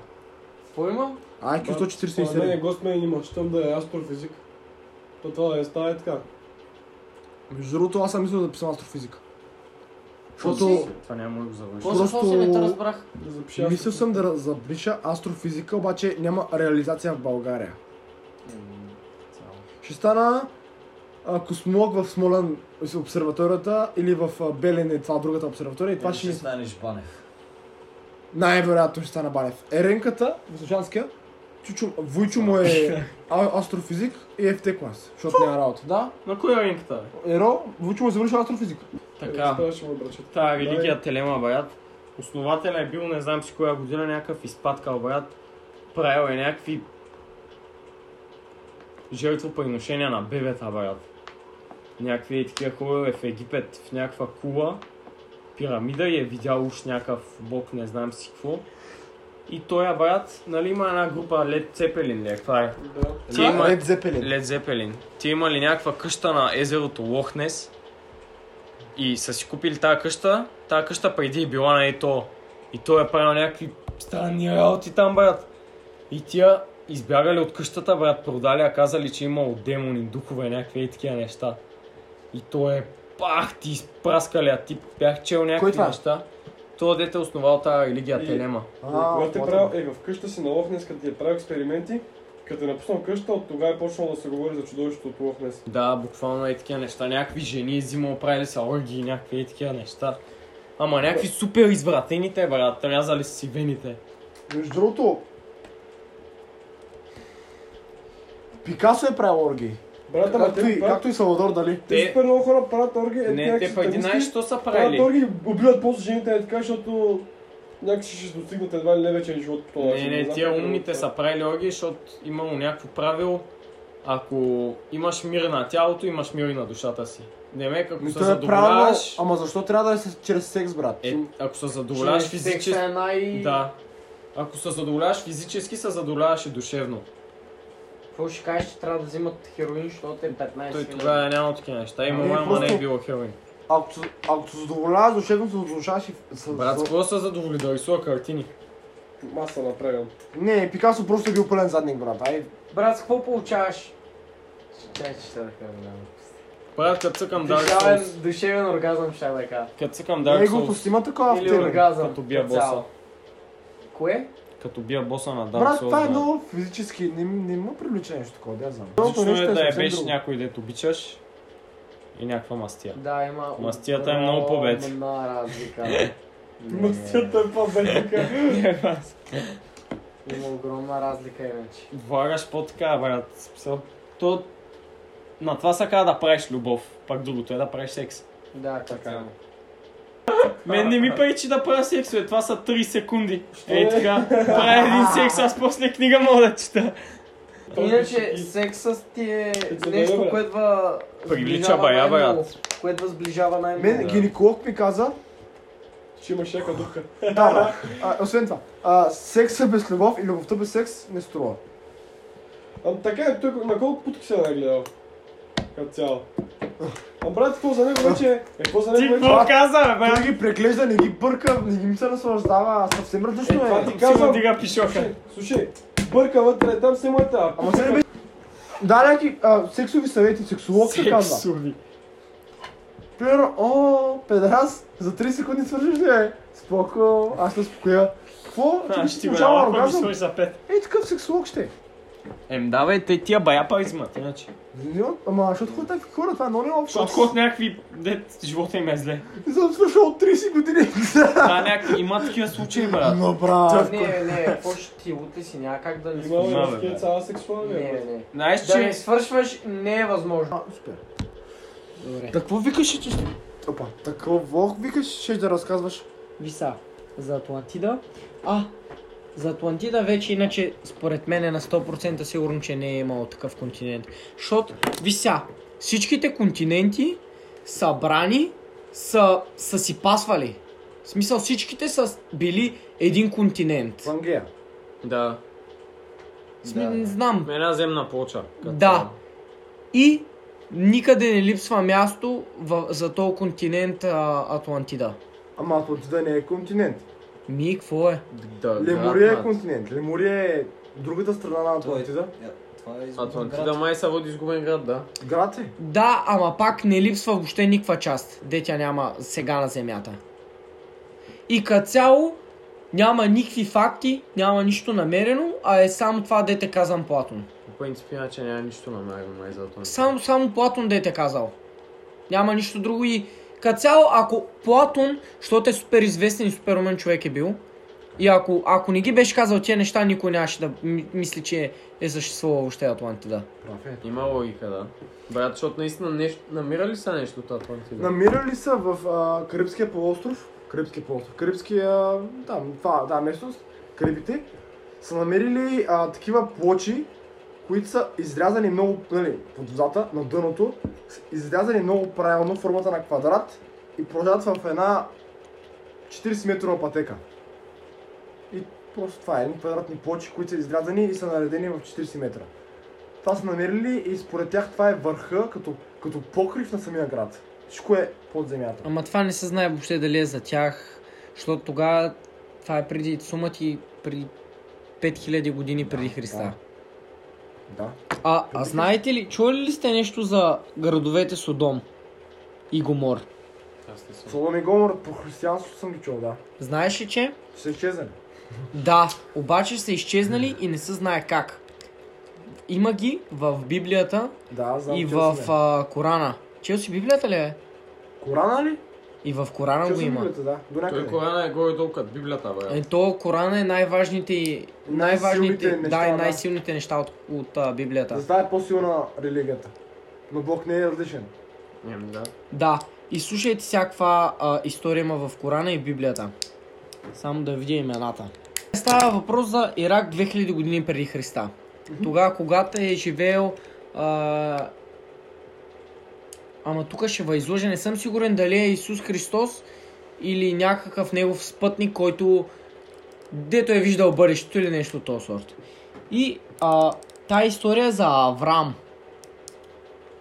Speaker 1: Какво има?
Speaker 2: IQ
Speaker 3: Според мен е
Speaker 2: 147.
Speaker 3: Гостмен има, щом да е астрофизик. То това е става е така.
Speaker 2: Между другото, аз съм мислил да писам астрофизика.
Speaker 1: Какво
Speaker 2: Защото
Speaker 6: Това няма да го завърши.
Speaker 1: После
Speaker 2: Просто-
Speaker 1: после не те разбрах.
Speaker 3: Да запиши
Speaker 2: мислил
Speaker 3: астрофизик.
Speaker 2: съм да раз- запиша астрофизика, обаче няма реализация в България. Ще стана а, космолог в Смолен с обсерваторията или в а, Белене, това е другата обсерватория и това ще ми
Speaker 5: станеш банев.
Speaker 2: Най-вероятно ще стана Банев. Еренката, Височанския, Чучо, Войчо му е а- астрофизик и FT клас, защото няма работа. Да,
Speaker 6: На коя ринката, бе?
Speaker 2: Еро, Войчо му е завършил астрофизик.
Speaker 3: Е,
Speaker 6: Така,
Speaker 3: Ставаше му брачет.
Speaker 6: тази религия е Телема, брат. Основателя е бил, не знам си коя година, някакъв изпадкал, брат. Правил е някакви жертвоприношения на бебета, брат. Някакви такива хора е в Египет, в някаква кула, пирамида и е видял уж някакъв бог, не знам си какво. И той, брат, нали има една група Лед Цепелин, ли е, каква е?
Speaker 3: Да.
Speaker 6: Ти има-
Speaker 2: Ред Зепелин.
Speaker 6: Лед Зепелин. Ти имали някаква къща на езерото Лохнес и са си купили тази къща. Тази къща преди е била на ето. И той е правил някакви странни работи там, брат. И тия избягали от къщата, брат, продали, а казали, че имало демони, духове, някакви и такива неща. И то е пах, ти изпраскали, а ти бях чел
Speaker 2: Кой
Speaker 6: някакви
Speaker 2: това е?
Speaker 6: неща. Това дете е основал тази религия, Телема.
Speaker 2: А,
Speaker 3: Когато е правил, е в къща си на Лохнес, като е правил експерименти, като е напуснал къща, от тогава е почнал да се говори за чудовището от Лохнес.
Speaker 6: Да, буквално е такива неща. Някакви жени е взимал, правили са оргии, някакви е такива неща. Ама някакви супер извратените, брат, рязали са си вените.
Speaker 2: между другото... Пикасо е правил оргии.
Speaker 3: Брата, ма,
Speaker 2: Както
Speaker 3: те
Speaker 2: и,
Speaker 3: правят...
Speaker 2: както и Салвадор Дали.
Speaker 6: Те-
Speaker 3: Те супер много хора правят орги, е
Speaker 6: Не, те
Speaker 3: някакви е
Speaker 6: па 11
Speaker 3: сатанисти,
Speaker 6: що са
Speaker 3: правят
Speaker 6: правили?
Speaker 3: орги, и убиват после жените, е така, защото някакси ще достигнат едва ли не вече живот по това.
Speaker 6: Не, не, тия умните са правили оргии, защото имало някакво правило. Ако имаш мир на тялото, имаш мир и на душата си. Не ме, ако
Speaker 2: Ми
Speaker 6: се
Speaker 2: той е правилно,
Speaker 6: задоволяваш...
Speaker 2: ама защо трябва да е с- чрез секс, брат?
Speaker 6: Е, ако се задоволяваш физически...
Speaker 1: е
Speaker 6: Да. Ако се задоволяваш физически, се задоволяваш и душевно.
Speaker 1: Какво ще кажеш, че трябва да взимат хероин, защото е 15
Speaker 6: Той
Speaker 1: хиляди?
Speaker 6: тогава няма такива неща. Имало,
Speaker 2: Не,
Speaker 6: ама не
Speaker 2: просто-
Speaker 6: е било хероин.
Speaker 2: Ако, се- ако се задоволяваш душевно, се задушаш и... С,
Speaker 6: Брат, с
Speaker 2: с,
Speaker 6: какво се задоволи? Да рисува картини.
Speaker 3: Маса направям.
Speaker 2: не, Пикасо просто е бил пълен задник, брат. Ай,
Speaker 6: е-
Speaker 1: Брат, с какво получаваш? Чай, че ще да кажа.
Speaker 6: Брат, като цъкам Dark Souls.
Speaker 1: Душевен, душевен оргазъм ще да кажа.
Speaker 6: Като цъкам Dark
Speaker 2: неговото
Speaker 6: Souls.
Speaker 2: си има такова
Speaker 1: Или
Speaker 2: автиране.
Speaker 1: оргазъм.
Speaker 6: Като бия
Speaker 1: по
Speaker 6: боса.
Speaker 1: цяло. Кое?
Speaker 6: Като бия боса на Dark Souls.
Speaker 2: Брат, това е
Speaker 6: брат.
Speaker 2: много физически, не, не му прилича нещо такова, да я знам.
Speaker 6: Лично
Speaker 2: нещо
Speaker 6: е да я
Speaker 2: съвсем
Speaker 6: беше
Speaker 2: друго.
Speaker 6: някой, дето обичаш. И някаква мастия.
Speaker 1: Да, има...
Speaker 6: Мастията е много по-бед.
Speaker 1: Огромна разлика. Не,
Speaker 3: Мастията е по-бедника.
Speaker 2: е
Speaker 1: Има огромна разлика иначе.
Speaker 6: Влагаш по-така, брат. в смисъл. То... На това са казва да правиш любов. Пак другото е да правиш секс.
Speaker 1: Да, така.
Speaker 6: Мен не ми пречи да правя секс, бе. Това са 3 секунди. Ей така, правя един секс, аз после книга мога да чета.
Speaker 1: Иначе сексът ти е
Speaker 3: Ти
Speaker 1: нещо,
Speaker 3: добре,
Speaker 1: което ва
Speaker 6: Прилича
Speaker 1: сближава
Speaker 6: бая,
Speaker 1: най-много.
Speaker 6: брат.
Speaker 1: Което ва сближава най-много.
Speaker 2: Мен гинеколог ми каза,
Speaker 3: Ще имаш яка дупка.
Speaker 2: да, да. А, освен това, а, секса без любов и любовта без секс не струва.
Speaker 3: Ам така е, той на колко путки се е нагледал? Като цяло. Ам брат, какво за него вече? Е, какво за
Speaker 6: Ти
Speaker 3: него вече?
Speaker 6: какво каза, бе, брат?
Speaker 2: Той ги преглежда, не ги бърка, не ги ми се наслаждава, съвсем различно
Speaker 3: Е, това
Speaker 2: е.
Speaker 3: ти
Speaker 6: Си му
Speaker 3: казвам.
Speaker 6: дига пишока.
Speaker 3: Слушай, слушай, бърка вътре, там се мъта.
Speaker 2: Ама се не бе- Да, някакви а, сексови съвети, сексолог се казва.
Speaker 6: Сексуви.
Speaker 2: Примерно, о, педрас, за 3 секунди свържиш ли? е? Споко, аз ще спокоя. Какво?
Speaker 6: А,
Speaker 2: Ти
Speaker 6: Ще ти
Speaker 2: ще
Speaker 6: го
Speaker 2: получава
Speaker 6: дам, ако ми
Speaker 2: оргазъм?
Speaker 6: сложиш за пет.
Speaker 2: Ей, такъв сексолог ще е.
Speaker 6: Ем, давай, те тия бая пари взимат, иначе.
Speaker 2: Не, Ама, защото ходят такива хора, това е много необщо.
Speaker 6: Защото ход някакви, дет, живота им е зле.
Speaker 2: Не съм слушал от 30 години.
Speaker 6: Да, някакви, има такива случаи, брат.
Speaker 2: Но, брат.
Speaker 1: Не, не, какво ще ти лута си някак да не свършиш?
Speaker 6: Знам,
Speaker 3: Имаме
Speaker 6: бе,
Speaker 3: разкият
Speaker 6: бе.
Speaker 3: цяла сексуалния.
Speaker 1: Не,
Speaker 3: брат.
Speaker 1: не.
Speaker 6: Знаеш,
Speaker 1: Да не
Speaker 6: че...
Speaker 1: свършваш не е възможно.
Speaker 2: А, супер.
Speaker 1: Добре.
Speaker 2: Та какво викаш, че ще... Опа, какво викаш, ще да разказваш?
Speaker 1: Виса, за Атлантида. А, за Атлантида вече иначе според мен е на 100% сигурно, че не е имало такъв континент. Защото, вися, всичките континенти са брани, са, са си пасвали. В смисъл всичките са били един континент.
Speaker 2: В Англия.
Speaker 6: Да,
Speaker 1: Сми, не знам.
Speaker 6: една земна плоча. е като-
Speaker 1: Да. И никъде не липсва място в, за този континент а, Атлантида.
Speaker 2: Ама Атлантида не е континент.
Speaker 1: Ми, какво е?
Speaker 6: Да,
Speaker 2: Лемурия
Speaker 6: град,
Speaker 2: е континент. Лемурия е другата страна на Атлантида.
Speaker 5: Това е
Speaker 6: брат. Атлантида май се води изгубен град, да.
Speaker 2: Град е.
Speaker 1: Да, ама пак не липсва въобще никаква част, де тя няма сега на Земята. И като цяло няма никакви факти, няма нищо намерено, а е само това дете казан Платон.
Speaker 6: По принцип, иначе няма нищо намерено май за Атлантида.
Speaker 1: Само, само Платон да е те казал. Няма нищо друго и като цяло, ако Платон, защото е супер известен и супер умен човек е бил, и ако, ако не ги беше казал тия неща, никой нямаше да ми- мисли, че е съществувал въобще Атлантида.
Speaker 6: Има логика, да. Брат, защото наистина нещо... намира ли са нещо от Атлантида?
Speaker 2: Намирали са в а, Карибския полуостров. Карибския полуостров. Карибския... Там, това, да, местност. Карибите. Са намерили а, такива плочи, които са изрязани много, нали, под водата, на дъното, са изрязани много правилно в формата на квадрат и продават в една 40 метрова пътека. И просто това е, едни квадратни плочи, които са изрязани и са наредени в 40 метра. Това са намерили и според тях това е върха, като, като покрив на самия град. Всичко е под земята.
Speaker 1: Ама това не се знае въобще дали е за тях, защото тогава това е преди сума ти преди 5000 години преди Христа.
Speaker 2: Да.
Speaker 1: А, а знаете ли, чули ли сте нещо за градовете Содом и Гомор?
Speaker 6: Аз не съм.
Speaker 2: Соломи Гомор по християнство съм ги чул, да.
Speaker 1: Знаеш ли, че?
Speaker 2: Ще са изчезнали.
Speaker 1: Да, обаче са изчезнали и не се знае как. Има ги в Библията
Speaker 2: Да, знам.
Speaker 1: и
Speaker 2: чул
Speaker 1: в
Speaker 2: съм я.
Speaker 1: а, Корана. Чел си Библията ли е?
Speaker 2: Корана ли?
Speaker 1: И в Корана
Speaker 2: Чул
Speaker 1: го
Speaker 2: съм
Speaker 1: има.
Speaker 2: Библията, да. До
Speaker 6: Той
Speaker 2: някъде.
Speaker 6: Корана е горе-долу като Библията, бе.
Speaker 1: Е, то Корана е най-важните и най-важните,
Speaker 2: Най-силните неща,
Speaker 1: да, и
Speaker 2: да.
Speaker 1: най-силните неща от, от а, Библията.
Speaker 2: Затова е по-силна религията. Но Бог не е различен.
Speaker 6: Ем, да.
Speaker 1: Да, и слушайте всякаква а, история има в Корана и Библията. Само да видя имената. Става въпрос за Ирак 2000 години преди Христа. Тогава, когато е живеел... А... Ама тук ще възложа, не съм сигурен дали е Исус Христос или някакъв негов спътник, който... Дето е виждал бъдещето или нещо от този сорт. И а, тая история е за Аврам,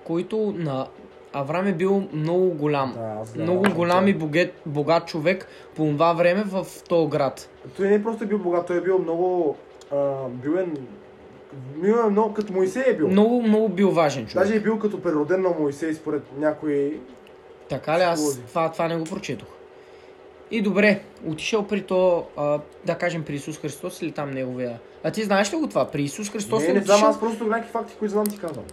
Speaker 1: който на... Аврам е бил много голям.
Speaker 2: Да, аз знам.
Speaker 1: Много голям и богат, богат човек по това време в този град.
Speaker 2: Той не е просто бил богат, той е бил много... А, бил е... Бил е много... Като Моисей е бил.
Speaker 1: Много, много бил важен човек.
Speaker 2: Даже е бил като природен на Моисей, според някои...
Speaker 1: Така ли? Аз
Speaker 2: Психолози.
Speaker 1: това, това не го прочетох. И добре, отишъл при то, а, да кажем при Исус Христос или там неговия. А ти знаеш ли го това? При Исус Христос е
Speaker 2: Не,
Speaker 1: ли
Speaker 2: не знам,
Speaker 1: отишъл?
Speaker 2: аз просто някакви факти, които знам ти казвам.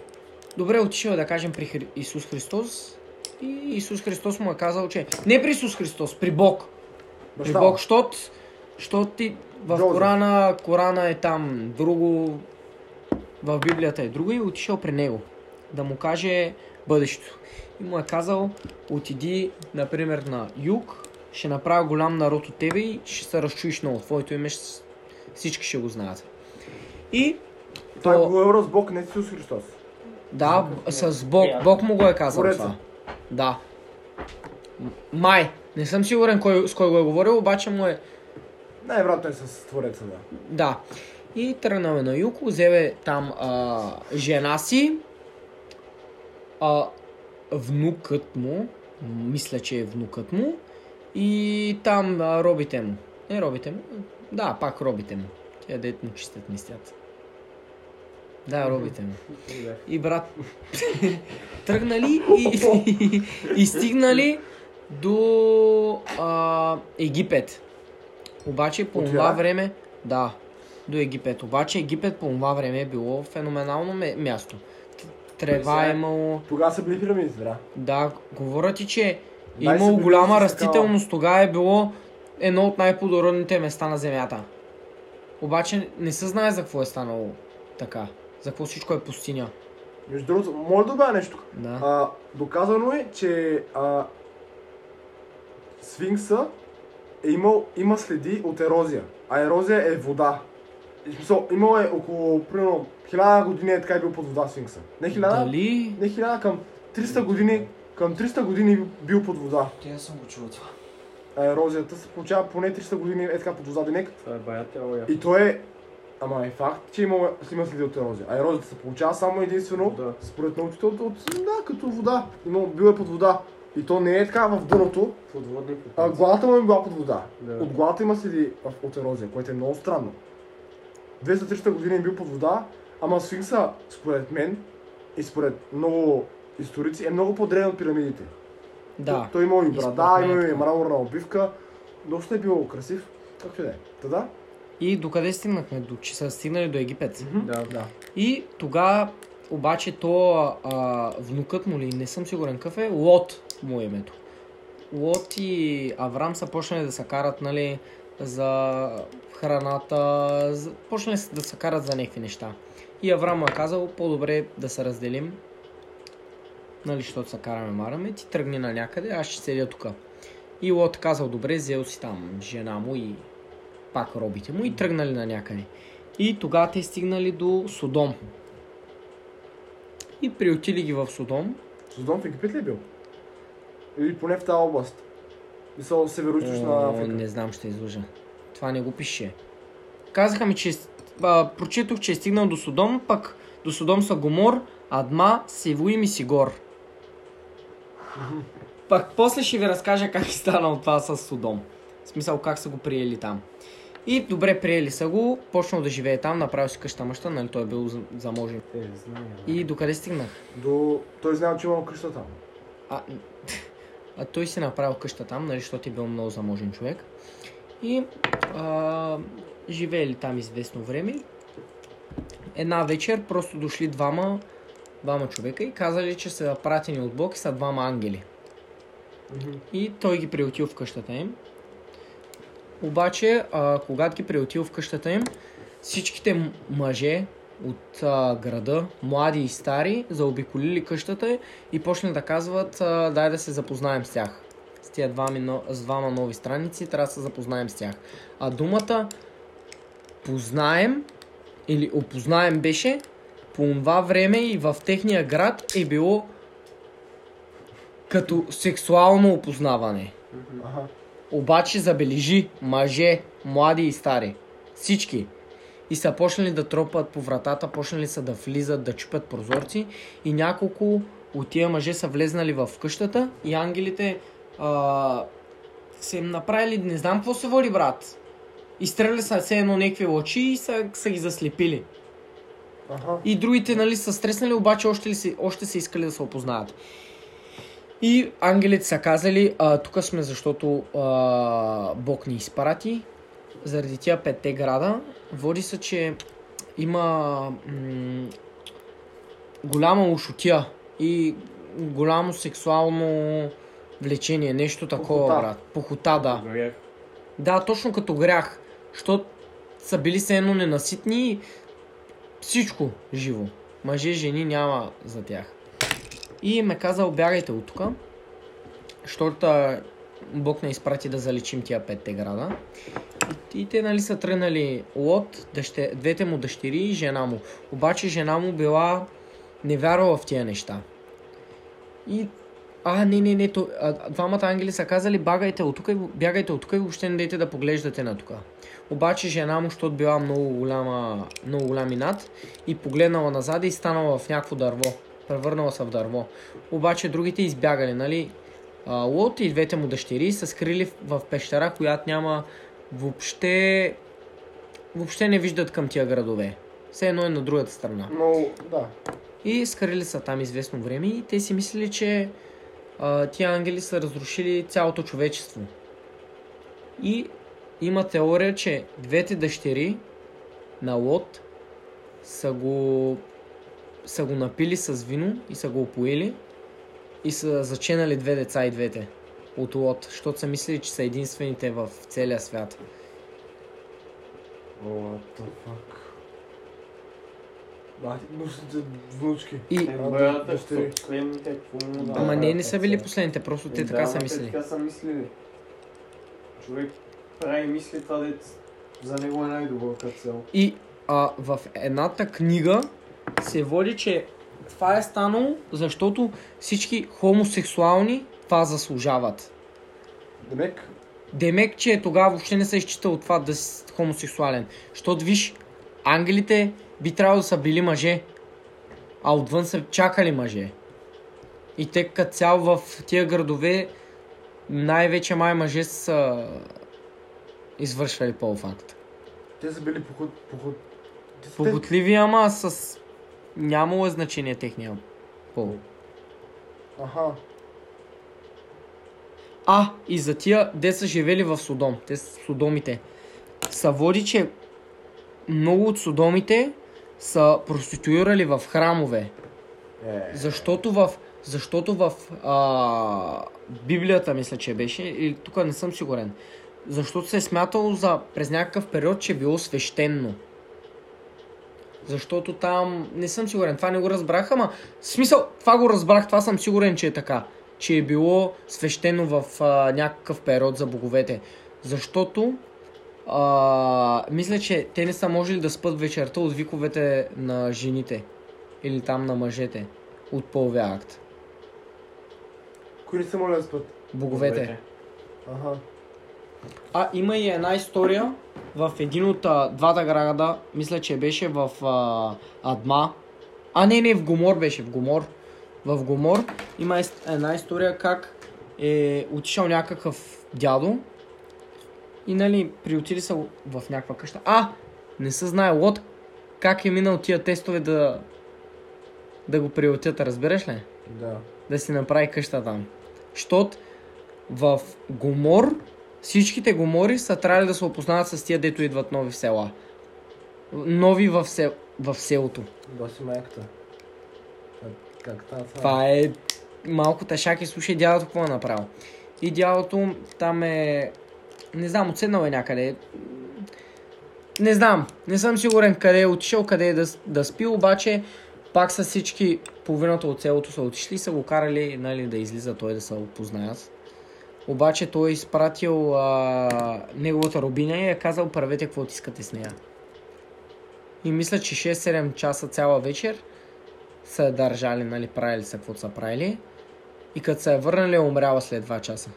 Speaker 1: Добре, отишъл е, да кажем при Хри... Исус Христос и Исус Христос му е казал, че... Не при Исус Христос, при Бог. При
Speaker 2: Баща
Speaker 1: Бог, щот, щот ти в
Speaker 2: Джозеф.
Speaker 1: Корана, Корана е там друго, в Библията е друго и отишъл при него да му каже бъдещето. И му е казал, отиди, например, на юг, ще направя голям народ от тебе и ще се разчуиш много. Твоето име ще с- всички ще го знаят. И
Speaker 2: Това
Speaker 1: то-
Speaker 2: е говорил с Бог, не с Исус Христос.
Speaker 1: да, б- с Бог. Бог му го е казал
Speaker 2: Бореца.
Speaker 1: това. Да. М- Май. Не съм сигурен кой, с кой го е говорил, обаче му е...
Speaker 2: Най-вероятно е с Твореца, да.
Speaker 1: Да. И тръгнаме на юг, вземе там а, жена си, а, внукът му, мисля, че е внукът му, и там а, робите му. Не робите му, да, пак робите му. Тя дете му чистят мислят. Да, робите му. И брат, тръгнали и, и, и стигнали до а, Египет. Обаче по
Speaker 2: От
Speaker 1: това
Speaker 2: Ирак?
Speaker 1: време, да, до Египет. Обаче Египет по това време е било феноменално ме- място. Т- Трева е имало,
Speaker 2: Тогава са били пирамидите, да.
Speaker 1: да, говоря ти, че е
Speaker 2: Дай се
Speaker 1: имало
Speaker 2: били
Speaker 1: голяма
Speaker 2: с такава.
Speaker 1: растителност, тогава е било едно от най-плодородните места на Земята. Обаче не се знае за какво е станало така. За какво всичко е пустиня.
Speaker 2: Между другото, може да добавя нещо.
Speaker 1: Да.
Speaker 2: А, доказано е, че а, Сфинкса е имал, има следи от ерозия. А ерозия е вода. И в смисъл, имал е около, примерно, 1000 години е така е бил под вода Сфинкса. Не 1000,
Speaker 1: Дали?
Speaker 2: не 1000, към 300 години, към 300 години бил под вода.
Speaker 5: Те съм го чувал това.
Speaker 2: А ерозията се получава поне 300 години е така под вода денек.
Speaker 3: Това е бая тяло я.
Speaker 2: И той е... Ама е факт, че има, има следи от ерозия. А ерозията се получава само единствено,
Speaker 3: Да.
Speaker 2: според научите, от, от, да, като вода. Има, бил е под вода. И то не е така в дъното,
Speaker 3: Подводни
Speaker 2: а главата му е била под вода.
Speaker 3: Да.
Speaker 2: От главата има следи в- от ерозия, което е много странно. 200-300 години е бил под вода, ама сфинкса, според мен и според много историци, е много по-древен от пирамидите.
Speaker 1: Да.
Speaker 2: Той имал и
Speaker 1: според
Speaker 2: брада,
Speaker 1: мен е
Speaker 2: имал и
Speaker 1: така.
Speaker 2: мраморна обивка, доста е бил красив, както и да е. Та да?
Speaker 1: И докъде стигнахме? До, че са стигнали до Египет.
Speaker 3: Да, да.
Speaker 1: И тогава обаче то а, внукът му ли, не съм сигурен какъв е, Лот му е името. Лот и Аврам са почнали да се карат, нали, за храната, за... почнали са да се карат за някакви неща. И Аврам му е казал, по-добре да се разделим, нали, защото се караме, мараме, ти тръгни на някъде, аз ще седя тук. И Лот казал, добре, взел си там жена му и пак робите му и тръгнали на някъде. И тогава те стигнали до Содом. И приотили ги в Содом.
Speaker 2: Содом в Египет ли е бил? Или поне в тази област? Мисъл, северо-источна
Speaker 1: О,
Speaker 2: Африка.
Speaker 1: не знам, ще излъжа. Това не го пише. Казаха ми, че... е А, прочетох, че е стигнал до Содом, пък до Содом са Гомор, Адма, Севуим и Сигор. Пък после ще ви разкажа как е станало това с Содом. В смисъл, как са го приели там. И добре приели са го, почнал да живее там, направил си къща мъща, нали той е бил за- заможен.
Speaker 2: Е, знам.
Speaker 1: И докъде стигна?
Speaker 2: До... Той знае, че имам къща там.
Speaker 1: А, а той си направил къща там, нали, защото е бил много заможен човек. И а, живеели там известно време. Една вечер просто дошли двама, двама човека и казали, че са пратени от Бог и са двама ангели. И той ги приютил в къщата им. Обаче, а, когато ги приютил в къщата им, всичките м- мъже от а, града, млади и стари, заобиколили къщата и почнали да казват, а, дай да се запознаем с тях. С тия двама, но- с двама нови страници трябва да се запознаем с тях. А думата познаем или опознаем беше по това време и в техния град е било като сексуално опознаване.
Speaker 2: Аха.
Speaker 1: Обаче забележи мъже, млади и стари. Всички. И са почнали да тропат по вратата, почнали са да влизат, да чупят прозорци. И няколко от тия мъже са влезнали в къщата и ангелите а, са им направили, не знам какво се води, брат. Изстреляли са все едно някакви лъчи и са, са ги заслепили.
Speaker 2: Аха.
Speaker 1: И другите, нали, са стреснали, обаче още, ли си, още са искали да се опознаят. И ангелите са казали, а, тук сме, защото а, Бог ни изпрати. Заради тия петте града, води се, че има м- голяма лошотия и голямо сексуално влечение, нещо такова,
Speaker 2: Похота.
Speaker 1: брат. Похота, да. Да, точно като грях. Що са били се едно ненаситни и всичко живо. Мъже, жени няма за тях. И им е казал, бягайте от тук, защото а, Бог не изпрати да заличим тия петте града. И, и те нали са тръгнали Лот, дъще, двете му дъщери и жена му. Обаче жена му била не вярвала в тия неща. И а, не, не, не, то, а, двамата ангели са казали, багайте от тук и бягайте от тук и въобще не дайте да поглеждате на тук. Обаче жена му, щото била много голяма, много голям инат и погледнала назад и станала в някакво дърво. Превърнала се в дърво. Обаче другите избягали, нали? А, Лот и двете му дъщери са скрили в, в пещера, която няма въобще... Въобще не виждат към тия градове. Все едно е на другата страна.
Speaker 2: Но, да.
Speaker 1: И скрили са там известно време и те си мислили, че а, тия ангели са разрушили цялото човечество. И има теория, че двете дъщери на Лот са го, са го напили с вино и са го опоили и са заченали две деца и двете от Лот, защото са мислили, че са единствените в целия свят.
Speaker 2: О, what the fuck. Да, нужните внучки.
Speaker 1: И,
Speaker 2: Е,
Speaker 3: Боята,
Speaker 2: дъщери.
Speaker 3: последните, какво му да
Speaker 1: ама
Speaker 3: направят?
Speaker 1: не, не са били последните, просто те
Speaker 3: Е,
Speaker 1: така
Speaker 3: да,
Speaker 1: са
Speaker 3: ама те
Speaker 1: мислили.
Speaker 3: Така са мислили. Човек прави мисли това дец. За него е най-добър като цяло.
Speaker 1: И а, в едната книга се води, че това е станало, защото всички хомосексуални това заслужават.
Speaker 2: Демек,
Speaker 1: Демек, че тогава въобще не се изчита от това да си хомосексуален. Щото виж, ангелите би трябвало да са били мъже, а отвън са чакали мъже. И те като цяло в тия градове най-вече май мъже са извършвали полуфакт.
Speaker 2: те са били поход... поход... Те са-
Speaker 1: Поготливи, ама с... Нямало е значение техния пол.
Speaker 2: Аха.
Speaker 1: А, и за тия, де са живели в Содом. Те са Содомите. Са води, че много от Содомите са проституирали в храмове.
Speaker 2: Е.
Speaker 1: Защото в, защото в а, Библията, мисля, че беше, или тук не съм сигурен, защото се е смятало за, през някакъв период, че е било свещено. Защото там, не съм сигурен, това не го разбрах, ама в смисъл, това го разбрах, това съм сигурен, че е така. Че е било свещено в а, някакъв период за боговете. Защото а, мисля, че те не са можели да спът вечерта от виковете на жените. Или там на мъжете. От половия акт.
Speaker 2: Кои не са моля да спят?
Speaker 1: Боговете.
Speaker 2: Аха.
Speaker 1: А, има и една история в един от а, двата града, мисля, че беше в а, Адма. А, не, не, в Гомор беше, в Гомор. В Гомор има ис- една история как е отишъл някакъв дядо И нали, приотили са в някаква къща. А, не се знае лод как е минал тия тестове да, да го приотят, разбираш ли?
Speaker 2: Да.
Speaker 1: да си направи къща там. Щот в Гомор, всичките гомори са трябвали да се опознават с тия, дето идват нови в села. Нови в, се... в селото.
Speaker 2: Баси майката. А, Как тази?
Speaker 1: Това е малко тъшак и слушай дядото какво е направил. И дядото там е... Не знам, отседнал е някъде. Не знам, не съм сигурен къде е отишъл, къде е да, с- да спи, обаче пак са всички, половината от селото са отишли и са го карали нали, да излиза той да се опознаят. Обаче той е изпратил а, неговата рубиня и е казал правете каквото искате с нея. И мисля, че 6-7 часа цяла вечер са я държали, нали, правили са каквото са правили. И като се е върнали, е умряла след 2 часа.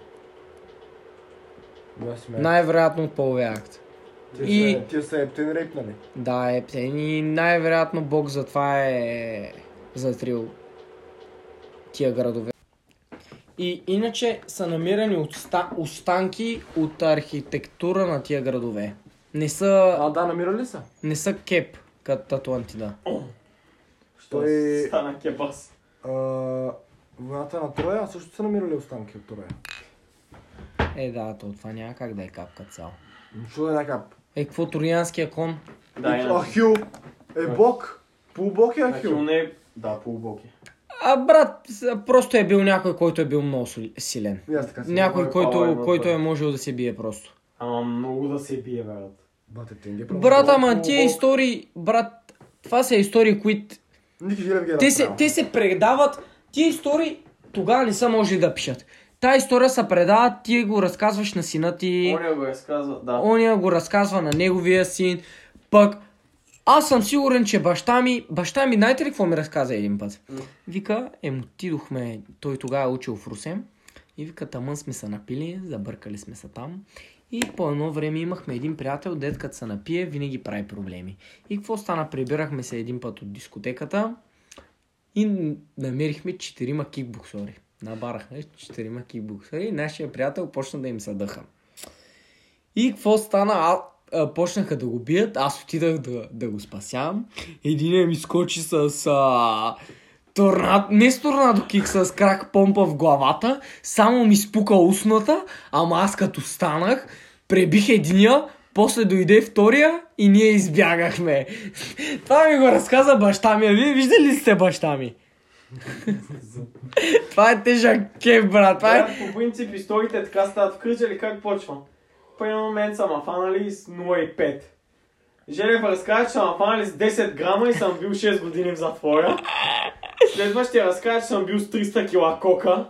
Speaker 2: Баси майката.
Speaker 1: Най-вероятно от половия акт.
Speaker 2: Тия
Speaker 1: и-
Speaker 2: са- Тия са ептен нали? рейпнали.
Speaker 1: Да, е птен и най-вероятно Бог затова е затрил тия градове. И иначе са намирани отста... останки от архитектура на тия градове. Не са,
Speaker 2: А, да, намирали са.
Speaker 1: не са кеп, като Атлантида.
Speaker 2: Той...
Speaker 3: Стана кебас.
Speaker 2: а, Войната на Троя също са намирали останки от Троя.
Speaker 1: Е, да, то това няма как да е капка цял.
Speaker 2: Чудо е някакъв.
Speaker 1: Е, какво троянския кон?
Speaker 3: Да,
Speaker 2: А Хил е бог. Полубог е Хил.
Speaker 3: не е
Speaker 6: Да, полубоки.
Speaker 1: А, брат, с- просто е бил някой, който е бил много соли- силен.
Speaker 2: И аз така си.
Speaker 1: Някой,
Speaker 6: Той е
Speaker 1: който,
Speaker 6: по-лайно,
Speaker 1: който
Speaker 6: той.
Speaker 1: е можел да се бие просто.
Speaker 6: Ама много да се бие, брат.
Speaker 2: Бате, ти не ги
Speaker 1: Брат, ама тия истории, брат, това са истории, които...
Speaker 2: Ники Жилев ги е
Speaker 1: Те се,
Speaker 2: направил.
Speaker 1: те се предават, тия истории тогава не са можели да пишат. Та история се предава, ти го разказваш на сина ти,
Speaker 3: Оня
Speaker 10: е
Speaker 3: го разказва, да.
Speaker 1: оня го разказва на неговия син, пък аз съм сигурен, че баща ми, баща ми, знаете ли какво ми разказа един път? Вика, ем, отидохме, той тогава е учил в Русе. И вика, тамън сме се напили, забъркали сме се там. И по едно време имахме един приятел, дед като се напие, винаги прави проблеми. И какво стана? Прибирахме се един път от дискотеката и н- намерихме четирима кикбоксори. Набарахме четирима кикбоксори и нашия приятел почна да им се дъха. И какво стана? А, а, почнаха да го бият, аз отидах да, да го спасявам. Единият ми скочи с... А, Торнадо, не с торнадо кик, с крак помпа в главата, само ми спука устната, ама аз като станах, пребих единия, после дойде втория и ние избягахме. Това ми го разказа баща ми, а вие виждали ли сте баща ми? Това е тежък кеф, брат, това е...
Speaker 3: Брат, по принцип историите така стават в кръча или как почва? В един момент съм фанали с 0,5. Желев разказва, че съм фанали с 10 грама и съм бил 6 години в затвора. Следващия разказва, че съм бил с 300 кила кока.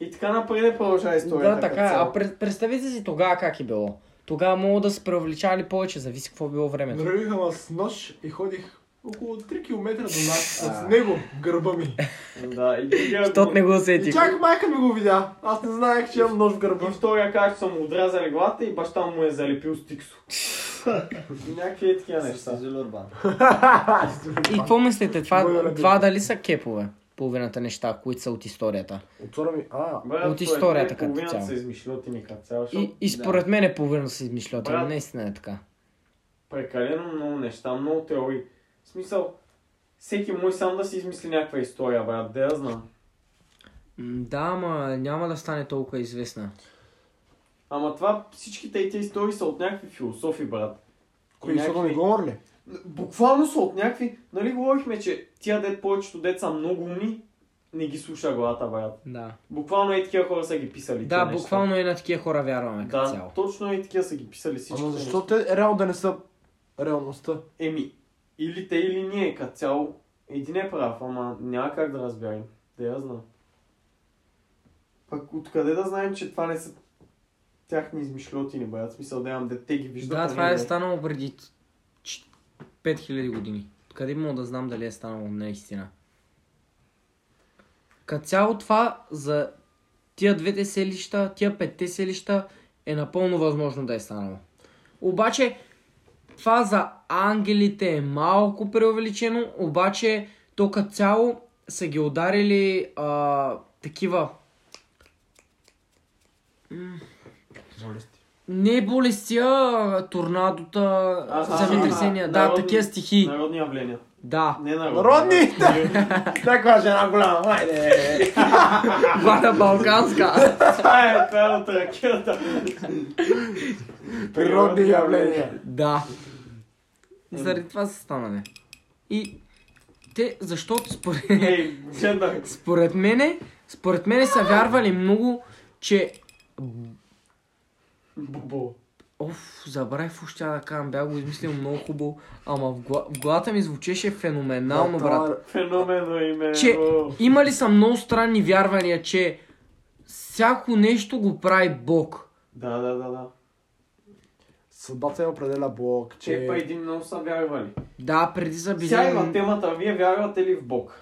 Speaker 3: И така напред продължава историята.
Speaker 1: Да, така е.
Speaker 3: като цяло.
Speaker 1: А пред- представете си тогава как е било. Тогава мога да се преувеличавали повече, зависи какво е било времето.
Speaker 2: Вървих ама с нож и ходих около 3 км до нас с него в гърба ми.
Speaker 3: Да, и другия...
Speaker 1: Тот не го
Speaker 2: И
Speaker 1: усетих.
Speaker 2: чак майка ми го видя. Аз не знаех, че имам нож в гърба.
Speaker 3: И втория казва, че съм отрязали главата и баща му е залепил с тиксо. И Някакви е такива неща.
Speaker 11: Зелюрбан.
Speaker 1: И какво мислите?
Speaker 2: Моя
Speaker 1: Това,
Speaker 2: любим.
Speaker 1: това дали са кепове? Половината неща, които са от историята.
Speaker 2: Отвора ми, а,
Speaker 3: Брат,
Speaker 1: От историята като
Speaker 3: според мен половината
Speaker 1: цяло.
Speaker 3: са измишлетини като цяло, защото
Speaker 1: И, и според мен е половината са измишлята.
Speaker 3: Брат.
Speaker 1: Наистина е така.
Speaker 3: прекалено много неща, много теории. В смисъл, всеки мой сам да си измисли някаква история, брат, да я знам.
Speaker 1: М, Да, ама няма да стане толкова известна.
Speaker 3: Ама това, всичките и тези истории са от някакви философи, брат.
Speaker 2: кои са ми говори ли?
Speaker 3: Буквално са от някакви... Нали говорихме, че тия дет повечето деца много умни, не ги слуша главата, брат.
Speaker 1: Да.
Speaker 3: Буквално и такива хора са ги писали.
Speaker 1: Да,
Speaker 3: тия неща.
Speaker 1: буквално и на такива хора вярваме като
Speaker 3: Да,
Speaker 1: цяло.
Speaker 3: точно и такива са ги писали всички.
Speaker 2: Ама защо те реално да не са реалността?
Speaker 3: Еми, или те, или ние, като цяло. Един е прав, ама няма как да разберем. Да я знам. Пък откъде да знаем, че това не са тяхни измишлети, не бъдат смисъл да имам дете ги нали, вижда.
Speaker 1: Да,
Speaker 3: поне
Speaker 1: това е
Speaker 3: да
Speaker 1: станало преди ч- 5000 години. Къде мога да знам дали е станало наистина? Като цяло това за тия двете селища, тия петте селища е напълно възможно да е станало. Обаче това за ангелите е малко преувеличено, обаче то като цяло са ги ударили а, такива Не болестия, а, торнадота,
Speaker 10: Аха,
Speaker 1: земетресения,
Speaker 10: аха,
Speaker 1: да,
Speaker 10: народни-
Speaker 1: такива стихи.
Speaker 10: Народни явления.
Speaker 1: Да.
Speaker 10: Не народни.
Speaker 2: Народни! Да кажа една голяма, хайде!
Speaker 1: Вада Балканска.
Speaker 10: Това е, това е от ракета.
Speaker 3: Păi,
Speaker 2: Природни явления.
Speaker 1: да. Заради това са станали. И те, защото според...
Speaker 10: Ей, джендър.
Speaker 1: Според мене, според мене са вярвали много, че...
Speaker 10: Бубо.
Speaker 1: Оф, забравих какво ще да кажа, бях го измислил много хубаво, ама в, гла... в главата ми звучеше феноменално, брат.
Speaker 10: Феномено име.
Speaker 1: Че-
Speaker 10: о.
Speaker 1: Имали са много странни вярвания, че всяко нещо го прави Бог.
Speaker 10: Да, да, да, да.
Speaker 2: Съдбата е определя блок, че...
Speaker 3: Păi,
Speaker 6: Е,
Speaker 10: Че па един много са вярвали.
Speaker 1: Да, преди са били...
Speaker 10: Сега има темата, вие вярвате ли в Бог?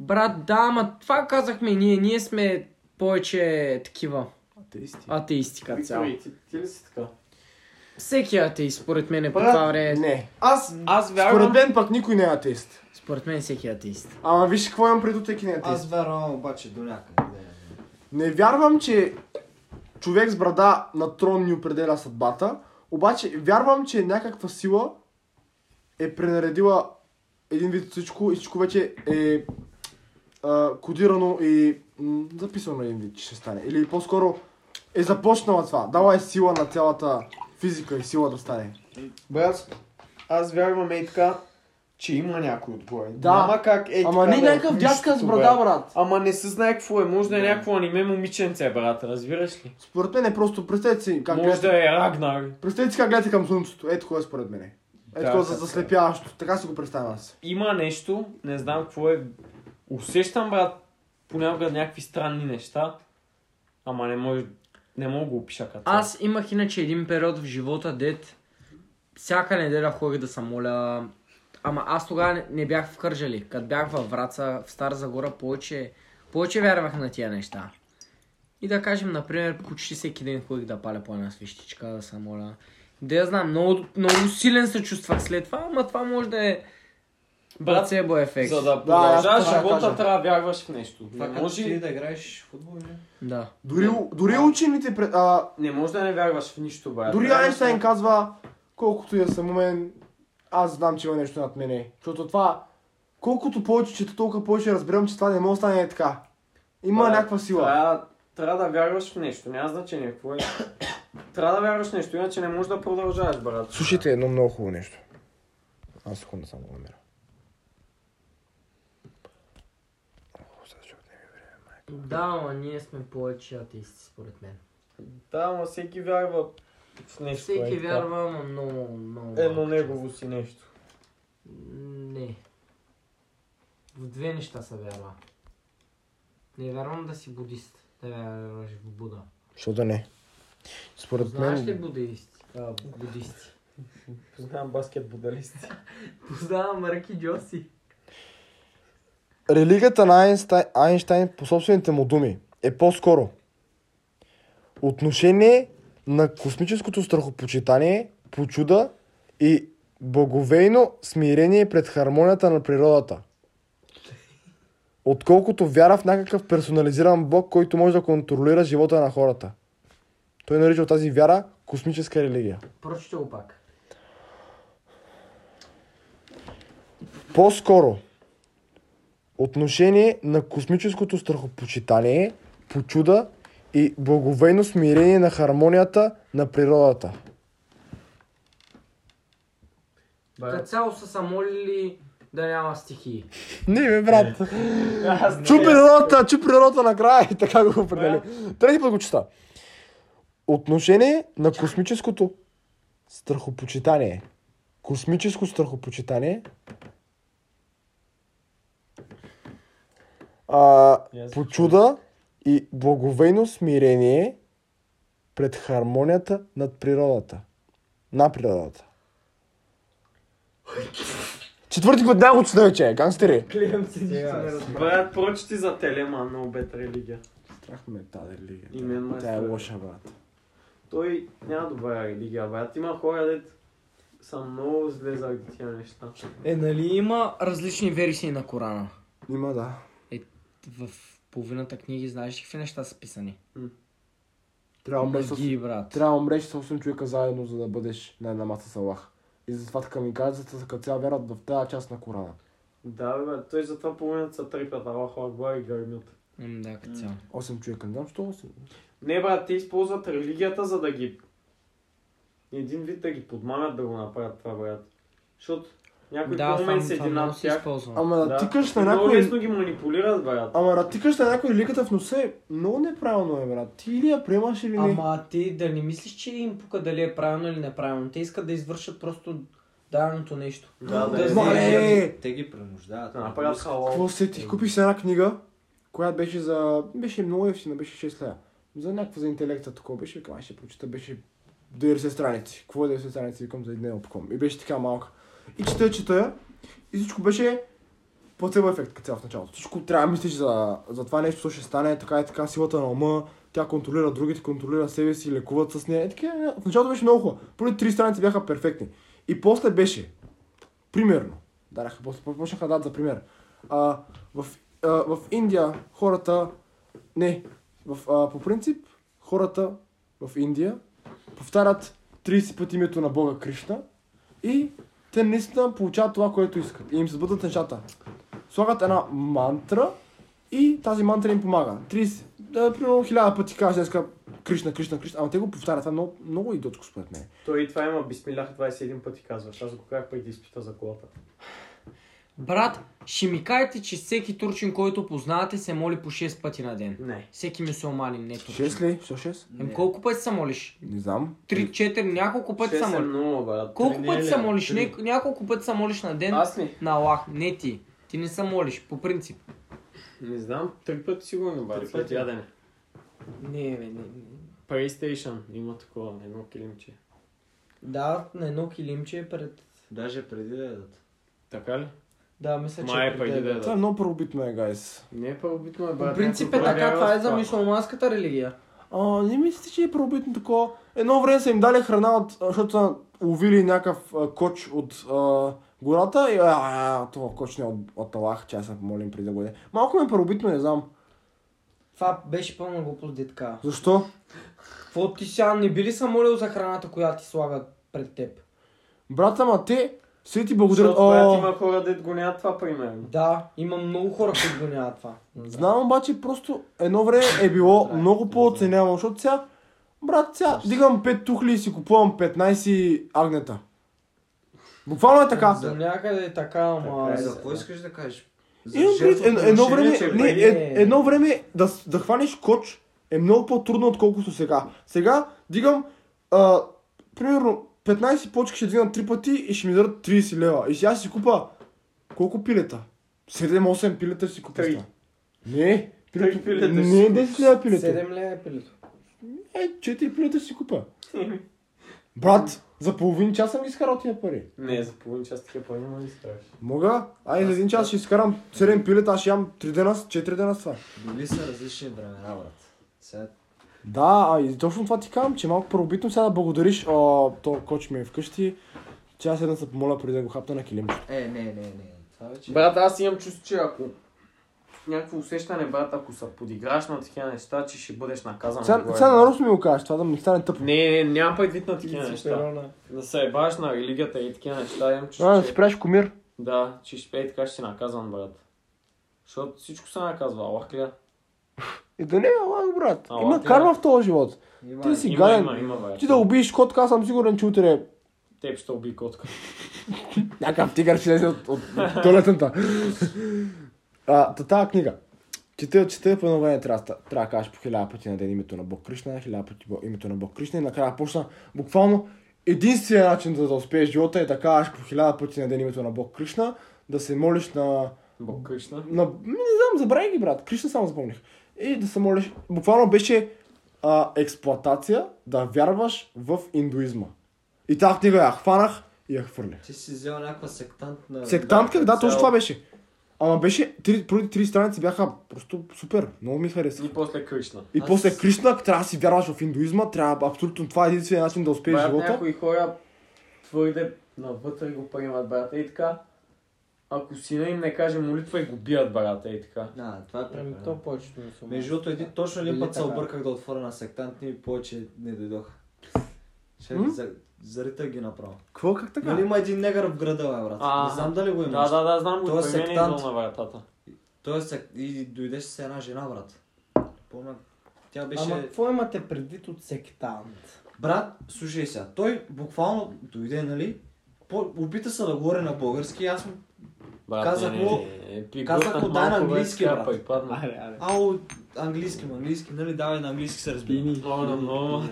Speaker 1: Брат, да, ама това казахме и ние. Ние сме повече такива
Speaker 2: Атеисти.
Speaker 1: атеисти като цяло.
Speaker 10: Виктор, и ти, ти ли си така?
Speaker 1: Всеки атеист, според мен, по
Speaker 2: Брат,
Speaker 1: това време.
Speaker 2: Не.
Speaker 6: Аз, аз
Speaker 2: Според
Speaker 6: вярвам...
Speaker 2: мен пък никой не е атеист.
Speaker 1: Според мен всеки атеист.
Speaker 2: Ама виж какво имам предвид, всеки не е атеист.
Speaker 4: Аз вярвам обаче до някъде.
Speaker 2: Не вярвам, че човек с брада на трон ни определя съдбата, обаче вярвам, че някаква сила е пренаредила един вид всичко и всичко вече е а, кодирано и м, записано един вид, че ще стане. Или по-скоро е започнала това. Дала е сила на цялата физика и сила да стане.
Speaker 6: Брат, аз вярвам ей така, че има някой отгоре.
Speaker 2: Да.
Speaker 6: Ама как ей
Speaker 2: Ама
Speaker 6: така
Speaker 2: не
Speaker 6: да е
Speaker 2: някакъв
Speaker 6: нищо,
Speaker 2: дядка с брада,
Speaker 6: бе.
Speaker 2: брат.
Speaker 6: Ама не се знае какво е, може да е
Speaker 10: Да.
Speaker 6: някакво аниме момиченце, брат.
Speaker 10: Разбираш ли?
Speaker 2: Според мен е просто, представете си как
Speaker 10: Може
Speaker 2: гледате,
Speaker 10: да е Рагнар.
Speaker 2: представете си как гледате към слънцето. Ето кое е според мен. Ето
Speaker 6: Да,
Speaker 2: да,
Speaker 6: така.
Speaker 2: заслепяващо. Така си го представям аз.
Speaker 10: Има нещо, не знам какво е. Усещам, брат, понякога някакви странни неща, ама не може, не мога да го опиша като. цяло.
Speaker 1: Аз имах иначе един период в живота, дет всяка неделя ходих да се моля. Ама аз тогава не- не бях в Кържали. Като бях във Враца, в Стара Загора, повече, повече вярвах на тия неща. И да кажем, например, почти всеки ден ходих да паля по една свещичка, да се моля. Да я знам, много, много силен се чувствах след това, ама това може да е
Speaker 10: Брат,
Speaker 1: плацебо ефект.
Speaker 10: за да
Speaker 2: Да, аз
Speaker 10: продължаваш
Speaker 2: това
Speaker 10: живота,
Speaker 2: кажа.
Speaker 10: трябва да вярваш в нещо.
Speaker 4: Това
Speaker 10: Не
Speaker 5: е
Speaker 4: като
Speaker 10: може,
Speaker 4: ти да играеш в футбол или?
Speaker 1: Да.
Speaker 2: Дори, дори учените, пред- а,
Speaker 10: не може да не вярваш в нищо, брат.
Speaker 2: дори
Speaker 10: Трябва
Speaker 2: Айнштайн
Speaker 10: да-
Speaker 2: казва, колкото я съм умен, аз знам, че има нещо над мене. Защото това, колкото повече чета, толкова повече разбирам, че това не може да стане така. Има
Speaker 10: Да,
Speaker 2: някаква сила.
Speaker 10: Трябва, трябва да вярваш в нещо, няма значение какво е. трябва да вярваш в нещо, иначе не можеш да продължаваш, брат.
Speaker 2: Слушайте едно много хубаво нещо. Аз секунда само намеря.
Speaker 1: Да, ама ние сме повече атеисти, според мен.
Speaker 10: Да, ама всеки вярва в нещо.
Speaker 1: Всеки
Speaker 10: е така.
Speaker 1: вярва, но много, много.
Speaker 10: Едно
Speaker 1: малко
Speaker 10: негово си нещо.
Speaker 1: Не. В две неща се вярва. Не вярвам да си будист. Да вярваш в Буда.
Speaker 2: Що да не? Според
Speaker 1: Знаеш ли будисти? А, будисти.
Speaker 10: Познавам баскетболисти.
Speaker 1: Познавам Ръки Джоси.
Speaker 2: Религията на Айнстайн, Айнштайн по собствените му думи е по-скоро отношение на космическото страхопочитание, по чуда и благовейно смирение пред хармонията на природата. Отколкото вяра в някакъв персонализиран бог, който може да контролира живота на хората. Той нарича тази вяра космическа религия.
Speaker 1: Прочете го пак.
Speaker 2: По-скоро отношение на космическото страхопочитание, по чуда и благовейно смирение на хармонията на природата.
Speaker 1: Като цяло са се молили да няма стихии.
Speaker 2: Не, бе, брат. чу природата, чу природата накрая и така го определи. Трети път го чета. Отношение на космическото страхопочитание. Космическо страхопочитание. А, по чуда и благовейно смирение пред хармонията над природата. На природата. Четвърти път няма го чета вече, гангстери.
Speaker 10: Брат, прочети за Телема на обет религия.
Speaker 2: Страх ме тази религия.
Speaker 10: И мен ме е
Speaker 2: Тя е
Speaker 10: страх.
Speaker 2: лоша, брат.
Speaker 10: Той няма добра религия, брат. Има хора, дет са много зле заради тия неща.
Speaker 1: Е, нали има различни версии на Корана?
Speaker 2: Има, да.
Speaker 1: В половината книги знаеш ли какви неща са писани?
Speaker 10: М.
Speaker 2: Трябва да умреш, с-
Speaker 5: Мъзги, брат.
Speaker 2: трябва да умреш с 8 човека заедно, за да бъдеш на една маса с Аллах. И затова така ми казват, за като цяло вярват в тази част на Корана.
Speaker 3: Да, бе, бе, той затова половината са три пъти, Аллаху Акбар и гърмят.
Speaker 5: М, Да, като цяло.
Speaker 2: 8 човека, не знам, що 8.
Speaker 3: Не, брат, те използват религията, за да ги... Един вид да ги подмамят да го направят това, брат. Защото някой
Speaker 5: Да,
Speaker 3: да,
Speaker 5: сам,
Speaker 3: момент са един
Speaker 5: сам
Speaker 3: над
Speaker 5: много си
Speaker 3: тях.
Speaker 5: използвам.
Speaker 2: Ама да, тикаш на
Speaker 3: И Много
Speaker 2: някой...
Speaker 3: лесно ги манипулират, брат.
Speaker 2: Ама да тикаш на някой ликата в носа е много неправилно е, брат. Ти или я приемаш
Speaker 1: Ами-
Speaker 2: или не.
Speaker 5: Ама ти да не мислиш, че им пука дали е правилно или неправилно. Те искат да извършат просто даденото нещо.
Speaker 6: Да, да,
Speaker 5: Да,
Speaker 6: е.
Speaker 5: мале!
Speaker 6: Те- Те ги принуждават.
Speaker 3: Да направят халал.
Speaker 2: Какво се ти? Купих се една книга, която беше за... Беше много ефтина, беше 6 лева. За някаква за интелекта такова беше, викам, аз ще прочита, беше 90 страници. Какво е 90 страници, викам за един опком. И беше така малка. И чета, чета я. И всичко беше плацебо ефект като цяло в началото. Всичко трябва да мислиш за, за това нещо, което ще стане, така и така, силата на ума, тя контролира другите, контролира себе си, лекуват с нея. Е, така, е, в началото беше много хубаво. Първите три страници бяха перфектни. И после беше, примерно, дараха, после почнаха да дадат за пример. А, в, а, в Индия хората, не, в, а, по принцип, хората в Индия повтарят 30 пъти името на Бога Кришна и те наистина получават това, което искат. И им се бъдат нещата. Слагат една мантра и тази мантра им помага. 30, да, примерно 1000 пъти кажеш днеска Кришна, Кришна, Кришна, ама те го повтарят. Това е много, много идиотско според мен.
Speaker 3: Той и това има Бисмилях 21 пъти казваш. Аз го казах преди изпита за колата.
Speaker 1: Брат, ще ми кажете, че всеки турчин, който познавате, се моли по 6 пъти на ден.
Speaker 3: Не.
Speaker 1: Всеки мюсюлманин, не турчин.
Speaker 2: 6 ли? Що 6?
Speaker 1: Ем, колко пъти се молиш?
Speaker 2: Не знам.
Speaker 1: 3, 4, няколко пъти се
Speaker 3: Шест е
Speaker 1: молиш.
Speaker 3: много, брат.
Speaker 1: Колко
Speaker 3: Три
Speaker 1: пъти
Speaker 3: недели.
Speaker 1: се молиш?
Speaker 3: Три.
Speaker 1: Не, няколко пъти се молиш на ден
Speaker 3: Аз не.
Speaker 1: на Аллах. Не ти. Ти не се молиш, по принцип.
Speaker 12: Не знам, три пъти сигурно, брат.
Speaker 3: Три
Speaker 12: Три пъти
Speaker 3: пъти.
Speaker 12: ядене.
Speaker 5: Не, бе, не, не.
Speaker 12: PlayStation има такова, едно килимче.
Speaker 5: Да, на едно килимче е пред...
Speaker 6: Даже преди да ядат.
Speaker 12: Така ли?
Speaker 5: Да, мисля, че
Speaker 12: Май
Speaker 5: пред
Speaker 12: преди да
Speaker 5: тебе.
Speaker 12: ядат.
Speaker 2: Това е много първобитно е, гайс.
Speaker 12: Не е първобитно, е, брат.
Speaker 5: По принцип е
Speaker 12: някой
Speaker 5: така, това е за
Speaker 12: проверява
Speaker 5: мисулманската религия.
Speaker 2: А, не мислите, че е пробитно такова. Едно време са им дали храна, от, защото са ловили някакъв а, коч от а, гората и а, а, това коч не е от, от Аллах, че аз се помолим преди да го яде. Малко ме е пробитно, не знам.
Speaker 5: Това беше пълна глупост, де така.
Speaker 2: Защо?
Speaker 5: Какво ти сега не би ли се молил за храната, която ти слагат пред теб?
Speaker 2: Брат, ама те, си ти благодарят.
Speaker 12: е
Speaker 3: Защото брат,
Speaker 2: О,
Speaker 3: има хора, дед го нямат това, примерно.
Speaker 5: Да, има много хора, които го нямат това.
Speaker 2: знам обаче, просто едно време е било много по-оценявано, защото сега, брат, сега дигам 5 тухли и си купувам 15 агнета. Буквално е така.
Speaker 5: До някъде е така, ама...
Speaker 6: Е, за какво искаш да кажеш? За
Speaker 2: Имам предвид, едно, едно време,
Speaker 6: жертвоприношение,
Speaker 2: не,
Speaker 6: че
Speaker 2: е, едно време да, с- да хванеш коч е много по-трудно, отколкото сега. Сега дигам, а, примерно, 15 почки ще дигна 3 пъти и ще ми дадат 30 лева. И сега ще си купа, колко пилета? 7-8 пилета ще си купя.
Speaker 3: Три.
Speaker 2: сега. Не, пилета,
Speaker 3: Три пилета ще
Speaker 2: не
Speaker 3: си
Speaker 2: 10 лева пилета.
Speaker 5: 7 лева е пилито.
Speaker 2: Е, 4 пилета ще си купя. Брат, за половин час съм изкарал тия пари.
Speaker 3: Не, за половин час такива пари няма да изкараш.
Speaker 2: Мога? Ай, за един час ще изкарам 7 пилета, аз ще ям 3 дена, 4 дена с това.
Speaker 6: Били Нали са различни времена, брат. Сега
Speaker 2: Да, а и точно това ти казвам, че малко първобитно сега да благодариш, о, то коч ми е вкъщи, че аз седна се помоля преди да го хапна на килимче.
Speaker 6: Е, не, не, не. Това
Speaker 12: Значи-
Speaker 6: вече...
Speaker 3: Брат, аз имам чувство, че ако някакво усещане, брат, ако се подиграш на такива неща, че ще бъдеш наказан.
Speaker 2: Сега,
Speaker 3: отгоре.
Speaker 2: сега нарочно ми го кажеш, това да ми стане тъпо.
Speaker 3: Не, не, нямам предвид на такива неща. Да се ебаш на религията и такива неща, имам
Speaker 2: А, да
Speaker 12: е
Speaker 3: чувство,
Speaker 2: си
Speaker 3: че...
Speaker 2: правиш комир.
Speaker 3: Да, че ще пее така, ще си наказан, брат. Защото всичко се наказва, Аллах гледа.
Speaker 2: И да не, алак, брат.
Speaker 3: Алак,
Speaker 2: Има
Speaker 3: да.
Speaker 2: карма в този живот.
Speaker 6: Има,
Speaker 2: Ти да си
Speaker 3: Има,
Speaker 2: гаден.
Speaker 3: има, има, брат.
Speaker 2: Ти да убиеш котка, аз съм сигурен, че утре
Speaker 3: Теб ще уби котка.
Speaker 2: някакъв тигър ще лезе от, от, от туалетната. А, та тази книга. Чета, чета по едно време трябва, да ста- трябва да кажеш по хиляда пъти на ден името на Бог Кришна, хиляда пъти Бог- името на Бог Кришна и накрая почна буквално единствения начин за да успееш живота е да кажеш по хиляда пъти на ден името на Бог Кришна, да се молиш на...
Speaker 3: Бог Кришна.
Speaker 2: на не знам, забравя ги брат, Кришна само запомних. И да се молиш... Буквално беше а, експлоатация да вярваш в индуизма. И тази книга я хванах и я хвърлях.
Speaker 6: Ти си взел някаква сектантна...
Speaker 2: Сектантка, да, точно
Speaker 6: цяло.
Speaker 2: това беше. Ама беше, три, първите три страници бяха просто супер, много ми хареса.
Speaker 3: И после Кришна.
Speaker 2: И после Кришна, трябва да си вярваш в индуизма, трябва абсолютно това е единствения начин да успееш
Speaker 3: Брат,
Speaker 2: живота.
Speaker 3: някои хора твърде навътре го приемат, брат. И така,
Speaker 6: ако сина им не каже молитва и го бият, брат, ей така.
Speaker 5: Да, това е
Speaker 8: Ами,
Speaker 5: прекалено.
Speaker 8: то повечето не са.
Speaker 5: Между другото, един, точно един
Speaker 8: Или
Speaker 5: път се
Speaker 8: така.
Speaker 5: обърках да отворя на сектантни и повече не дойдоха. Ще ги за- зарита ги направо.
Speaker 2: Какво как така?
Speaker 5: Нали има един негър в града, бе, брат?
Speaker 6: А,
Speaker 5: не знам дали го има.
Speaker 6: Да, да, да, знам го.
Speaker 5: Той е
Speaker 6: Той мен е
Speaker 5: сектант.
Speaker 6: идвал на вратата.
Speaker 5: Той е сек... и дойдеше с една жена, брат. Помня. Тя беше...
Speaker 8: Ама какво имате предвид от сектант?
Speaker 5: Брат, слушай сега, той буквално дойде, нали? По... Опита се да говори на български, аз му...
Speaker 6: Брат,
Speaker 5: Казах
Speaker 6: не, не,
Speaker 3: Е,
Speaker 5: му-
Speaker 6: не, не, при
Speaker 5: казах
Speaker 6: глътнах
Speaker 5: му, дай на
Speaker 6: малко, бе,
Speaker 5: английски,
Speaker 6: скапа
Speaker 5: брат.
Speaker 6: и падна.
Speaker 8: Аре, аре.
Speaker 5: Ало, английски, ма, английски, нали? Давай на английски се разбира.
Speaker 3: е
Speaker 6: Много, да, много.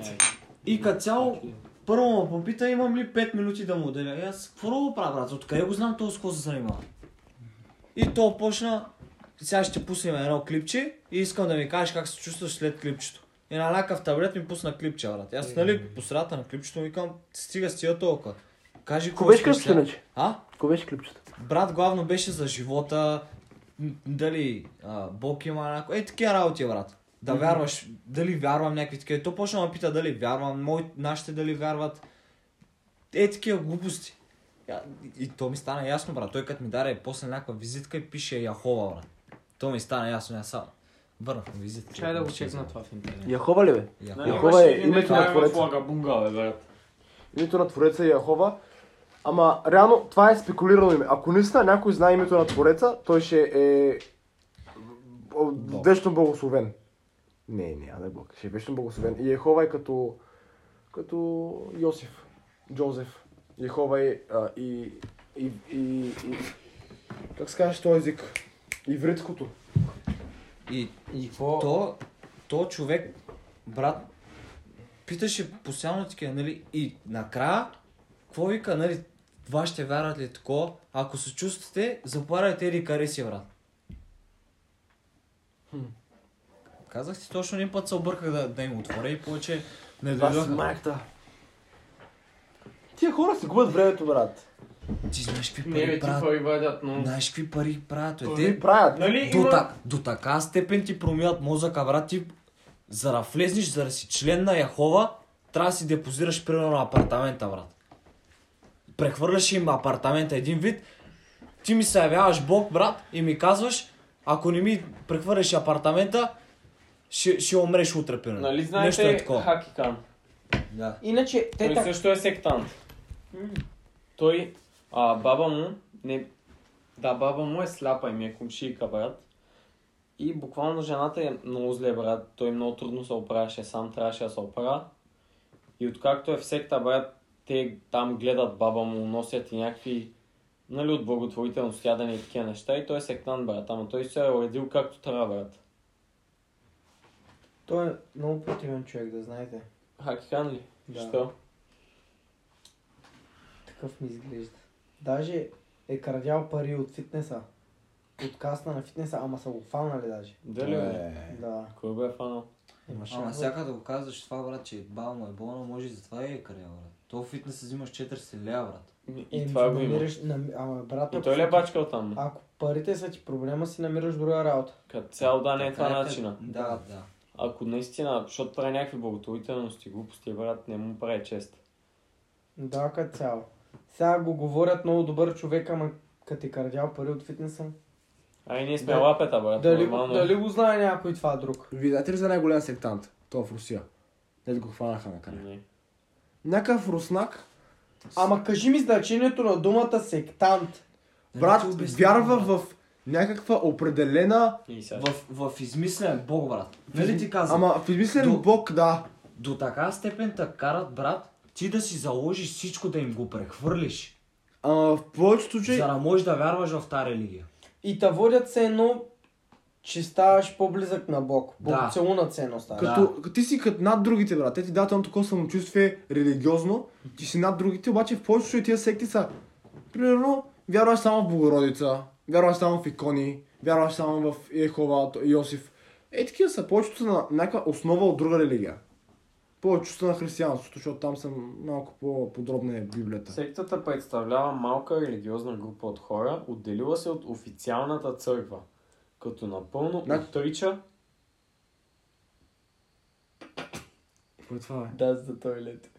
Speaker 5: И като цяло, първо му попита, имам ли 5 минути да му отделя. И аз, какво да го правя, брат? Откъде го знам, този с какво се занимава? И то почна, сега ще пуснем едно клипче и искам да ми кажеш как се чувстваш след клипчето. И на лакав таблет ми пусна клипче, брат. И
Speaker 3: Е.
Speaker 5: Аз, нали, по средата на клипчето му викам, стига стига толкова. Кажи, какво
Speaker 3: беше
Speaker 5: искаш
Speaker 3: клипчето,
Speaker 5: сега?
Speaker 3: иначе?
Speaker 5: А?
Speaker 3: Какво беше клипчето?
Speaker 5: Брат, главно беше за живота, м, дали а, Бог има някой. Е, такива работи, брат. Да вярваш, дали вярвам някакви такива. И То почна да ме пита дали вярвам, мои, нашите дали вярват. Е, такива глупости. Я- И, и то ми стана ясно, брат. Той като ми даде после някаква визитка и пише Яхова, брат. То ми стана ясно, аз сам. Върнах му визитка.
Speaker 13: Чай да го чекна това в интернет.
Speaker 3: Яхова ли бе?
Speaker 5: Яхова.
Speaker 3: Яхова е името на
Speaker 6: твореца.
Speaker 3: твореца. е, Името на Твореца е Яхова. Ама, реално, това е спекулирано име. Ако наистина някой знае името на Твореца, той ще е о, вечно благословен. Не, не, а да е Бог. Ще е вечно благословен. И Яхова е като, като Йосиф, Джозеф. Яхова е а, и, и, и, и, как се казваш този език? Ивритското.
Speaker 5: И
Speaker 8: И какво?
Speaker 5: То, то човек, брат, питаше постоянно такива, нали, и накрая, какво вика, нали, това ще вярват ли тако, ако се чувствате, запларайте или кареси, брат. Казах ти, точно един път се обърках да, да им отворя и повече не
Speaker 3: Това с
Speaker 5: дойдоха.
Speaker 3: майката. Тия хора си губят времето, брат.
Speaker 5: Ти знаеш какви
Speaker 6: Не,
Speaker 5: пари
Speaker 6: бе, ти
Speaker 5: правят,
Speaker 6: пари вадят, но...
Speaker 5: знаеш какви пари правят, бе.
Speaker 3: Те
Speaker 5: Те,
Speaker 3: правят.
Speaker 6: Нали,
Speaker 5: до, та, до така степен ти промиват мозъка, брат, ти за да влезнеш, за да си член на Яхова, трябва да си депозираш примерно на апартамента, брат. Прехвърляш им апартамента един вид, ти ми се явяваш Бог, брат, и ми казваш, ако не ми прехвърляш апартамента, ще, ще умреш утре, примерно.
Speaker 6: Нали
Speaker 5: Нещо
Speaker 6: знаете
Speaker 5: е такова.
Speaker 6: Хакикан?
Speaker 5: Да.
Speaker 8: Иначе, те
Speaker 6: Той
Speaker 8: така...
Speaker 6: също е сектант. Той, а, баба му, не, да, баба му е сляпа и ми е комшийка, брат. И буквално жената е много зле, брат. Той много трудно се оправяше, сам трябваше да се оправя. И откакто е в секта, брат, те там гледат баба му, носят и някакви, нали, от благотворителност, ядене и такива неща. И той е сектант, брат. Ама той се е уредил както трябва, брат.
Speaker 8: Той е много противен човек, да знаете.
Speaker 6: Хакихан ли?
Speaker 8: Да.
Speaker 6: Що?
Speaker 8: Такъв ми изглежда. Даже е крадял пари от фитнеса. От каста на фитнеса, ама са го фанали даже.
Speaker 6: Дали, бе?
Speaker 8: Да.
Speaker 6: Кой бе е фанал?
Speaker 8: Имаше.
Speaker 5: Ама сега да го казваш това, брат, че баба му е болна, може и затова и е кариера, брат. То фитнес взимаш 40 лева, брат.
Speaker 6: И,
Speaker 8: ами,
Speaker 6: и това го има.
Speaker 8: намираш, нами- Ама брат,
Speaker 6: И
Speaker 8: ако
Speaker 6: той ли
Speaker 8: са
Speaker 6: е
Speaker 8: ти-
Speaker 6: бачкал там?
Speaker 8: Ако парите са ти проблема, си намираш друга работа.
Speaker 6: Като цял да не е това
Speaker 5: Така е,
Speaker 6: начина.
Speaker 5: Да, да.
Speaker 6: Ако наистина, защото прави някакви благотворителности, глупости, брат, не му прави чест.
Speaker 8: Да, като цяло. Сега го говорят много добър човек, ама като е кардял пари от фитнеса.
Speaker 6: А и ние сме
Speaker 8: Да.
Speaker 6: лапета, брат.
Speaker 8: Дали, го-
Speaker 6: нормално е.
Speaker 8: дали го знае някой това друг?
Speaker 2: Вие знаете ли за най-голям сектант? То в Русия. Дед го хванаха на
Speaker 5: Е.
Speaker 2: края.
Speaker 6: Не.
Speaker 2: Някакъв руснак,
Speaker 8: Ама кажи ми значението на думата сектант.
Speaker 2: брат,
Speaker 5: ти обяснявам,
Speaker 2: вярва в някаква определена...
Speaker 6: И сега.
Speaker 5: В, в измислен бог, брат. Нали ти казвам?
Speaker 2: Ама в измислен
Speaker 5: До-
Speaker 2: бог, да.
Speaker 5: До така степен те карат, брат, ти да си заложиш всичко да им го прехвърлиш,
Speaker 2: Ама в повечето
Speaker 5: за
Speaker 2: случаи...
Speaker 5: да можеш да вярваш в тази религия.
Speaker 8: И та водят се едно, че ставаш по-близък на Бог.
Speaker 5: Да.
Speaker 8: Поцелуна се едно става.
Speaker 2: Като, като ти си като над другите, брат. Те ти дават едно такова самочувствие религиозно, ти си над другите, обаче в повечето от тия секти са, примерно, вярваш само в Богородица, вярваш само в икони, вярваш само в Ехова, Йосиф. Е, такива са. Повечето са на някаква основа от друга религия. Повечето са на християнството, защото там съм малко по-подробна е Библията.
Speaker 6: Сектата представлява малка религиозна група от хора, отделила се от официалната църква, като напълно
Speaker 2: Да.
Speaker 6: отрича
Speaker 2: Какво е това, бе?
Speaker 8: Да, за тойлет.
Speaker 5: е.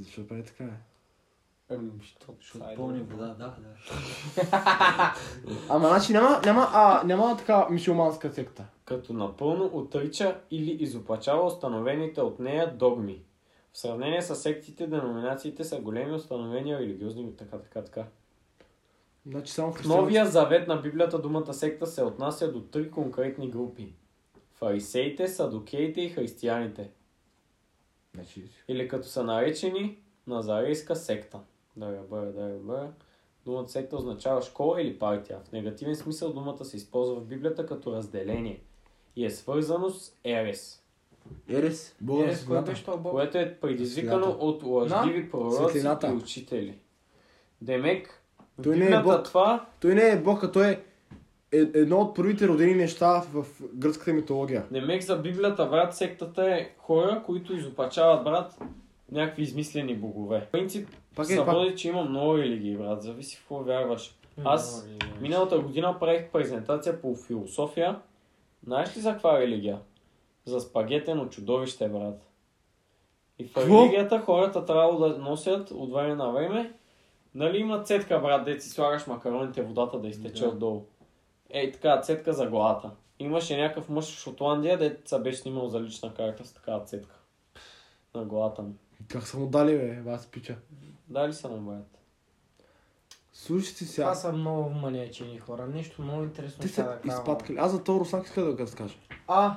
Speaker 2: Защо прави така, бе? Ем, що?
Speaker 5: Ще отпълни вода, да, да.
Speaker 2: Ама значи няма, няма, а, няма така мисиоманска секта.
Speaker 6: като напълно отрича или изоплачава установените от нея догми. В сравнение с сектите, деноминациите са големи установени религиозни, така, така, така.
Speaker 2: Значи само
Speaker 6: В
Speaker 2: християни.
Speaker 6: Новия завет на Библията думата секта се отнася до три конкретни групи. Фарисеите, садокеите и християните.
Speaker 5: Значи,
Speaker 6: Или като са наречени Назарейска секта. Дара бъра, дара бъра. Думата секта означава школа или партия. В негативен смисъл думата се използва в Библията като разделение и е свързано с ерес.
Speaker 5: Ерес.
Speaker 2: Бога
Speaker 3: Е, с кое беше това Бог?
Speaker 6: което е предизвикано
Speaker 5: Светлината.
Speaker 6: от лъжливи пророци
Speaker 2: Светлината.
Speaker 6: и учители. Демек,
Speaker 2: Той не е
Speaker 6: Библията
Speaker 2: Бог.
Speaker 6: това
Speaker 2: Той не е бог, а той е е- едно от първите родени неща в гръцката митология.
Speaker 6: Демек за Библията, брат, сектата е хора, които изопачават, брат, някакви измислени богове. В принцип,
Speaker 2: Пак
Speaker 6: пак
Speaker 2: е,
Speaker 6: се
Speaker 2: пак-
Speaker 6: води, че има много религии, брат, зависи в какво вярваш. Аз миналата година правих презентация по философия. Знаеш ли за каква религия? За спагетено чудовище, брат. И в религията хората трябва да носят от време на време. Нали има цетка, брат, де си слагаш макароните водата да изтече отдолу. Ей, така, цетка за главата. Имаше някакъв мъж в Шотландия, де се беше снимал за лична карта с такава цетка. На главата му.
Speaker 2: Как са му дали, бе, вас пича.
Speaker 6: Дали са му, брат?
Speaker 2: Слушайте сега.
Speaker 8: Това са много маниачени хора. Нещо много интересно
Speaker 2: Те
Speaker 8: ще
Speaker 2: са
Speaker 8: да кажа.
Speaker 2: изпадкали. Аз за Торо Руснак иска да го разкажа.
Speaker 8: А,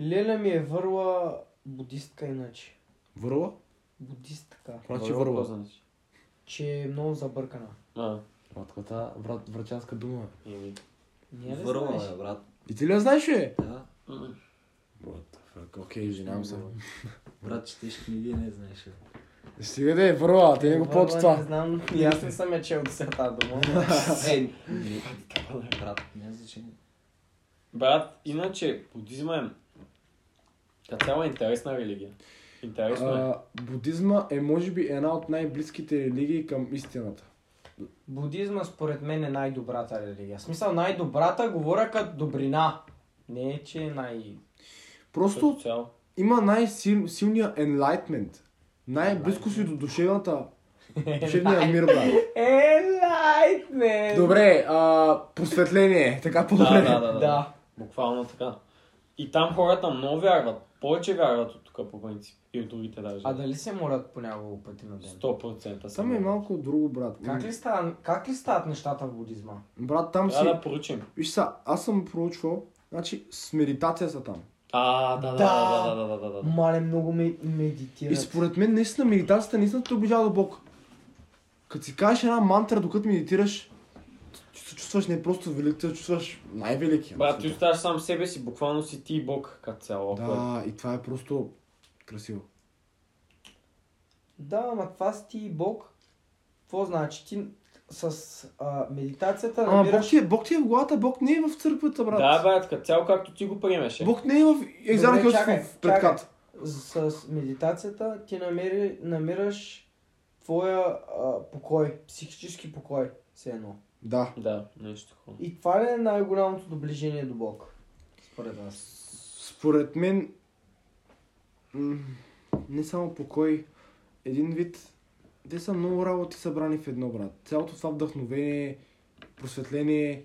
Speaker 8: Леля ми е върла будистка иначе.
Speaker 2: Върла?
Speaker 8: Будистка.
Speaker 2: Значи
Speaker 6: Върва,
Speaker 2: върла.
Speaker 6: значи.
Speaker 8: Че е много забъркана.
Speaker 6: А,
Speaker 2: Матката, брат, врачанска дума. бе.
Speaker 6: еми.
Speaker 8: Ние ли знаеш?
Speaker 5: Върва, бе, брат.
Speaker 2: И ти ли я знаеш, бе?
Speaker 5: Да.
Speaker 6: М.
Speaker 2: Окей, извинявам се.
Speaker 5: Брат, четеш книги, не знаеш. бе.
Speaker 2: Стига да е върла, те не го
Speaker 8: Върла
Speaker 2: плачат това.
Speaker 8: Не знам, и аз не съм я чел до сега тази дума. но-
Speaker 5: Ей, не, брат, няма значение.
Speaker 6: Брат, иначе будизма е като цяло е интересна религия. Интересно е.
Speaker 2: А, будизма е може би една от най-близките религии към истината.
Speaker 8: Будизма според мен е най-добрата религия. В смисъл най-добрата говоря като добрина. Не е, че е най...
Speaker 2: Просто
Speaker 6: Като цяло.
Speaker 2: има най-силния enlightenment. Най-близко си до душевната, душевния мир, брат.
Speaker 8: Е, лайт, не!
Speaker 2: Добре, а, просветление, така
Speaker 6: Да,
Speaker 2: по-добре.
Speaker 6: да, да, да.
Speaker 8: Да.
Speaker 6: Буквално така. И там хората много вярват. Повече вярват от тук по принцип. И от другите даже.
Speaker 8: А дали се морят по няколко пъти на ден?
Speaker 6: 100%
Speaker 2: Там е малко друго, брат.
Speaker 8: Как ли, става, как ли стават нещата в будизма?
Speaker 2: Брат, там си...
Speaker 6: Трябва да поручим.
Speaker 2: Виж са, аз съм проучвал, значи с медитация са там.
Speaker 6: А, да, да, да, да, да, да, да, да.
Speaker 8: Мале, много ме медитират.
Speaker 2: И според мен наистина медитацията наистина те обижава до Бог. Като си кажеш една мантра, докато медитираш, ти се чувстваш не просто велик, ти се чувстваш най-велики.
Speaker 6: Брат, ти оставаш сам себе си, буквално си ти и Бог като цяло. ако е.
Speaker 2: Да, и това е просто красиво.
Speaker 8: Да, ама това си ти и Бог. Какво значи? Ти с а, медитацията
Speaker 2: Ама Бог
Speaker 8: разбираш...
Speaker 2: ти, е, Бог ти е в главата, Бог не е в църквата, брат.
Speaker 6: Да, брат, като цяло както ти го приемеш. е.
Speaker 2: Бог не е в екзамен,
Speaker 8: Добре,
Speaker 2: който
Speaker 8: чакай,
Speaker 2: в предкат.
Speaker 8: С, с медитацията ти намери, намираш твоя а, покой, психически покой, все едно.
Speaker 2: Да.
Speaker 6: Да, нещо такова.
Speaker 8: И това ли е най-голямото доближение до Бог? Според вас.
Speaker 2: Според мен, м, не само покой, един вид, те са много работи събрани в едно, брат. Цялото това вдъхновение, просветление,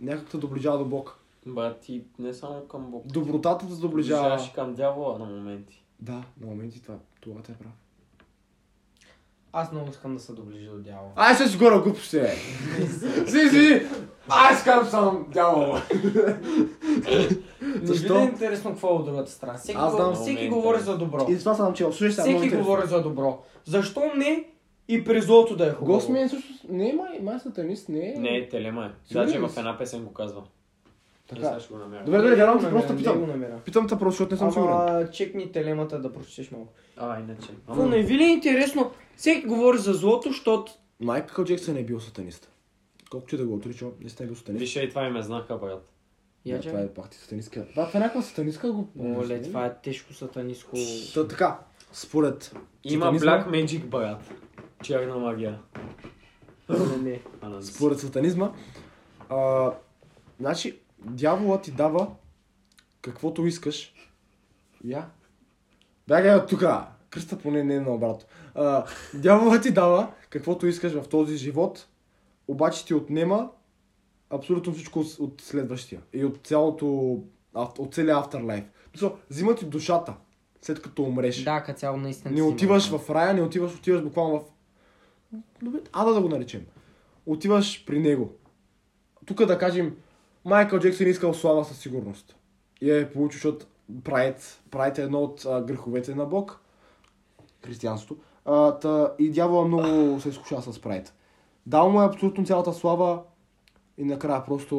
Speaker 2: някак те доближава до Бог.
Speaker 6: Брат, ти не само към Бог.
Speaker 2: Добротата те
Speaker 6: Доближаваш
Speaker 2: доближава.
Speaker 6: и към дявола на моменти.
Speaker 2: Да, на моменти това, това те е прав.
Speaker 8: Аз много искам да се доближа до дявола.
Speaker 2: Ай, сега си горе, глупо ще е. Си, си, аз карам съм дявол.
Speaker 8: Не
Speaker 2: Защо?
Speaker 8: ви ли е интересно какво е от другата страна. Всеки,
Speaker 2: Аз знам
Speaker 8: го- всеки
Speaker 6: момента.
Speaker 8: говори за добро.
Speaker 2: И това съм чел. Слушай, сега много
Speaker 8: Всеки
Speaker 2: интересно.
Speaker 8: говори за добро. Защо не и при злото да е хубаво?
Speaker 2: Гост ми е също... Не е май, май сатанист, не е...
Speaker 6: Не, телема е.
Speaker 2: Сигурен
Speaker 6: Даже
Speaker 2: ли
Speaker 6: в
Speaker 2: си?
Speaker 6: една песен го казва. Е,
Speaker 2: Така.
Speaker 6: сега ще го намеря.
Speaker 2: Добре, добре, вярвам ти,
Speaker 8: Не го
Speaker 2: просто
Speaker 8: намирам,
Speaker 2: питам.
Speaker 8: не го намирам.
Speaker 2: Питам те просто, защото не съм сигурен.
Speaker 8: Ама чекни телемата да прочетеш малко.
Speaker 6: А, иначе.
Speaker 8: Но не ви ли е интересно? Всеки говори за злото, защото
Speaker 2: Майкъл Джексън е бил сатанист. Колкото и да го отричам, наистина е бил сатанист.
Speaker 6: Виж, и това име знака, брат.
Speaker 2: Да, това е пак ти сатанистка. Да, това е някаква сатанистка го...
Speaker 8: Оле, това е тежко сатаниско.
Speaker 2: Та, така, според...
Speaker 6: Има
Speaker 2: сатанизма-
Speaker 6: Black Magic, брат. Черна магия.
Speaker 8: Не, не.
Speaker 6: А, на-
Speaker 2: Според сатанизма, а, значи, дявола ти дава каквото искаш. Я. Бягай от тука! кръста поне не е наобратно. А, Дяволът ти дава каквото искаш в този живот, обаче ти отнема абсолютно всичко от- от следващия и от цялото, ав- от целия afterlife. Мисъл, Взима ти душата, след като умреш.
Speaker 1: Да, като цяло наистина.
Speaker 2: Не
Speaker 1: си
Speaker 2: отиваш
Speaker 1: мръсна.
Speaker 2: в рая, не отиваш, отиваш буквално в... Добре, Ада да го наречем. Отиваш при него. Тук да кажем, Майкъл Джексън е искал слава със сигурност. И е получил, защото правец, правец е едно от а, греховете на Бог. Християнството. А, та, и дявола много се изкуша с правец. Дал му е абсолютно цялата слава и накрая просто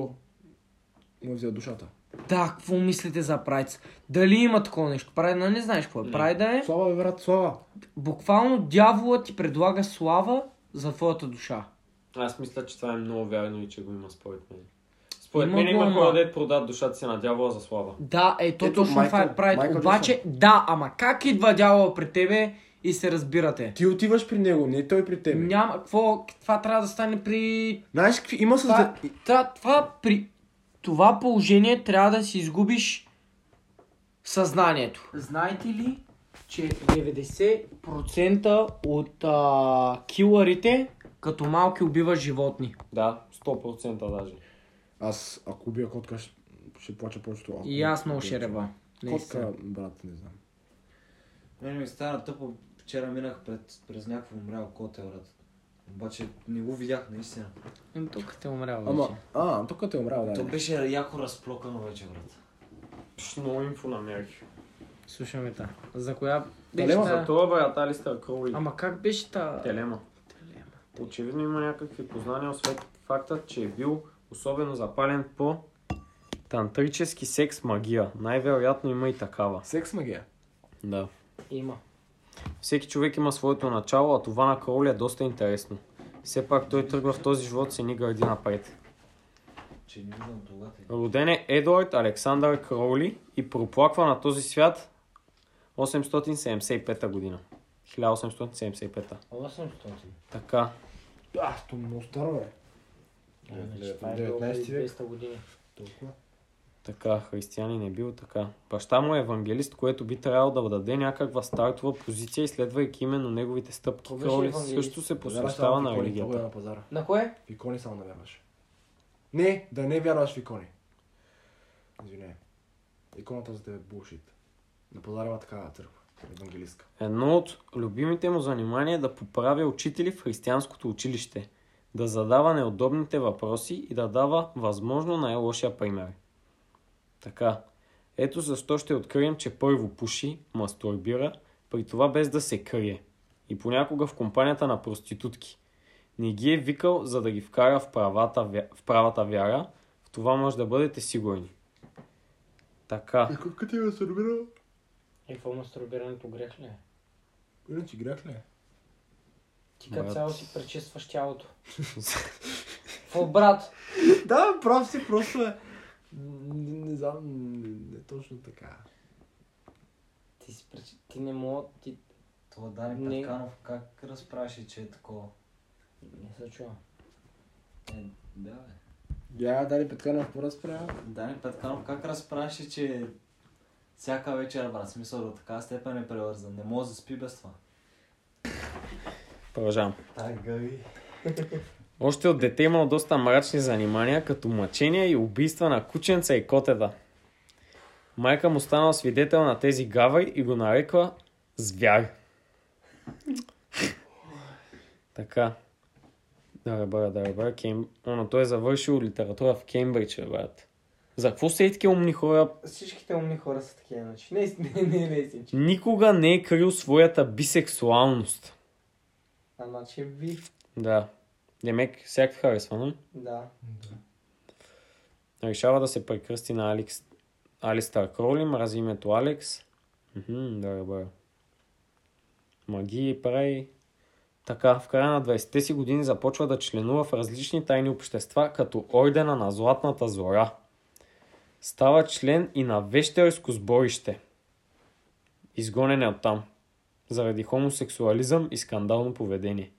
Speaker 2: му е взел душата.
Speaker 1: Да, какво мислите за Прайдс? Дали има такова нещо? Прайда не знаеш какво е. Прайда е
Speaker 2: Слава бе, брат, слава.
Speaker 1: буквално дявола ти предлага слава за твоята душа.
Speaker 6: Аз мисля, че това е много вярно и че го има според мен. Според
Speaker 1: Има
Speaker 6: мен
Speaker 1: го,
Speaker 6: има
Speaker 1: ама-
Speaker 6: хора, дед продават душата си на дявола за слава.
Speaker 1: Да, е, то
Speaker 2: Ето,
Speaker 1: точно
Speaker 2: Майкъл-
Speaker 1: това е Прайд.
Speaker 2: Майкъл
Speaker 1: Обаче, да, ама как идва дявола при тебе и се разбирате?
Speaker 2: Ти отиваш при него, не е той при теб.
Speaker 1: Няма, какво, това трябва да стане при...
Speaker 2: Знаеш какви има
Speaker 1: Това,
Speaker 2: с...
Speaker 1: това, това при... Това положение трябва да си изгубиш съзнанието. Знаете ли, че 90% от а, киларите като малки убиват животни?
Speaker 6: Да, 100% даже.
Speaker 2: Аз, ако убия котка, ще, ще плача повечето. Ако
Speaker 1: И аз много ще рева. Наистина.
Speaker 2: Котка, брат, не знам.
Speaker 5: Мене ми стана тъпо, вчера минах пред, през някакво умряло коте, е, брат. Обаче не го видях наистина.
Speaker 1: Ем, Ами Тук те умрява вече.
Speaker 2: Ама, а, тук те е умрял, да.
Speaker 5: То
Speaker 2: бе.
Speaker 5: беше яко разплокано вече, брат.
Speaker 6: Пш, много инфо намерих.
Speaker 1: Слушаме та. За коя беше
Speaker 2: Телема,
Speaker 1: та?
Speaker 6: За това брат Алистър Кроули.
Speaker 1: Ама как беше та?
Speaker 6: Телема. Очевидно има някакви познания, освен факта, че е бил особено запален по тантрически секс магия. Най-вероятно има и такава.
Speaker 2: Секс магия.
Speaker 6: Да.
Speaker 1: Има.
Speaker 6: Всеки човек има своето начало, а това на Кроули е доста интересно. Все пак той тръгва в този живот с едни гради напред.
Speaker 5: Че не виждам тогава.
Speaker 6: Роден е Едуард Александър Кроули и проплаква на този свят 875 година. 1875.
Speaker 8: 800.
Speaker 6: Така.
Speaker 2: А, то много старо е.
Speaker 8: Това е
Speaker 2: 19
Speaker 8: било преди
Speaker 2: век.
Speaker 8: 200 години.
Speaker 6: Така, християнин е бил така. Баща му е евангелист, което би трябвало да даде някаква стартова позиция и следвайки именно неговите стъпки,
Speaker 8: Кой беше
Speaker 6: Кроли
Speaker 8: евангелист?
Speaker 6: също се
Speaker 2: Вярваш
Speaker 6: посвещава
Speaker 2: само
Speaker 6: на
Speaker 2: в икони,
Speaker 6: религията.
Speaker 2: Много е на пазара.
Speaker 1: На кое?
Speaker 2: В икони само да вярваш. Не, да не вярваш в икони. Извинявай. Иконата за тебе е булшит. На пазара има такава църква. Евангелистка.
Speaker 6: Едно от любимите му занимания е да поправя учители в християнското училище, да задава неудобните въпроси и да дава възможно най-лошия пример. Така, ето защо ще открием, че първо пуши, мастурбира, при това без да се крие. И понякога в компанията на проститутки. Не ги е викал, за да ги вкара в правата, вя- в правата вяра, в това може да бъдете сигурни. Така.
Speaker 2: Котка ти ме сърбира.
Speaker 8: И Е, какво мастурбирането грех ли е?
Speaker 2: Иначе грях ли е?
Speaker 8: Ти като
Speaker 6: Брат.
Speaker 8: цяло си пречистваш тялото. Какво брат?
Speaker 2: Да, прав си, просто е. Не, не знам, не, не точно така.
Speaker 8: Ти, си пречи... ти не мога... Ти...
Speaker 5: Това Дани
Speaker 8: Не.
Speaker 5: Петканов как разправяше, че е такова?
Speaker 8: Не се чува.
Speaker 5: Е, да, бе.
Speaker 2: Я, Дали Петканов, поразправя.
Speaker 5: Дани Петканов как разправяше, че всяка вечер, брат, смисъл до така степен е превързан. Не може да спи без това.
Speaker 6: Продължавам.
Speaker 5: Тага ви.
Speaker 6: Още от дете имал доста мрачни занимания, като мъчения и убийства на кученца и котеда. Майка му станала свидетел на тези гаври и го нарекла звяр. така. Да, бра, да, бра, Кем... Оно, той е завършил литература в Кембридж, бе, брат. За какво са и такива умни хора?
Speaker 8: Всичките умни хора са такива, значи. Не, не, не, не, значи, не,
Speaker 6: Никога не е крил своята бисексуалност.
Speaker 8: А значи ви.
Speaker 6: Да. Демек, всяк харесва, нали?
Speaker 8: Да.
Speaker 6: Решава да се прекръсти на Алекс... Алистър Кроли, мрази името Алекс. Мхм, добре, добре. Магии прави. Така, в края на 20-те си години започва да членува в различни тайни общества, като Ордена на Златната зора. Става член и на вещерско сборище. Изгонен е оттам. Заради хомосексуализъм и скандално поведение.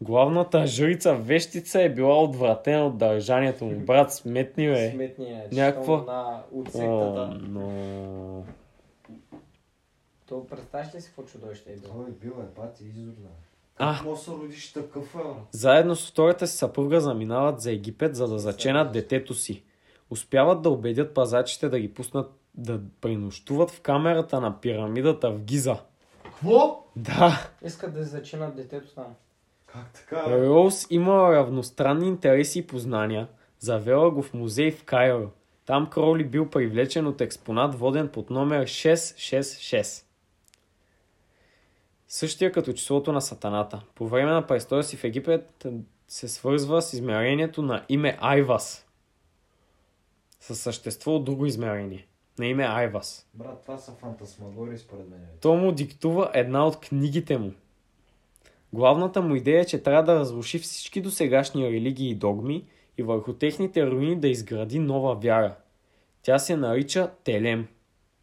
Speaker 6: Главната жрица вещица е била отвратена от държанието му. Брат, сметни бе.
Speaker 8: Сметния е.
Speaker 6: Някаква-
Speaker 8: На... От
Speaker 6: О,
Speaker 8: сектата.
Speaker 6: но...
Speaker 8: То представяш ли си какво чудовище е било?
Speaker 6: Той е бил е бати изорна.
Speaker 3: А.
Speaker 6: Какво се родиш такъв, е, брат?
Speaker 3: Заедно с втората си съпруга заминават за Египет, за да заченат детето си. Успяват да убедят пазачите да ги пуснат да пренощуват в камерата на пирамидата в Гиза.
Speaker 6: Какво?
Speaker 3: Да,
Speaker 8: Искат да зачинат детето там.
Speaker 6: Как така? бе?
Speaker 3: Роуз имала равностранни интереси и познания. Завела го в музей в Кайро. Там Кроули бил привлечен от експонат, воден под номер 666. Същия като числото на сатаната. По време на престоя си в Египет се свързва с измерението на име Айвас. Със същество от друго измерение. На име Айвас.
Speaker 6: Брат, това са фантасмагори според мен. бе.
Speaker 3: То му диктува една от книгите му. Главната му идея е, че трябва да разруши всички досегашни религии и догми и върху техните руини да изгради нова вяра. Тя се нарича Телем,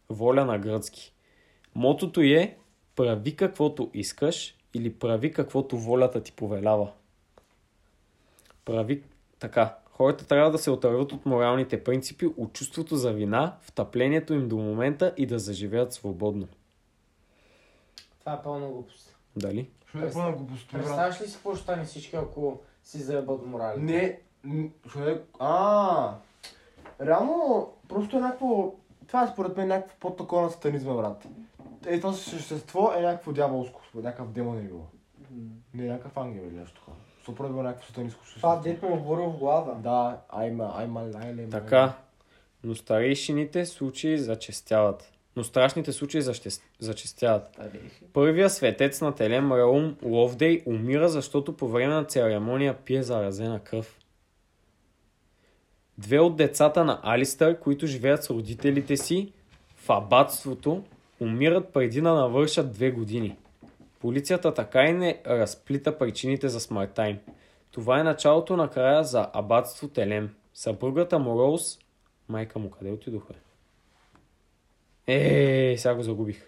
Speaker 3: воля на гръцки. Мотото й е прави каквото искаш или прави каквото волята ти повелява. Прави така. Хората трябва да се отърват от моралните принципи, от чувството за вина, втъплението им до момента и да заживеят свободно.
Speaker 8: Това е пълна глупост.
Speaker 3: Дали?
Speaker 14: Що е пълна глупост, бе, брат?
Speaker 8: Представяш ли си какво ще стане всички, ако си заебат морали?
Speaker 2: Не, м, човек, а, реално, просто е някакво, това е според мен някакво по-такова на сатанизма, брат. Е, това същество е някакво дяволско, според някакъв демон е било. Не, някакъв ангел или нещо такова. Супер е било някакво сатанинско същество.
Speaker 8: Това дет му е оборил в глава.
Speaker 2: Да, айма, айма, лайле.
Speaker 3: Така. Но старейшините случаи зачестяват. Но страшните случаи заще- зачестяват. Първия светец на Телем Раум Ловдей умира, защото по време на церемония пие заразена кръв. Две от децата на Алистър, които живеят с родителите си в абатството, умират преди да навършат две години. Полицията така и не разплита причините за смъртта им. Това е началото на края за абатство Телем. Съпругата му Роуз... Майка му, къде отидоха? Е, сега го загубих.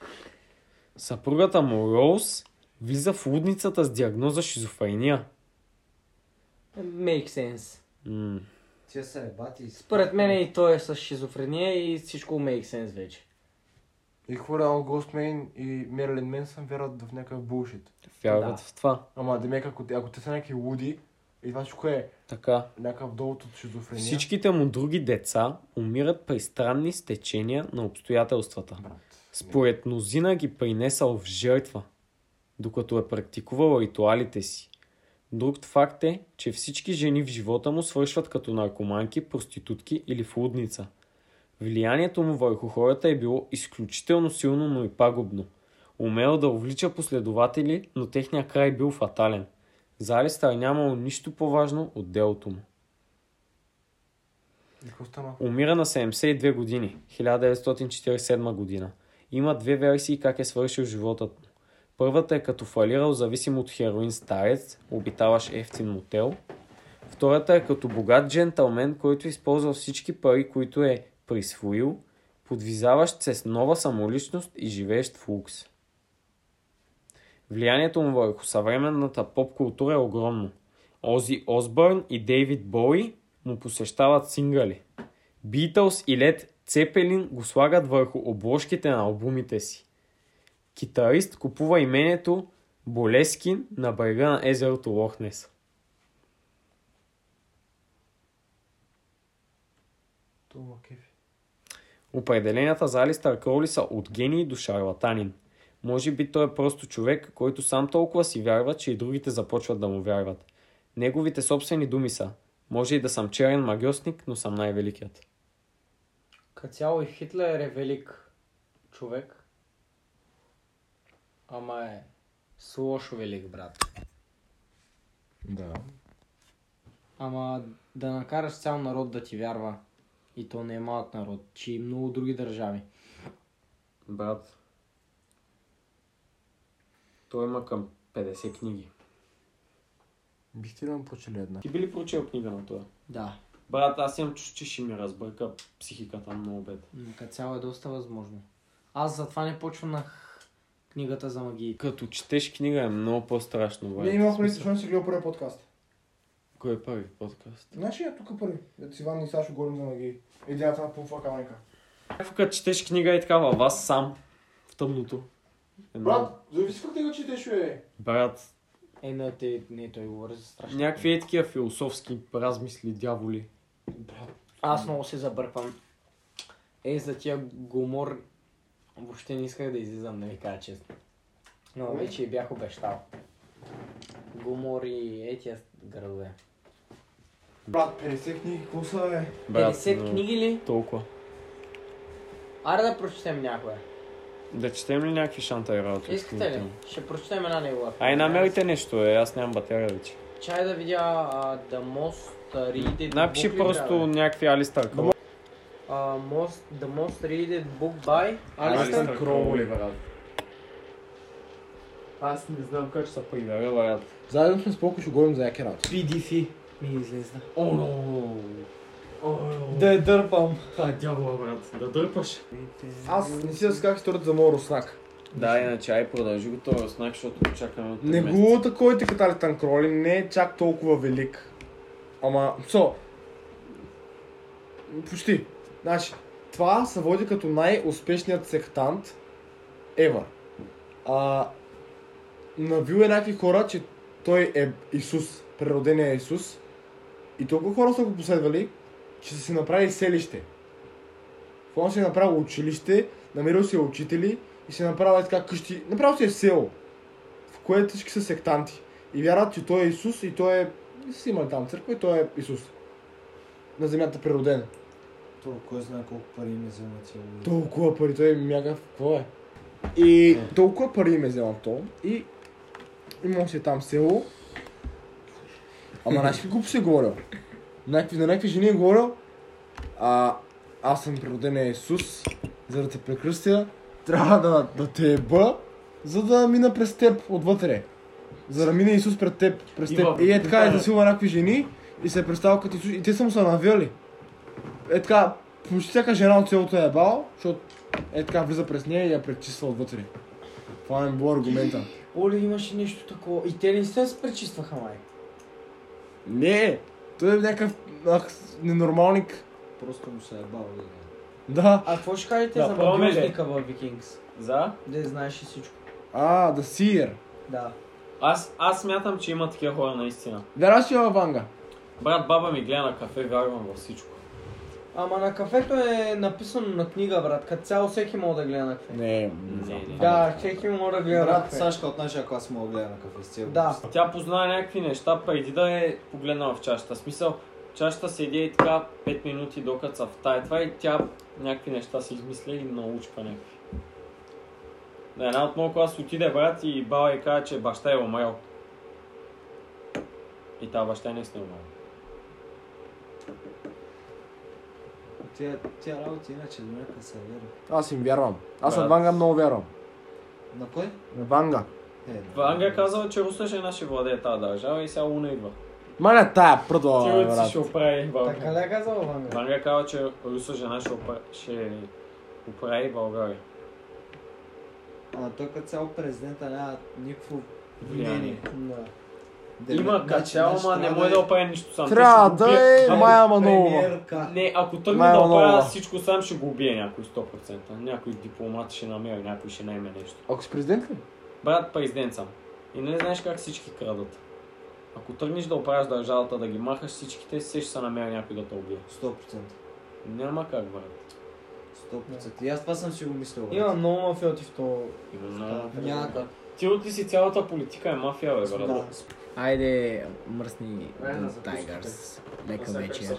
Speaker 3: Съпругата му Роуз влиза в лудницата с диагноза шизофрения.
Speaker 1: Make sense.
Speaker 3: М,
Speaker 6: Тия са е бати.
Speaker 1: Според мен и той е с шизофрения и всичко make sense вече.
Speaker 2: И хора, Ал Гостмейн и Мерлин Менсън вярват в някакъв булшит.
Speaker 3: вярват
Speaker 1: Да.
Speaker 3: в това.
Speaker 2: Ама, демек, ако, те- ако те са някакви луди, и това всичко е
Speaker 3: Така.
Speaker 2: някакъв довод от шизофрения.
Speaker 3: Всичките му други деца умират при странни стечения на обстоятелствата.
Speaker 2: Брат.
Speaker 3: Според мнозина ги принесал в жертва, докато е практикувал ритуалите си. Друг факт е, че всички жени в живота му свършват като наркоманки, проститутки или в лудница. Влиянието му върху хората е било изключително силно, но и пагубно. Умел да увлича последователи, но техния край бил фатален. За Алистър нямало нищо по-важно от делото му.
Speaker 2: И какво стана?
Speaker 3: Умира на 72 години, 1947 година. Има две версии как е свършил животът му. Първата е като фалирал зависим от хероин старец, обитаваш ефтин мотел. Втората е като богат джентълмен, който е използвал всички пари, които е присвоил, подвизаващ се с нова самоличност и живеещ в лукс. Влиянието му върху съвременната поп-култура е огромно. Ози Осбърн и Дейвид Боуи му посещават сингали. Beatles и Led Цепелин го слагат върху обложките на албумите си. Китарист купува имението Болескин на брега на езерото Лохнес.
Speaker 2: Това кеф.
Speaker 3: Определенията за Алистър Кроули са от гений до шарлатанин. Може би той е просто човек, който сам толкова си вярва, че и другите започват да му вярват. Неговите собствени думи са Може и да съм черен магиосник, но съм най-великият.
Speaker 8: Като цяло и Хитлер е велик човек. Ама е с лошо велик, брат.
Speaker 14: Да.
Speaker 1: Ама да накараш цял народ да ти вярва. И то не е малък народ, че и много други държави.
Speaker 3: Брат, той има към 50 книги.
Speaker 2: Бих ти да му прочели една.
Speaker 3: Ти би ли прочел книга на това?
Speaker 1: Да,
Speaker 3: Брат, аз имам чувство, че ще ми разбърка психиката много бед.
Speaker 1: м, като цяло е доста възможно. Аз затова не почванах книгата за магии.
Speaker 3: Като четеш книга е много по-страшно, брат.
Speaker 14: Ние имахме ли защо не си гледал първия подкаст?
Speaker 3: Кой е първи подкаст?
Speaker 2: Значи,
Speaker 14: Нашия тук първи. Дето с Иван и Сашо говорим за магии. И дядата на пумфа камъника.
Speaker 3: Някакво като четеш книга и така във вас сам, в тъмното.
Speaker 6: Едно,
Speaker 2: Брат, зависи как те го четеш, бе.
Speaker 6: брат,
Speaker 15: Е, не, те, не, той говори за страшно.
Speaker 6: някакви е такива философски размисли, дяволи.
Speaker 15: Аз много се забърквам.
Speaker 5: Е, за тия гумор въобще не исках да излизам, да ви кажа честно. Но вече бях обещал. Гумор и етия градове.
Speaker 3: Брат, 50 книги, какво са, бе?
Speaker 6: Брат,
Speaker 5: 50
Speaker 6: но
Speaker 5: книги ли?
Speaker 6: Толкова.
Speaker 5: Аре да прочетем някоя.
Speaker 6: Да четем ли някакви шанта и работи?
Speaker 5: Искате ли? Ще прочетем една негова.
Speaker 6: Ай, намерите нещо, е, аз нямам батерия вече.
Speaker 5: Чай да видя а, The Most Readed Book
Speaker 6: Напиши
Speaker 5: ли трябва?
Speaker 6: просто някакви Алистър Кроу.
Speaker 5: А, most, The Most Readed Book by Alistair.
Speaker 6: Алистър Кроу, ли, брат.
Speaker 3: Аз не знам как.
Speaker 6: Ще се прибера, брат.
Speaker 2: Заедно сме с Поко ще говорим за яки работи.
Speaker 1: PDF ми излезна.
Speaker 2: Да я дърпам.
Speaker 16: Това е дявола, брат. Да дърпаш.
Speaker 2: Аз не си разказах историята за моят руснак.
Speaker 6: Да, иначе ай продължи го този знак, защото чакаме от
Speaker 2: Не го такой така Каталитан Кроли не е чак толкова велик. Ама, со. Почти. Значи, това се води като най-успешният сектант ever. А, навил е някакви хора, че той е Исус, природения Исус. И толкова хора са го последвали, че са си направили селище. Фон си е направил училище, намерил си е учители и си е направил е така къщи. Направил си е село в което всички са сектанти. И вярват, че той е Исус и той е... и Си има там църква и той е Исус. На земята природен.
Speaker 17: То, кой знае колко пари е ми взема цяло.
Speaker 2: Толкова пари, той е мякав, какво е? И толкова пари им е взел то. И имал си е там село. Ама знаеш какви глупости е говорил? Някакви, на някакви жени е говорил. А, аз съм природен е Исус, за да те прекръстя, трябва да, да те еба, за да мина през теб отвътре. За да мине Исус пред теб, през теб. И е така е засилва някакви жени и се е представил като Исус. И те са му се навяли. Е така, почти всяка жена от селото е ебал, защото е така влиза през нея и я пречиства отвътре. Това ми било аргумента.
Speaker 5: Оле, имаше нещо такова. И те не се спречистваха, май.
Speaker 2: Не, той е някакъв ах, ненормалник.
Speaker 17: Просто му се е бавал. да.
Speaker 2: Да.
Speaker 5: А какво ще кажете
Speaker 6: Да,
Speaker 5: за
Speaker 6: пробваме ли?
Speaker 5: магиосника във Викингс?
Speaker 6: За?
Speaker 5: Де знаеш и всичко.
Speaker 2: А, да сир.
Speaker 5: Да.
Speaker 6: Аз, аз смятам, че има такива хора наистина.
Speaker 2: Вярваш ли във Ванга?
Speaker 6: Брат, баба ми гледа на кафе, вярвам във всичко.
Speaker 5: Ама на кафето е написано на книга, брат. Като цяло всеки мога да гледа на кафе.
Speaker 2: Не,
Speaker 6: Не, не.
Speaker 5: Да, всеки мога да гледа на
Speaker 17: Брат,
Speaker 5: кафе.
Speaker 17: Сашка от нашия клас мога да гледа на кафе с цяло.
Speaker 5: Да.
Speaker 6: Тя познава някакви неща преди да е погледнала в чашата. В Смисъл, чашата седи и така 5 минути докато са в тая това и тя някакви неща си измисля и научва някакви. На една от моя клас отиде брат и баба и каза, че баща е умрял. И та баща не е снимал.
Speaker 17: Тя, тя работи иначе до някъде се вера.
Speaker 2: Аз им вярвам. Аз на
Speaker 6: Брат.
Speaker 2: Ванга много вярвам.
Speaker 17: На кой?
Speaker 2: На Ванга.
Speaker 17: Е,
Speaker 6: Англия казала, че Русия жена ще владее тази държава и сега Луна идва.
Speaker 2: Маля тая пръдо,
Speaker 6: Ти
Speaker 2: бе,
Speaker 6: от си
Speaker 2: брат.
Speaker 6: ще оправи
Speaker 5: Така
Speaker 6: България.
Speaker 5: да е казал Ванга.
Speaker 6: Англия казва, че Руса жена ще, опра... ще оправи България.
Speaker 17: Ама той като цяло президента няма никакво
Speaker 6: Влияние.
Speaker 17: влияние.
Speaker 5: Да.
Speaker 17: Дебе,
Speaker 6: Има
Speaker 17: значи,
Speaker 6: качал,
Speaker 17: значи
Speaker 6: ама не
Speaker 17: трябва
Speaker 6: може
Speaker 17: е
Speaker 6: да оправи нищо сам. Той
Speaker 2: Трябва
Speaker 6: ще го убие.
Speaker 2: да е
Speaker 6: Ако-
Speaker 2: Майя Манолова.
Speaker 17: премиерка.
Speaker 6: Не, ако тръгне
Speaker 2: Мая
Speaker 6: да оправя
Speaker 2: Манолова.
Speaker 6: всичко сам, ще го убие някой 100%. Някой дипломат ще намери, някой ще найме нещо.
Speaker 2: Ако си президент ли?
Speaker 6: Брат, президент съм. И не знаеш как всички крадат. Ако тръгнеш да оправяш държавата, да ги махаш всичките, се ще се намери някой да те убие.
Speaker 17: 100%.
Speaker 6: Няма как, брат.
Speaker 17: 100%. И аз това съм си го мислил. брат.
Speaker 5: Има много мафиоти в то.
Speaker 6: Именно.
Speaker 17: Няма как.
Speaker 6: Ти от ли си цялата политика е мафия, бе, брат.
Speaker 17: Да.
Speaker 5: Айде, мръсни
Speaker 3: Айде да запускате.
Speaker 5: Тайгърс. Лека вечер.